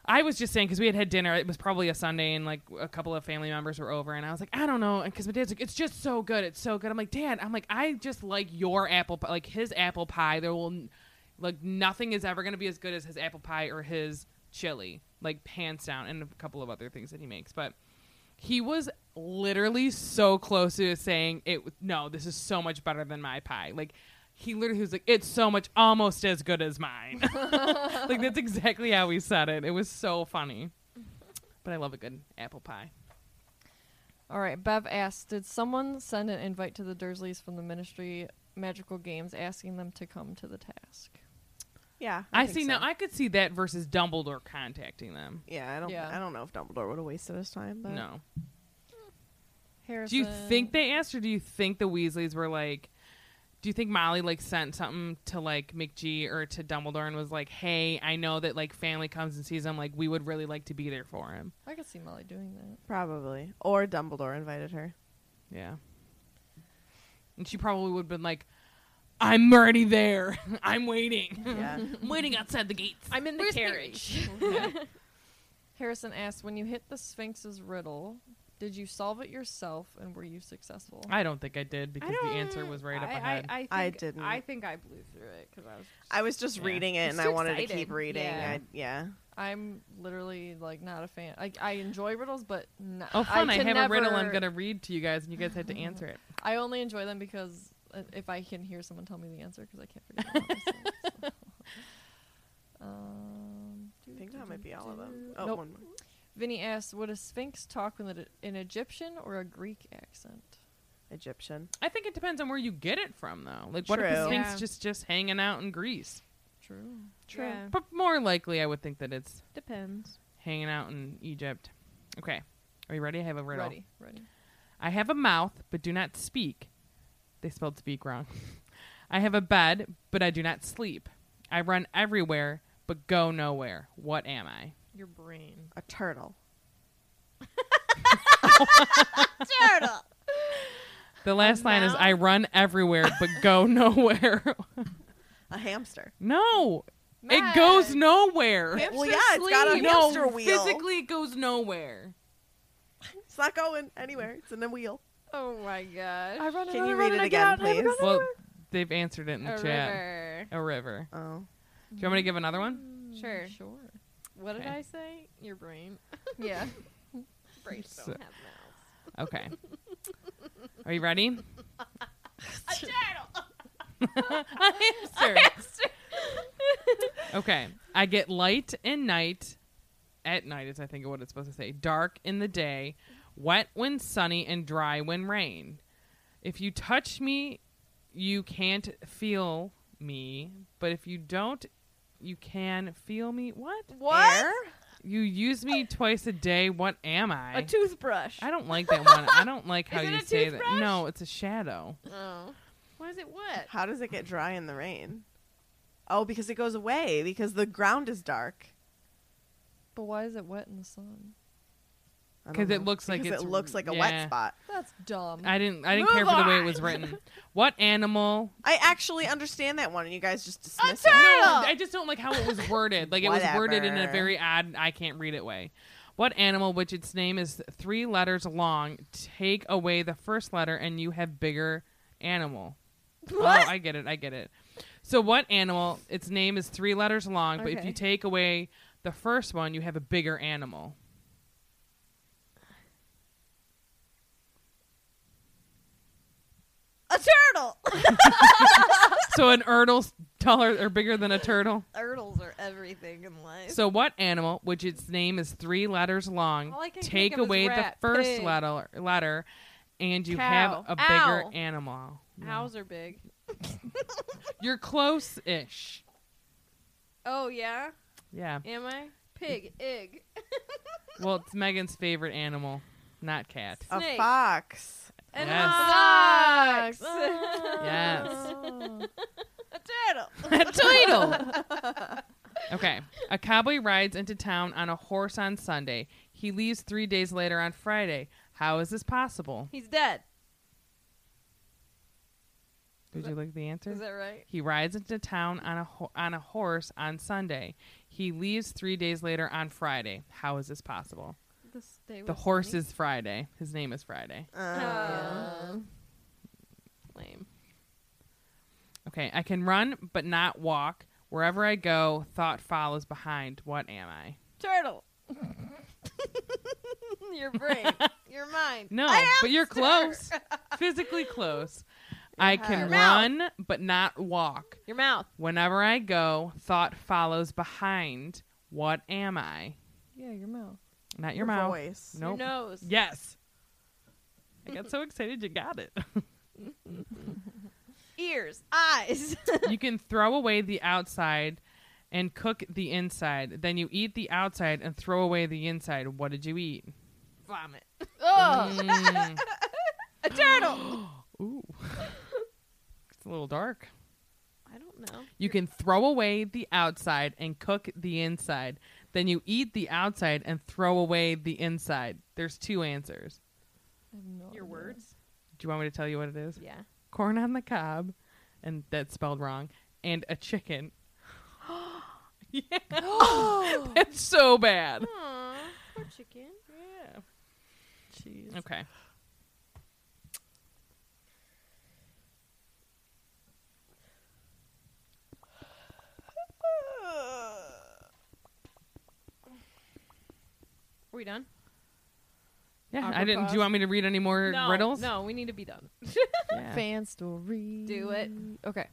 [SPEAKER 7] I was just saying because we had had dinner. It was probably a Sunday, and like a couple of family members were over, and I was like, I don't know, because my dad's like, it's just so good, it's so good. I'm like, Dad, I'm like, I just like your apple, pie, like his apple pie. There will, n- like, nothing is ever gonna be as good as his apple pie or his chili, like hands down, and a couple of other things that he makes. But he was literally so close to saying it. No, this is so much better than my pie. Like. He literally was like, "It's so much, almost as good as mine." like that's exactly how he said it. It was so funny. But I love a good apple pie.
[SPEAKER 5] All right. Bev asks, did someone send an invite to the Dursleys from the Ministry Magical Games asking them to come to the task?
[SPEAKER 4] Yeah,
[SPEAKER 7] I,
[SPEAKER 4] think
[SPEAKER 7] see.
[SPEAKER 4] so.
[SPEAKER 7] Now I could see that versus Dumbledore contacting them.
[SPEAKER 4] Yeah, I don't.
[SPEAKER 7] Yeah.
[SPEAKER 4] I don't know if Dumbledore would have wasted his time. But
[SPEAKER 7] No. Do
[SPEAKER 5] Harrison.
[SPEAKER 7] you think they asked, or do you think the Weasleys were like? Do you think Molly like sent something to like McGee or to Dumbledore and was like, "Hey, I know that like family comes and sees him. Like, we would really like to be there for him."
[SPEAKER 5] I could see Molly doing that.
[SPEAKER 4] probably, or Dumbledore invited her.
[SPEAKER 7] Yeah. And she probably would have been like, I'm already there. I'm waiting.
[SPEAKER 5] Yeah.
[SPEAKER 7] I'm waiting outside the gates.
[SPEAKER 5] I'm in
[SPEAKER 11] the Where's carriage.
[SPEAKER 5] Harrison asks, when you hit the Sphinx's riddle, did you solve it yourself and were you successful?
[SPEAKER 7] I don't think I did because the answer was right up
[SPEAKER 5] I- I-
[SPEAKER 7] ahead.
[SPEAKER 5] I
[SPEAKER 4] I
[SPEAKER 5] think-
[SPEAKER 4] didn't.
[SPEAKER 11] I think I blew through it because I was.
[SPEAKER 4] I was just
[SPEAKER 7] Yeah.
[SPEAKER 4] reading it,
[SPEAKER 11] It's
[SPEAKER 4] and I
[SPEAKER 11] too
[SPEAKER 4] wanted to
[SPEAKER 11] exciting.
[SPEAKER 4] keep reading.
[SPEAKER 5] Yeah.
[SPEAKER 4] I, yeah.
[SPEAKER 5] I'm literally like not a fan. Like I enjoy riddles, but no,
[SPEAKER 7] oh, fun. I,
[SPEAKER 5] can
[SPEAKER 7] have a riddle I'm
[SPEAKER 5] never-
[SPEAKER 7] going to read to you guys, and you guys had to answer it.
[SPEAKER 5] I only enjoy them because uh, if I can hear someone tell me the answer, because I can't figure it out. myself, so. um,
[SPEAKER 4] I think that might be all of them.
[SPEAKER 5] Oh,
[SPEAKER 4] Oh,
[SPEAKER 5] nope.
[SPEAKER 4] one more.
[SPEAKER 5] Vinny asks, "Would a sphinx talk with an, an Egyptian or a Greek accent?"
[SPEAKER 4] Egyptian.
[SPEAKER 7] I think it depends on where you get it from, though. Like, what if
[SPEAKER 4] True.
[SPEAKER 7] the Sphinx
[SPEAKER 11] Yeah.
[SPEAKER 7] just, just hanging out in Greece?
[SPEAKER 5] True.
[SPEAKER 11] True. Yeah.
[SPEAKER 7] But more likely, I would think that it's
[SPEAKER 11] Depends.
[SPEAKER 7] hanging out in Egypt. Okay. Are you ready? I have a riddle.
[SPEAKER 5] Ready, ready.
[SPEAKER 7] I have a mouth, but do not speak. They spelled speak wrong. I have a bed, but I do not sleep. I run everywhere, but go nowhere. What am I?
[SPEAKER 5] Your brain.
[SPEAKER 4] A turtle.
[SPEAKER 9] Turtle.
[SPEAKER 7] The last line is
[SPEAKER 11] mouth?
[SPEAKER 7] I run everywhere, but go nowhere.
[SPEAKER 4] A hamster.
[SPEAKER 7] no,
[SPEAKER 11] Matt.
[SPEAKER 7] it goes nowhere.
[SPEAKER 4] well, yeah, it's got a
[SPEAKER 7] sleep.
[SPEAKER 4] hamster
[SPEAKER 7] No,
[SPEAKER 4] wheel.
[SPEAKER 7] physically it goes nowhere.
[SPEAKER 4] It's not going anywhere. It's in the wheel.
[SPEAKER 11] Oh my gosh.
[SPEAKER 5] I run.
[SPEAKER 4] Can you read it again, please?
[SPEAKER 7] Well, they've answered it in the
[SPEAKER 11] A
[SPEAKER 7] chat.
[SPEAKER 11] river.
[SPEAKER 7] A river.
[SPEAKER 4] Oh,
[SPEAKER 7] Do you want me to give another one?
[SPEAKER 11] Sure.
[SPEAKER 5] Mm, Sure.
[SPEAKER 11] What did
[SPEAKER 7] Okay.
[SPEAKER 11] I say? Your brain.
[SPEAKER 5] Yeah.
[SPEAKER 11] Brains
[SPEAKER 7] So-
[SPEAKER 11] don't have mouths.
[SPEAKER 7] Okay. Are you ready?
[SPEAKER 11] A turtle.
[SPEAKER 7] a hamster. okay. I get light and night. At night is, I think, what it's supposed to say. Dark in the day, wet when sunny, and dry when rain. If you touch me, you can't feel me. But if you don't, you can feel me. What?
[SPEAKER 11] What?
[SPEAKER 7] You use me twice a day. What am I?
[SPEAKER 11] Oh. A toothbrush.
[SPEAKER 7] I don't like that one. I don't like how
[SPEAKER 11] Is it
[SPEAKER 7] you
[SPEAKER 11] a
[SPEAKER 7] say that.
[SPEAKER 11] toothbrush?
[SPEAKER 7] No, it's a shadow.
[SPEAKER 11] Oh. Why is it what?
[SPEAKER 4] how does it get dry in the rain? Oh, because it goes away because the ground is dark.
[SPEAKER 5] But why is it wet in the sun?
[SPEAKER 4] I don't
[SPEAKER 7] Because it
[SPEAKER 4] know.
[SPEAKER 7] looks like
[SPEAKER 4] Because
[SPEAKER 7] it's
[SPEAKER 4] it looks like a
[SPEAKER 7] yeah.
[SPEAKER 4] wet spot.
[SPEAKER 5] That's dumb.
[SPEAKER 7] I didn't. I didn't
[SPEAKER 11] Move
[SPEAKER 7] care for the way it
[SPEAKER 11] on.
[SPEAKER 7] was written. What animal?
[SPEAKER 4] I actually understand that one, and you guys just dismiss
[SPEAKER 11] turtle!
[SPEAKER 4] it.
[SPEAKER 11] No.
[SPEAKER 7] I just don't like how it was worded. Like it was worded in a
[SPEAKER 4] Whatever.
[SPEAKER 7] very odd, I can't read it way. What animal, which its name is three letters long, take away the first letter and you have bigger animal.
[SPEAKER 11] What?
[SPEAKER 7] Oh, I get it. I get it. So what animal? Its name is three letters long, but if
[SPEAKER 5] Okay.
[SPEAKER 7] you take away the first one, you have a bigger animal.
[SPEAKER 9] A turtle.
[SPEAKER 7] So an ertle's taller or bigger than a turtle.
[SPEAKER 11] Turtles are everything in life.
[SPEAKER 7] So what animal, which its name is three letters long,
[SPEAKER 11] All I can think
[SPEAKER 7] take
[SPEAKER 11] of is
[SPEAKER 7] away
[SPEAKER 11] rat,
[SPEAKER 7] the first
[SPEAKER 11] pig.
[SPEAKER 7] letter, letter, and you
[SPEAKER 11] Cow.
[SPEAKER 7] have a bigger
[SPEAKER 11] Owl.
[SPEAKER 7] animal. No.
[SPEAKER 11] Owls are big.
[SPEAKER 7] You're close-ish.
[SPEAKER 11] Oh yeah.
[SPEAKER 7] Yeah.
[SPEAKER 11] Am I? Pig. Egg.
[SPEAKER 7] Well, it's Megan's favorite animal, not cat.
[SPEAKER 4] A
[SPEAKER 11] Snake.
[SPEAKER 4] fox.
[SPEAKER 11] And a
[SPEAKER 7] Yes.
[SPEAKER 11] fox.
[SPEAKER 7] Yes.
[SPEAKER 11] a turtle.
[SPEAKER 7] A turtle. Okay. A cowboy rides into town on a horse on Sunday. He leaves three days later on Friday. How is this possible?
[SPEAKER 11] He's dead.
[SPEAKER 7] Did you look at the answer?
[SPEAKER 11] Is that right?
[SPEAKER 7] He rides into town on a ho- on a horse on Sunday. He leaves three days later on Friday. How is this possible?
[SPEAKER 11] This day
[SPEAKER 7] the
[SPEAKER 11] was
[SPEAKER 7] horse
[SPEAKER 11] sunny.
[SPEAKER 7] is Friday. His name is Friday.
[SPEAKER 11] Uh, lame.
[SPEAKER 7] Okay, I can run but not walk. Wherever I go, thought follows behind. What am I?
[SPEAKER 11] Turtle. your brain. Your mind.
[SPEAKER 7] No,
[SPEAKER 11] I am
[SPEAKER 7] but you're
[SPEAKER 11] sir.
[SPEAKER 7] close. Physically close. I
[SPEAKER 11] Your
[SPEAKER 7] can
[SPEAKER 11] mouth.
[SPEAKER 7] run but not walk.
[SPEAKER 11] Your mouth.
[SPEAKER 7] Whenever I go, thought follows behind. What am I?
[SPEAKER 5] Yeah, your mouth.
[SPEAKER 7] Not your,
[SPEAKER 5] Your
[SPEAKER 7] mouth.
[SPEAKER 5] voice. Your
[SPEAKER 7] Nope.
[SPEAKER 5] nose.
[SPEAKER 7] Yes. I got so excited you got it.
[SPEAKER 11] Ears. Eyes.
[SPEAKER 7] you can throw away the outside and cook the inside. Then you eat the outside and throw away the inside. What did you eat?
[SPEAKER 11] Vomit. Oh. A turtle.
[SPEAKER 7] Ooh. it's a little dark.
[SPEAKER 11] I don't know.
[SPEAKER 7] You can throw away the outside and cook the inside. Then you eat the outside and throw away the inside. There's two answers.
[SPEAKER 11] Your words.
[SPEAKER 7] Do you want me to tell you what it is?
[SPEAKER 11] Yeah.
[SPEAKER 7] Corn on the cob, and that's spelled wrong, and a chicken. yeah. that's so bad.
[SPEAKER 11] Aw, poor chicken. Yeah.
[SPEAKER 5] Jeez.
[SPEAKER 7] Okay.
[SPEAKER 11] Are we done?
[SPEAKER 7] Yeah, I
[SPEAKER 11] Awkward
[SPEAKER 7] didn't. Do
[SPEAKER 11] pause.
[SPEAKER 7] you want me to read any more
[SPEAKER 11] no,
[SPEAKER 7] riddles?
[SPEAKER 11] No, we need to be done.
[SPEAKER 7] Yeah.
[SPEAKER 5] Fan story.
[SPEAKER 11] Do it.
[SPEAKER 5] Okay.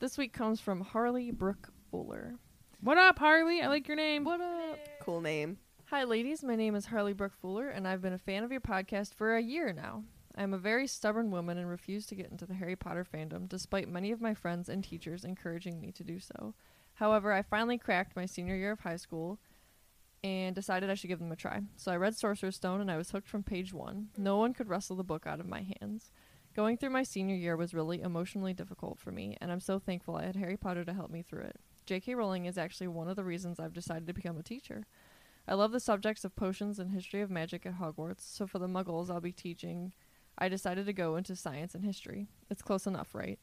[SPEAKER 5] This week comes from Harley Brooke Fuller.
[SPEAKER 7] What up, Harley? I like your name.
[SPEAKER 5] What up?
[SPEAKER 4] Cool name.
[SPEAKER 5] Hi, ladies. My name is Harley Brooke Fuller, and I've been a fan of your podcast for a year now. I am a very stubborn woman and refuse to get into the Harry Potter fandom, despite many of my friends and teachers encouraging me to do so. However, I finally cracked my senior year of high school and decided I should give them a try. So I read Sorcerer's Stone and I was hooked from page one. No one could wrestle the book out of my hands. Going through my senior year was really emotionally difficult for me, and I'm so thankful I had Harry Potter to help me through it. J.K. Rowling is actually one of the reasons I've decided to become a teacher. I love the subjects of potions and history of magic at Hogwarts, so for the muggles I'll be teaching, I decided to go into science and history. It's close enough, right?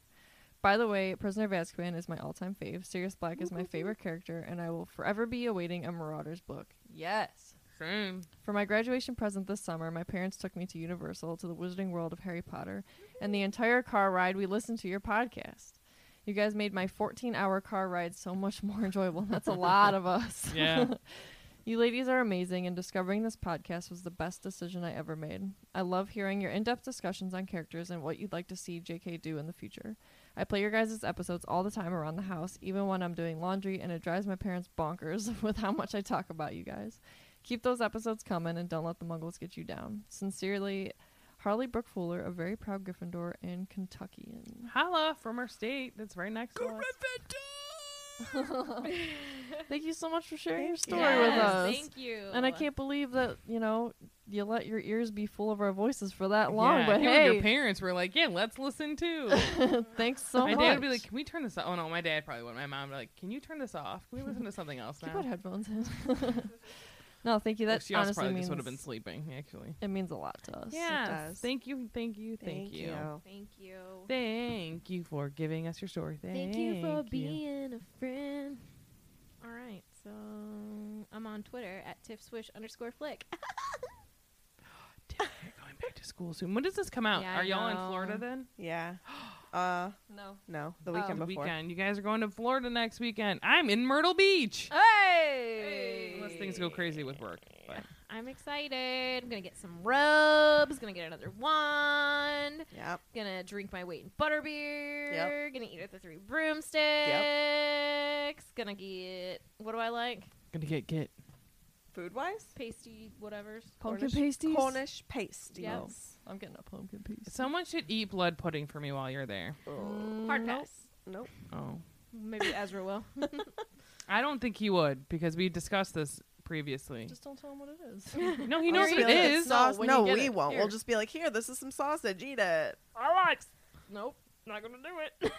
[SPEAKER 5] By the way, Prisoner of Azkaban is my all time fave. Sirius Black is my favorite character, and I will forever be awaiting a Marauders book. Yes.
[SPEAKER 7] Same.
[SPEAKER 5] For my graduation present this summer, my parents took me to Universal to the Wizarding World of Harry Potter, and the entire car ride we listened to your podcast. You guys made my 14 hour car ride so much more enjoyable. and That's a lot of us.
[SPEAKER 7] Yeah.
[SPEAKER 5] you ladies are amazing, and discovering this podcast was the best decision I ever made. I love hearing your in depth discussions on characters and what you'd like to see JK do in the future. I play your guys' episodes all the time around the house, even when I'm doing laundry, and it drives my parents bonkers with how much I talk about you guys. Keep those episodes coming and don't let the muggles get you down. Sincerely, Harley Brooke Fuller, a very proud Gryffindor and Kentuckian.
[SPEAKER 7] Holla from our state. That's right next to us.
[SPEAKER 5] Thank you so much for sharing your story
[SPEAKER 11] Yes,
[SPEAKER 5] with us.
[SPEAKER 11] thank you.
[SPEAKER 5] And I can't believe that, you know, you let your ears be full of our voices for that long.
[SPEAKER 7] Yeah, I
[SPEAKER 5] but
[SPEAKER 7] can't believe
[SPEAKER 5] hey,
[SPEAKER 7] your parents were like, "Yeah, let's listen too."
[SPEAKER 5] Thanks so
[SPEAKER 7] my
[SPEAKER 5] much.
[SPEAKER 7] dad would be like, "Can we turn this off?" Oh no, my dad probably would. My mom would be like, "Can you turn this off? Can we listen to something else
[SPEAKER 5] Keep
[SPEAKER 7] now?"
[SPEAKER 5] what headphones in. no, thank you. That
[SPEAKER 7] she also
[SPEAKER 5] honestly
[SPEAKER 7] probably
[SPEAKER 5] means
[SPEAKER 7] just would have been sleeping, actually.
[SPEAKER 5] It means a lot to us.
[SPEAKER 7] Yeah. Thank you. Thank you. Thank,
[SPEAKER 5] Thank
[SPEAKER 7] you.
[SPEAKER 5] you.
[SPEAKER 11] Thank you.
[SPEAKER 7] Thank you for giving us your story. Thank,
[SPEAKER 11] Thank you for
[SPEAKER 7] you.
[SPEAKER 11] being a friend. All right, so I'm on Twitter at tiffswish underscore flick.
[SPEAKER 7] going back to school soon. When does this come out?
[SPEAKER 11] Yeah, I
[SPEAKER 7] are y'all in
[SPEAKER 11] know.
[SPEAKER 7] Florida then?
[SPEAKER 4] Yeah. Uh.
[SPEAKER 5] No.
[SPEAKER 4] No. The
[SPEAKER 7] Oh.
[SPEAKER 4] weekend
[SPEAKER 7] The
[SPEAKER 4] before.
[SPEAKER 7] weekend. You guys are going to Florida next weekend. I'm in Myrtle Beach.
[SPEAKER 11] Hey!
[SPEAKER 7] Unless things go crazy with work. but-
[SPEAKER 11] I'm excited. I'm gonna get some robes. Gonna get another wand.
[SPEAKER 4] Yep.
[SPEAKER 11] Gonna drink my weight in butterbeer.
[SPEAKER 4] Yep.
[SPEAKER 11] Gonna eat at the three broomsticks. Gonna get what do I like?
[SPEAKER 7] Gonna get get.
[SPEAKER 4] Food wise,
[SPEAKER 11] pasty, whatever's
[SPEAKER 5] Pumpkin
[SPEAKER 4] Cornish-
[SPEAKER 5] pasties?
[SPEAKER 4] Cornish pasties.
[SPEAKER 11] Yes.
[SPEAKER 5] I'm getting a pumpkin piece.
[SPEAKER 7] Someone should eat blood pudding for me while you're there.
[SPEAKER 11] Mm. Hard pass.
[SPEAKER 4] Nope.
[SPEAKER 7] Oh.
[SPEAKER 11] Maybe Ezra will.
[SPEAKER 7] I don't think he would because we discussed this previously.
[SPEAKER 5] Just don't tell him what it is.
[SPEAKER 7] No,
[SPEAKER 11] Oh,
[SPEAKER 7] he knows what it is.
[SPEAKER 4] Sauce. No, we won't. We'll just be like, here, this is some sausage. Eat it.
[SPEAKER 7] All right.
[SPEAKER 5] Nope.
[SPEAKER 7] Not gonna do it.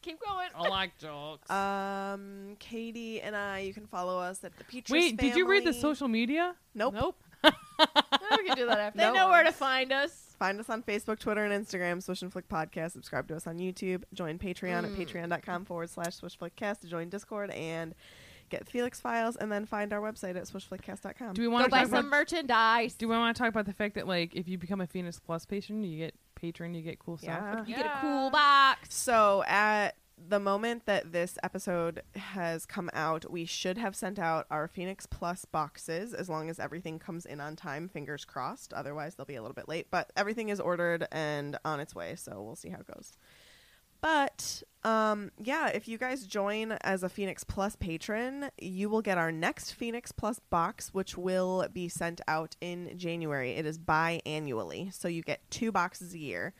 [SPEAKER 5] Keep going.
[SPEAKER 7] I like jokes.
[SPEAKER 4] Uh, Um, Katie and I, you can follow us at the Peaches.
[SPEAKER 7] Wait, did you read the
[SPEAKER 4] Family.
[SPEAKER 7] social media?
[SPEAKER 4] Nope.
[SPEAKER 5] Nope.
[SPEAKER 4] we can do that after.
[SPEAKER 11] They know where to find us.
[SPEAKER 4] Find us on Facebook, Twitter, and Instagram, Swish and Flick Podcast. Subscribe to us on YouTube. Join Patreon at patreon.com forward slash Swish Flick Cast to join Discord and get Felix files, and then find our website at swishflickcast.com.
[SPEAKER 7] Do we want to talk about,
[SPEAKER 11] merchandise?
[SPEAKER 7] Do we want to talk about the fact that like if you become a Phoenix Plus patron, you get patron, you get cool stuff.
[SPEAKER 4] Yeah.
[SPEAKER 11] You get a cool box.
[SPEAKER 4] So at the moment that this episode has come out, we should have sent out our Phoenix Plus boxes as long as everything comes in on time, fingers crossed. Otherwise, they'll be a little bit late, but everything is ordered and on its way, so we'll see how it goes. But um, yeah, if you guys join as a Phoenix Plus patron, you will get our next Phoenix Plus box, which will be sent out in January. It is biannually, so you get two boxes a year.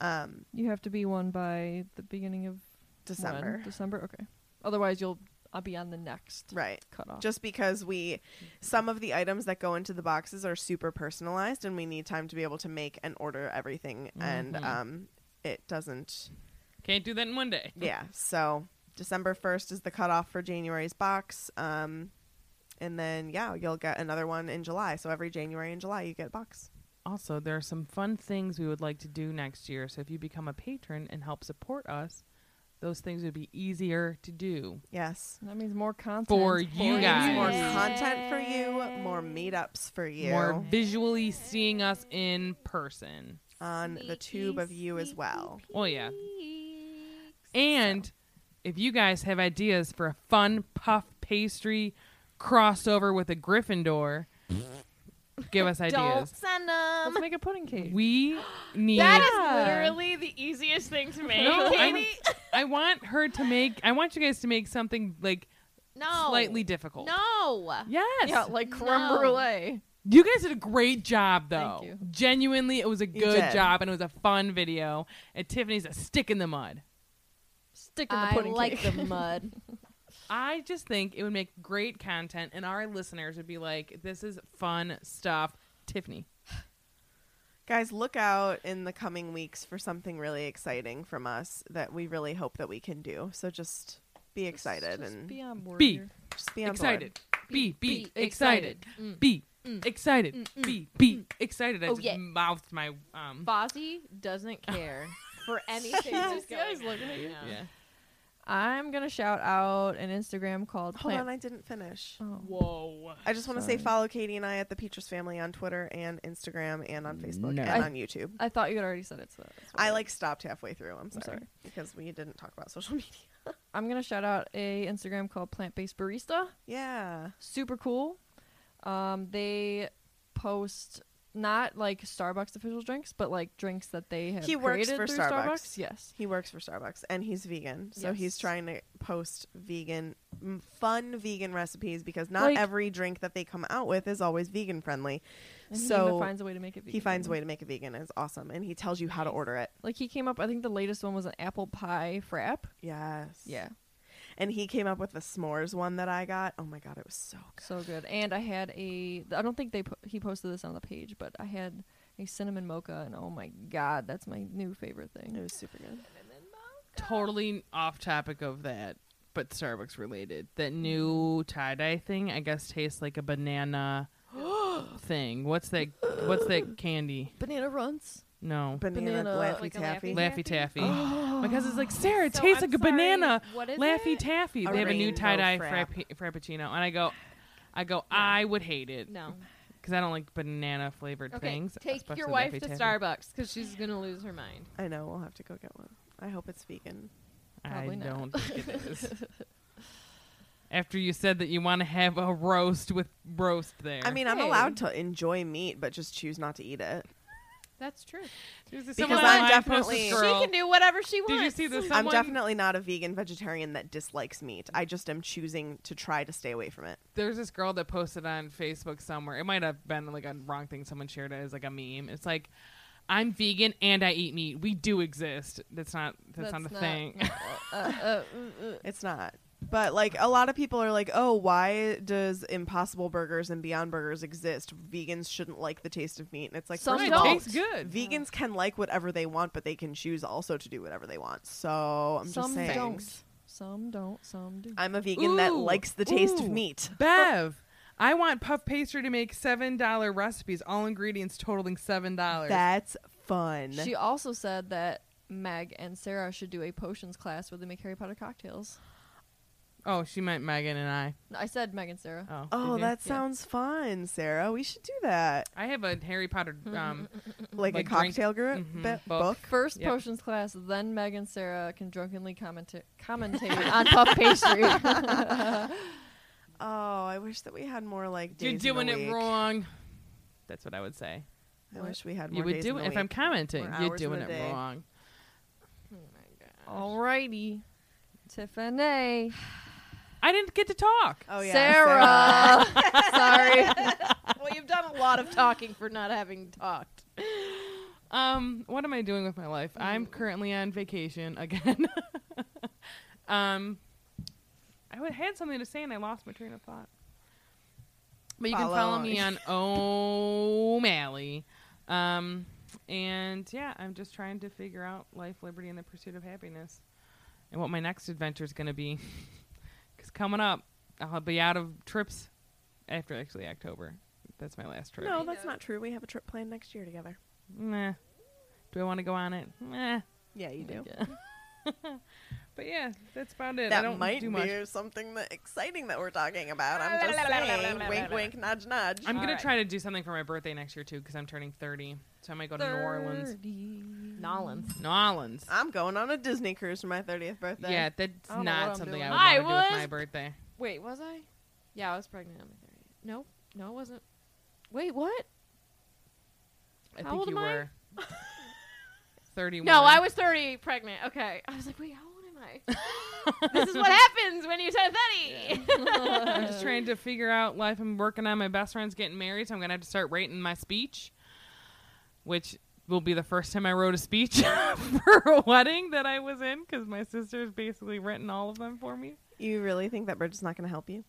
[SPEAKER 4] Um,
[SPEAKER 5] You have to be one by the beginning of when?
[SPEAKER 4] December.
[SPEAKER 5] December. Okay. Otherwise, you'll I'll be on the next.
[SPEAKER 4] Right.
[SPEAKER 5] cutoff.
[SPEAKER 4] Just because we, some of the items that go into the boxes are super personalized, and we need time to be able to make and order everything, and
[SPEAKER 7] Mhm.
[SPEAKER 4] um, it doesn't.
[SPEAKER 7] Can't do that in one day.
[SPEAKER 4] Yeah. So December first is the cutoff for January's box, um, and then yeah, you'll get another one in July. So every January and July, you get a box.
[SPEAKER 7] Also, there are some fun things we would like to do next year. So if you become a patron and help support us, those things would be easier to do.
[SPEAKER 4] Yes.
[SPEAKER 5] That means more content
[SPEAKER 7] For you guys.
[SPEAKER 4] more content for you, more meetups for you.
[SPEAKER 7] More visually seeing us in person.
[SPEAKER 4] on the tube of you as well.
[SPEAKER 7] Well, yeah. And if you guys have ideas for a fun puff pastry crossover with a Gryffindor, give us
[SPEAKER 11] Don't
[SPEAKER 7] ideas.
[SPEAKER 11] send them.
[SPEAKER 5] Let's make a pudding cake.
[SPEAKER 7] We need.
[SPEAKER 11] That is literally the easiest thing to make.
[SPEAKER 7] No, I'm-
[SPEAKER 11] Katie.
[SPEAKER 7] I want her to make. I want you guys to make something like
[SPEAKER 11] No.
[SPEAKER 7] slightly difficult.
[SPEAKER 11] No.
[SPEAKER 7] Yes.
[SPEAKER 5] Yeah, like creme
[SPEAKER 11] No.
[SPEAKER 5] brulee.
[SPEAKER 7] You guys did a great job, though.
[SPEAKER 5] Thank you.
[SPEAKER 7] Genuinely, it was a good
[SPEAKER 5] did.
[SPEAKER 7] job and it was a fun video. And Tiffany's a stick in the mud.
[SPEAKER 5] Stick in the
[SPEAKER 11] I
[SPEAKER 5] pudding
[SPEAKER 11] like
[SPEAKER 5] cake.
[SPEAKER 11] the mud.
[SPEAKER 7] I just think it would make great content, and our listeners would be like, "This is fun stuff." Tiffany,
[SPEAKER 4] Guys, look out in the coming weeks for something really exciting from us that we really hope that we can do. So just be excited and
[SPEAKER 5] be on board.
[SPEAKER 7] Be.
[SPEAKER 5] here.
[SPEAKER 4] just be on
[SPEAKER 7] excited. Be, be,
[SPEAKER 5] be
[SPEAKER 7] excited.
[SPEAKER 5] excited.
[SPEAKER 7] Be excited. Be, be excited. I
[SPEAKER 11] Oh,
[SPEAKER 7] just
[SPEAKER 11] yeah.
[SPEAKER 7] mouthed my um.
[SPEAKER 11] Fozzie doesn't care for anything.
[SPEAKER 5] She's
[SPEAKER 11] that's
[SPEAKER 5] always
[SPEAKER 11] going
[SPEAKER 5] looking
[SPEAKER 11] on
[SPEAKER 5] at
[SPEAKER 11] right
[SPEAKER 5] you.
[SPEAKER 11] now.
[SPEAKER 7] Yeah.
[SPEAKER 5] I'm gonna shout out an Instagram called
[SPEAKER 4] Hold
[SPEAKER 5] Plant.
[SPEAKER 4] on, I didn't finish.
[SPEAKER 5] Oh.
[SPEAKER 7] Whoa.
[SPEAKER 4] I just want to say
[SPEAKER 5] Sorry.
[SPEAKER 4] follow Katie and I at the Peaches Family on Twitter and Instagram and on Facebook
[SPEAKER 13] No.
[SPEAKER 4] and
[SPEAKER 5] I-
[SPEAKER 4] on YouTube.
[SPEAKER 5] I thought you had already said it. So that's why.
[SPEAKER 4] I like stopped halfway through. I'm sorry,
[SPEAKER 5] sorry.
[SPEAKER 4] because we didn't talk about social media.
[SPEAKER 5] I'm gonna shout out a Instagram called Plant Based Barista.
[SPEAKER 4] Yeah.
[SPEAKER 5] Super cool. Um, they post not like Starbucks official drinks, but like drinks that they have
[SPEAKER 4] he works
[SPEAKER 5] created
[SPEAKER 4] for
[SPEAKER 5] through
[SPEAKER 4] Starbucks.
[SPEAKER 5] Yes.
[SPEAKER 4] he works for Starbucks, and he's vegan, so he's
[SPEAKER 5] Yes.
[SPEAKER 4] trying to post vegan, m- fun vegan recipes because not
[SPEAKER 5] Like-
[SPEAKER 4] every drink that they come out with is always vegan friendly.
[SPEAKER 5] And he
[SPEAKER 4] so
[SPEAKER 5] even finds a way to make it. Vegan
[SPEAKER 4] he finds a way to make it vegan. It's awesome, and he tells you how to order it.
[SPEAKER 5] Like he came up. I think the latest one was an apple pie frap.
[SPEAKER 4] Yes,
[SPEAKER 5] Yeah.
[SPEAKER 4] And he came up with the s'mores one that I got. Oh my god, it was so good.
[SPEAKER 5] So good. And I had a. I don't think they po- he posted this on the page, but I had a cinnamon mocha, and oh my god, that's my new favorite thing.
[SPEAKER 4] It was super good.
[SPEAKER 7] totally off topic of that, but Starbucks related. That new tie dye thing, I guess, tastes like a banana thing. What's that? What's that candy?
[SPEAKER 5] Banana runs.
[SPEAKER 7] No,
[SPEAKER 4] Banana,
[SPEAKER 5] Banana,
[SPEAKER 4] laffy
[SPEAKER 11] like a
[SPEAKER 4] taffy.
[SPEAKER 11] Laffy
[SPEAKER 7] Laffy Taffy. My cousin's like, Sarah, it tastes
[SPEAKER 11] Oh. I'm
[SPEAKER 7] like a
[SPEAKER 11] sorry,
[SPEAKER 7] banana.
[SPEAKER 11] what is
[SPEAKER 7] Laffy
[SPEAKER 11] it?
[SPEAKER 7] Taffy.
[SPEAKER 4] A
[SPEAKER 7] they have a new
[SPEAKER 4] rainbow
[SPEAKER 7] tie dye
[SPEAKER 4] frap.
[SPEAKER 7] frappi- frappuccino, and I go, I go, I would hate it.
[SPEAKER 11] No.
[SPEAKER 7] because I don't like banana flavored
[SPEAKER 11] Okay.
[SPEAKER 7] things.
[SPEAKER 11] Take
[SPEAKER 7] especially
[SPEAKER 11] your wife
[SPEAKER 7] Laffy
[SPEAKER 11] to
[SPEAKER 7] Taffy.
[SPEAKER 11] Starbucks because she's gonna lose her mind.
[SPEAKER 4] I know we'll have to go get one. I hope it's vegan.
[SPEAKER 7] I
[SPEAKER 5] Probably not.
[SPEAKER 7] don't think it is. After you said that you want to have a roast with roast there.
[SPEAKER 4] I mean, I'm
[SPEAKER 11] Hey.
[SPEAKER 4] allowed to enjoy meat, but just choose not to eat it.
[SPEAKER 11] That's true.
[SPEAKER 7] There's this-
[SPEAKER 4] because
[SPEAKER 7] someone
[SPEAKER 4] I'm
[SPEAKER 7] online posted,
[SPEAKER 4] definitely- She
[SPEAKER 7] "Girl,
[SPEAKER 11] She can do whatever she wants.
[SPEAKER 7] Did you see this?
[SPEAKER 4] I'm
[SPEAKER 7] Someone-
[SPEAKER 4] definitely not a vegan vegetarian that dislikes meat. I just am choosing to try to stay away from it.
[SPEAKER 7] there's this girl that posted on Facebook somewhere. It might have been like a wrong thing someone shared it as like a meme. It's like I'm vegan and I eat meat. We do exist. That's not that's, not a thing.
[SPEAKER 5] Uh, uh, mm, mm.
[SPEAKER 4] It's not. But like a lot of people are like, "Oh, why does Impossible Burgers and Beyond Burgers exist? Vegans shouldn't like the taste of meat." And it's like,
[SPEAKER 7] Some
[SPEAKER 4] first of
[SPEAKER 7] don't.
[SPEAKER 4] all,
[SPEAKER 7] Tastes good.
[SPEAKER 4] Vegans can like whatever they want, but they can choose also to do whatever they want. So I'm
[SPEAKER 5] some
[SPEAKER 4] just saying,
[SPEAKER 5] don't. Some don't. Some do.
[SPEAKER 4] I'm a vegan that
[SPEAKER 7] Ooh,
[SPEAKER 4] likes the taste of
[SPEAKER 7] ooh.
[SPEAKER 4] meat.
[SPEAKER 7] Bev, I want puff pastry to make seven dollar recipes, all ingredients totaling seven dollars.
[SPEAKER 4] That's fun.
[SPEAKER 5] She also said that Meg and Sarah should do a potions class where they make Harry Potter cocktails.
[SPEAKER 7] Oh, she meant Megan and I.
[SPEAKER 5] No, I said Meg and Sarah.
[SPEAKER 7] Oh,
[SPEAKER 4] Oh,
[SPEAKER 7] did you?
[SPEAKER 4] that sounds fun, Sarah. We should do that.
[SPEAKER 7] I have a Harry Potter um
[SPEAKER 4] Like a
[SPEAKER 7] drink-
[SPEAKER 4] cocktail group-
[SPEAKER 7] mhm,
[SPEAKER 4] bit- book?
[SPEAKER 5] First
[SPEAKER 7] Yep.
[SPEAKER 5] potions class, then Meg and Sarah can drunkenly commenta- commentate on puff pastry.
[SPEAKER 4] Oh, I wish that we had more like
[SPEAKER 7] You're
[SPEAKER 4] days in the
[SPEAKER 7] doing it
[SPEAKER 4] week.
[SPEAKER 7] wrong. That's what I would say.
[SPEAKER 4] I wish we had more.
[SPEAKER 7] You would
[SPEAKER 4] days
[SPEAKER 7] do
[SPEAKER 4] in
[SPEAKER 7] it
[SPEAKER 4] the
[SPEAKER 7] if I'm
[SPEAKER 4] week,
[SPEAKER 7] commenting.
[SPEAKER 4] more
[SPEAKER 7] You're
[SPEAKER 4] hours in
[SPEAKER 7] doing
[SPEAKER 4] the
[SPEAKER 7] it
[SPEAKER 4] day.
[SPEAKER 7] wrong.
[SPEAKER 5] Alrighty. Tiffany.
[SPEAKER 7] I didn't get to talk.
[SPEAKER 4] Oh yeah,
[SPEAKER 11] Sarah.
[SPEAKER 5] Sorry.
[SPEAKER 11] well, you've done a lot of talking for not having talked.
[SPEAKER 7] Um, what am I doing with my life? I'm currently on vacation again. um, I w- had something to say and I lost my train of thought. But you can
[SPEAKER 13] Follow.
[SPEAKER 7] follow me on O'Malley. Um, and yeah, I'm just trying to figure out life, liberty, and the pursuit of happiness, and what my next adventure is going to be. Because coming up, I'll be out of trips after actually October. That's my last trip.
[SPEAKER 4] No, that's not true. We have a trip planned next year together.
[SPEAKER 7] Nah. Do I want to go on it? Nah.
[SPEAKER 4] Yeah, you do.
[SPEAKER 7] But yeah, that's about it. I
[SPEAKER 4] That
[SPEAKER 7] don't
[SPEAKER 4] might
[SPEAKER 7] do
[SPEAKER 4] be
[SPEAKER 7] much.
[SPEAKER 4] something that exciting that we're talking about. I'm just saying, wink, wink, nudge, nudge.
[SPEAKER 7] I'm gonna try to do something for my birthday next year too, because I'm turning 30, so I might go to New Orleans.
[SPEAKER 11] Nolans.
[SPEAKER 7] New Orleans.
[SPEAKER 4] I'm going on a Disney cruise for my 30th birthday.
[SPEAKER 7] Yeah, that's
[SPEAKER 11] I don't know what
[SPEAKER 7] not
[SPEAKER 11] I'm
[SPEAKER 7] something
[SPEAKER 11] doing.
[SPEAKER 7] I
[SPEAKER 11] I
[SPEAKER 7] would want to do with my
[SPEAKER 11] was-
[SPEAKER 7] birthday.
[SPEAKER 11] Wait, was I? Yeah, I was pregnant on my 30th. No, no, I wasn't. Wait, what?
[SPEAKER 7] I
[SPEAKER 11] How
[SPEAKER 7] think
[SPEAKER 11] old
[SPEAKER 7] you
[SPEAKER 11] am I?
[SPEAKER 7] were 31.
[SPEAKER 11] No, I was 30 pregnant. Okay. I was like, wait, how old am I? this is what happens when you turn 30.
[SPEAKER 7] I'm just trying to figure out life. I'm working on my best friend's getting married, so I'm gonna have to start writing my speech, which will be the first time I wrote a speech for a wedding that I was in, because my sister's basically written all of them for me.
[SPEAKER 4] You really think that Bridget's not going to help you?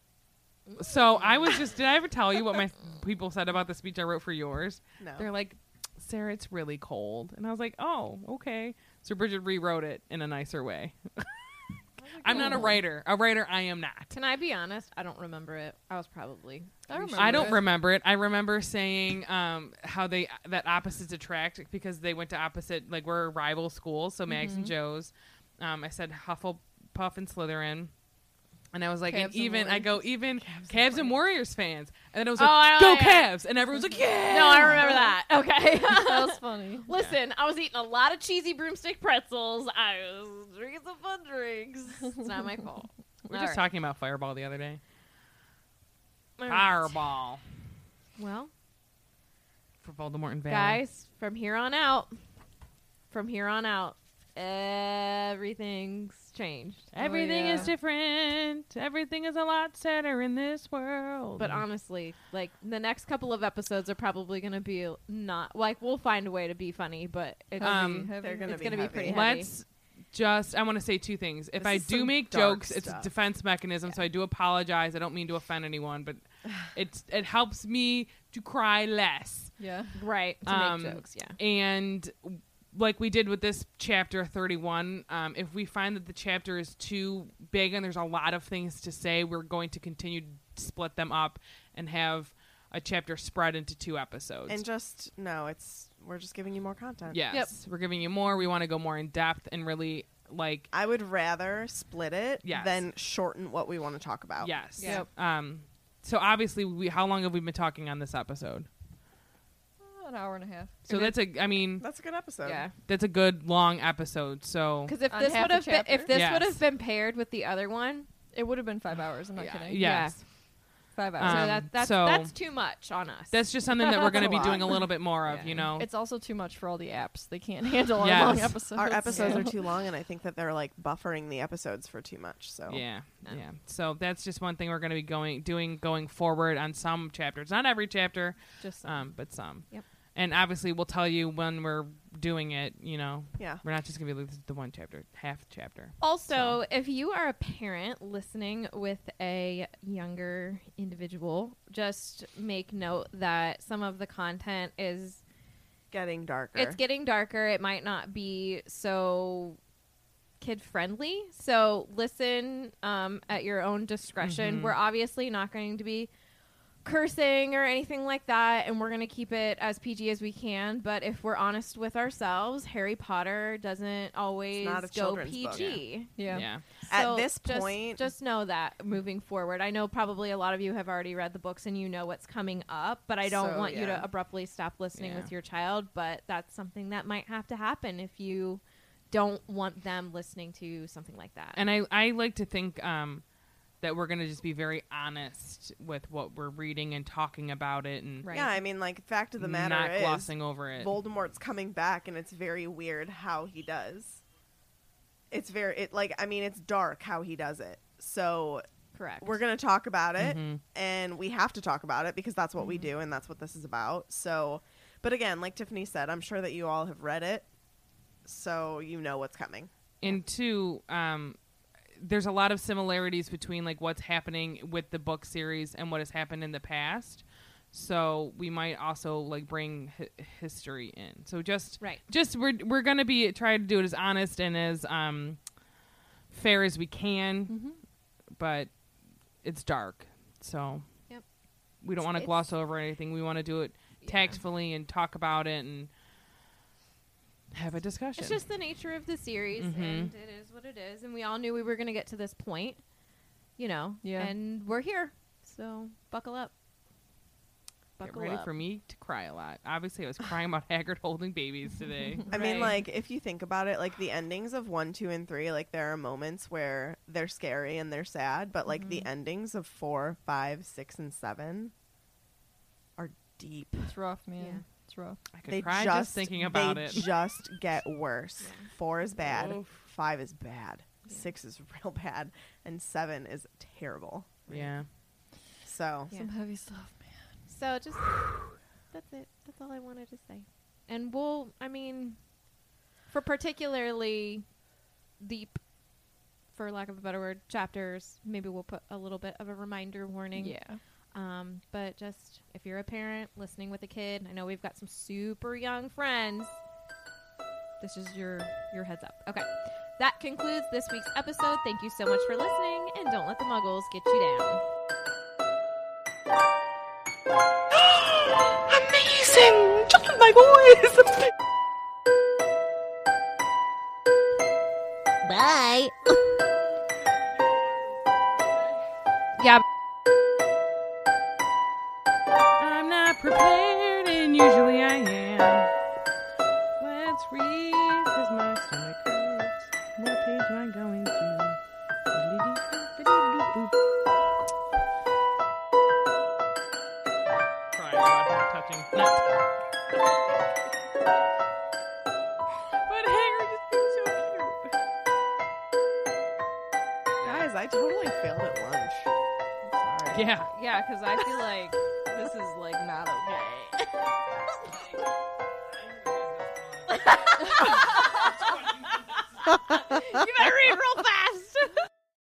[SPEAKER 7] So I was just. Did I ever tell you what my people said about the speech I wrote for yours?
[SPEAKER 4] No.
[SPEAKER 7] They're like, Sarah, it's really cold, and I was like, oh, okay. So Bridget rewrote it in a nicer way. I'm not a writer. A writer, I am not.
[SPEAKER 11] Oh. Can I be honest? I don't remember it. I was probably. I
[SPEAKER 7] I don't remember it. I remember saying um, how they that opposites attract because they went to opposite like we're rival schools, so Mags and
[SPEAKER 11] Mm-hmm.
[SPEAKER 13] Mhm.
[SPEAKER 7] Joe's. Um, I said Hufflepuff and Slytherin. And I was like,
[SPEAKER 13] Cavs and
[SPEAKER 7] and even I go
[SPEAKER 13] Warriors.
[SPEAKER 7] even Cavs, and Warriors fans, and then I was
[SPEAKER 11] Oh,
[SPEAKER 7] like,
[SPEAKER 11] I-
[SPEAKER 7] go
[SPEAKER 11] I-
[SPEAKER 7] Cavs, and everyone's like, yeah.
[SPEAKER 11] No, I remember that. Okay.
[SPEAKER 5] that was funny.
[SPEAKER 11] Listen, I was eating a lot of cheesy broomstick pretzels. I was drinking some fun drinks. It's not my fault.
[SPEAKER 7] We were just
[SPEAKER 11] All right.
[SPEAKER 7] talking about Fireball the other day.
[SPEAKER 11] All right.
[SPEAKER 7] Fireball
[SPEAKER 11] Well,
[SPEAKER 7] for Voldemort and Val.
[SPEAKER 11] guys, from here on out, from here on out, everything's changed.
[SPEAKER 7] everything is
[SPEAKER 11] oh, yeah.
[SPEAKER 7] different. Everything is a lot sadder in this world.
[SPEAKER 5] Mm.
[SPEAKER 11] But honestly, like the next couple of episodes are probably going to be not like we'll find a way to be funny, but it's,
[SPEAKER 7] Um,
[SPEAKER 4] They're gonna
[SPEAKER 11] it's
[SPEAKER 4] be
[SPEAKER 11] going to be
[SPEAKER 4] heavy.
[SPEAKER 11] pretty heavy.
[SPEAKER 7] Let's just. I want to say two things. If
[SPEAKER 11] This
[SPEAKER 7] I
[SPEAKER 11] is
[SPEAKER 7] do
[SPEAKER 11] some
[SPEAKER 7] make
[SPEAKER 11] dark
[SPEAKER 7] jokes, it's a
[SPEAKER 11] stuff.
[SPEAKER 7] defense mechanism. So I do apologize. I don't mean to offend anyone, but it's it helps me to cry less.
[SPEAKER 5] Yeah.
[SPEAKER 11] Right. To
[SPEAKER 7] Um,
[SPEAKER 11] make jokes. Yeah.
[SPEAKER 7] And like we did with this chapter 31, um, if we find that the chapter is too big and there's a lot of things to say, we're going to continue to split them up and have a chapter spread into two episodes.
[SPEAKER 4] And just no, it's we're just giving you more content.
[SPEAKER 7] yes, we're giving you more. We want to go more in depth and really like
[SPEAKER 4] I would rather split it
[SPEAKER 7] Yes.
[SPEAKER 4] than shorten what we want to talk about.
[SPEAKER 7] Yes. Um. So obviously, we how long have we been talking on this episode?
[SPEAKER 5] An hour and a half.
[SPEAKER 7] So that's a. I mean,
[SPEAKER 4] That's a good episode.
[SPEAKER 11] Yeah.
[SPEAKER 7] that's a good long episode. So
[SPEAKER 11] Because if
[SPEAKER 5] On
[SPEAKER 11] this
[SPEAKER 5] half
[SPEAKER 11] would
[SPEAKER 5] a
[SPEAKER 11] have been if
[SPEAKER 5] chapter?
[SPEAKER 11] this
[SPEAKER 7] Yes.
[SPEAKER 11] would have been paired with the other one,
[SPEAKER 5] It would have been five hours. I'm not
[SPEAKER 11] Yeah.
[SPEAKER 5] kidding.
[SPEAKER 7] yes,
[SPEAKER 5] Five hours.
[SPEAKER 7] Um,
[SPEAKER 11] so that, that's
[SPEAKER 7] so-
[SPEAKER 11] that's too much on us.
[SPEAKER 7] that's just something that we're going to
[SPEAKER 5] That's a
[SPEAKER 7] be
[SPEAKER 5] lot.
[SPEAKER 7] doing a little bit more of. You know,
[SPEAKER 5] It's also too much for all the apps. They can't handle our
[SPEAKER 7] Yes.
[SPEAKER 5] long episodes.
[SPEAKER 4] Our episodes are
[SPEAKER 5] so-
[SPEAKER 4] too long, and I think that they're like buffering the episodes for too much. So
[SPEAKER 7] yeah, yeah. So that's just one thing we're going to be going doing going forward on some chapters. Not every chapter,
[SPEAKER 11] Just some.
[SPEAKER 7] um, but some.
[SPEAKER 11] Yep.
[SPEAKER 7] And obviously, we'll tell you when we're doing it. You know,
[SPEAKER 4] Yeah.
[SPEAKER 7] we're not just gonna be like this is the one chapter, half chapter.
[SPEAKER 1] Also, if you are a parent listening with a younger individual, just make note that some of the content is
[SPEAKER 4] getting darker.
[SPEAKER 1] It's getting darker. It might not be so kid friendly. So listen um, at your own discretion.
[SPEAKER 4] Mm-hmm.
[SPEAKER 16] Mhm.
[SPEAKER 1] We're obviously not going to be cursing or anything like that, and we're going to keep it as PG as we can. But if we're honest with ourselves, Harry Potter doesn't always
[SPEAKER 4] not a
[SPEAKER 1] go
[SPEAKER 4] children's book.
[SPEAKER 1] PG.
[SPEAKER 4] Yeah. Yeah. At
[SPEAKER 1] So
[SPEAKER 4] this
[SPEAKER 1] just-
[SPEAKER 4] point-
[SPEAKER 1] just know that moving forward. I know probably a lot of you have already read the books and you know what's coming up, but I don't
[SPEAKER 16] So,
[SPEAKER 1] want you
[SPEAKER 16] yeah.
[SPEAKER 1] to abruptly stop listening
[SPEAKER 16] Yeah.
[SPEAKER 1] with your child, but that's something that might have to happen if you don't want them listening to something like that.
[SPEAKER 7] And I, I like to think um, that we're gonna just be very honest with what we're reading and talking about it. And
[SPEAKER 4] Yeah, I mean, like fact of the matter
[SPEAKER 7] Not
[SPEAKER 4] is
[SPEAKER 7] glossing over it.
[SPEAKER 4] Voldemort's coming back, and it's very weird how he does. It's very it like I mean, it's dark how he does it. So
[SPEAKER 1] correct,
[SPEAKER 4] we're gonna talk about it,
[SPEAKER 7] Mhm.
[SPEAKER 4] and we have to talk about it because that's what we do, and that's what this is about. So, but again, like Tiffany said, I'm sure that you all have read it, so you know what's coming.
[SPEAKER 7] and two, um, there's a lot of similarities between like what's happening with the book series and what has happened in the past. So we might also like bring hi- history in. So just
[SPEAKER 1] right,
[SPEAKER 7] just we're we're gonna be try to do it as honest and as um fair as we can,
[SPEAKER 1] Mm-hmm.
[SPEAKER 7] but it's dark, so
[SPEAKER 1] Yep.
[SPEAKER 7] we don't want to
[SPEAKER 1] It's-
[SPEAKER 7] gloss over anything. We want to do it tactfully and talk about it and have a discussion.
[SPEAKER 1] It's just the nature of the series,
[SPEAKER 7] Mhm.
[SPEAKER 1] and it is what it is. And we all knew we were going to get to this point, you know.
[SPEAKER 7] Yeah.
[SPEAKER 1] And we're here, so buckle up.
[SPEAKER 7] Get
[SPEAKER 1] Buckle
[SPEAKER 7] ready
[SPEAKER 1] up.
[SPEAKER 7] for me to cry a lot. Obviously, I was crying about Haggard holding babies today.
[SPEAKER 4] I mean, like, if you think about it, like the endings of one, two, and three, like there are moments where they're scary and they're sad, but like
[SPEAKER 7] Mm-hmm.
[SPEAKER 4] the endings of four, five, six, and seven are deep.
[SPEAKER 5] It's rough, man. It's rough.
[SPEAKER 7] I could cry just thinking about
[SPEAKER 4] they
[SPEAKER 7] it.
[SPEAKER 4] Just get worse. Four is bad.
[SPEAKER 7] Oof.
[SPEAKER 4] Five is bad. Six is real bad, and seven is terrible.
[SPEAKER 7] yeah.
[SPEAKER 4] So
[SPEAKER 1] Some
[SPEAKER 5] heavy stuff,
[SPEAKER 1] man. So just that's it. That's all I wanted to say. And we'll, I mean, for particularly deep, for lack of a better word, chapters, maybe we'll put a little bit of a reminder warning.
[SPEAKER 5] Yeah.
[SPEAKER 1] Um, but just if you're a parent listening with a kid, I know we've got some super young friends. This is your your heads up. Okay. That concludes this week's episode. Thank you so much for listening, and don't let the muggles get you down.
[SPEAKER 17] Amazing! Just like always!
[SPEAKER 18] Bye.
[SPEAKER 1] Yeah.
[SPEAKER 7] I'm not prepared, and usually I am. Let's read, cause my stomach hurts. What page am I going to? Crying about touching nuts. But Harry just seems so cute.
[SPEAKER 4] guys, I totally failed at lunch. I'm sorry.
[SPEAKER 7] Yeah.
[SPEAKER 5] Yeah, because I feel like this is like not okay.
[SPEAKER 1] you better read real fast.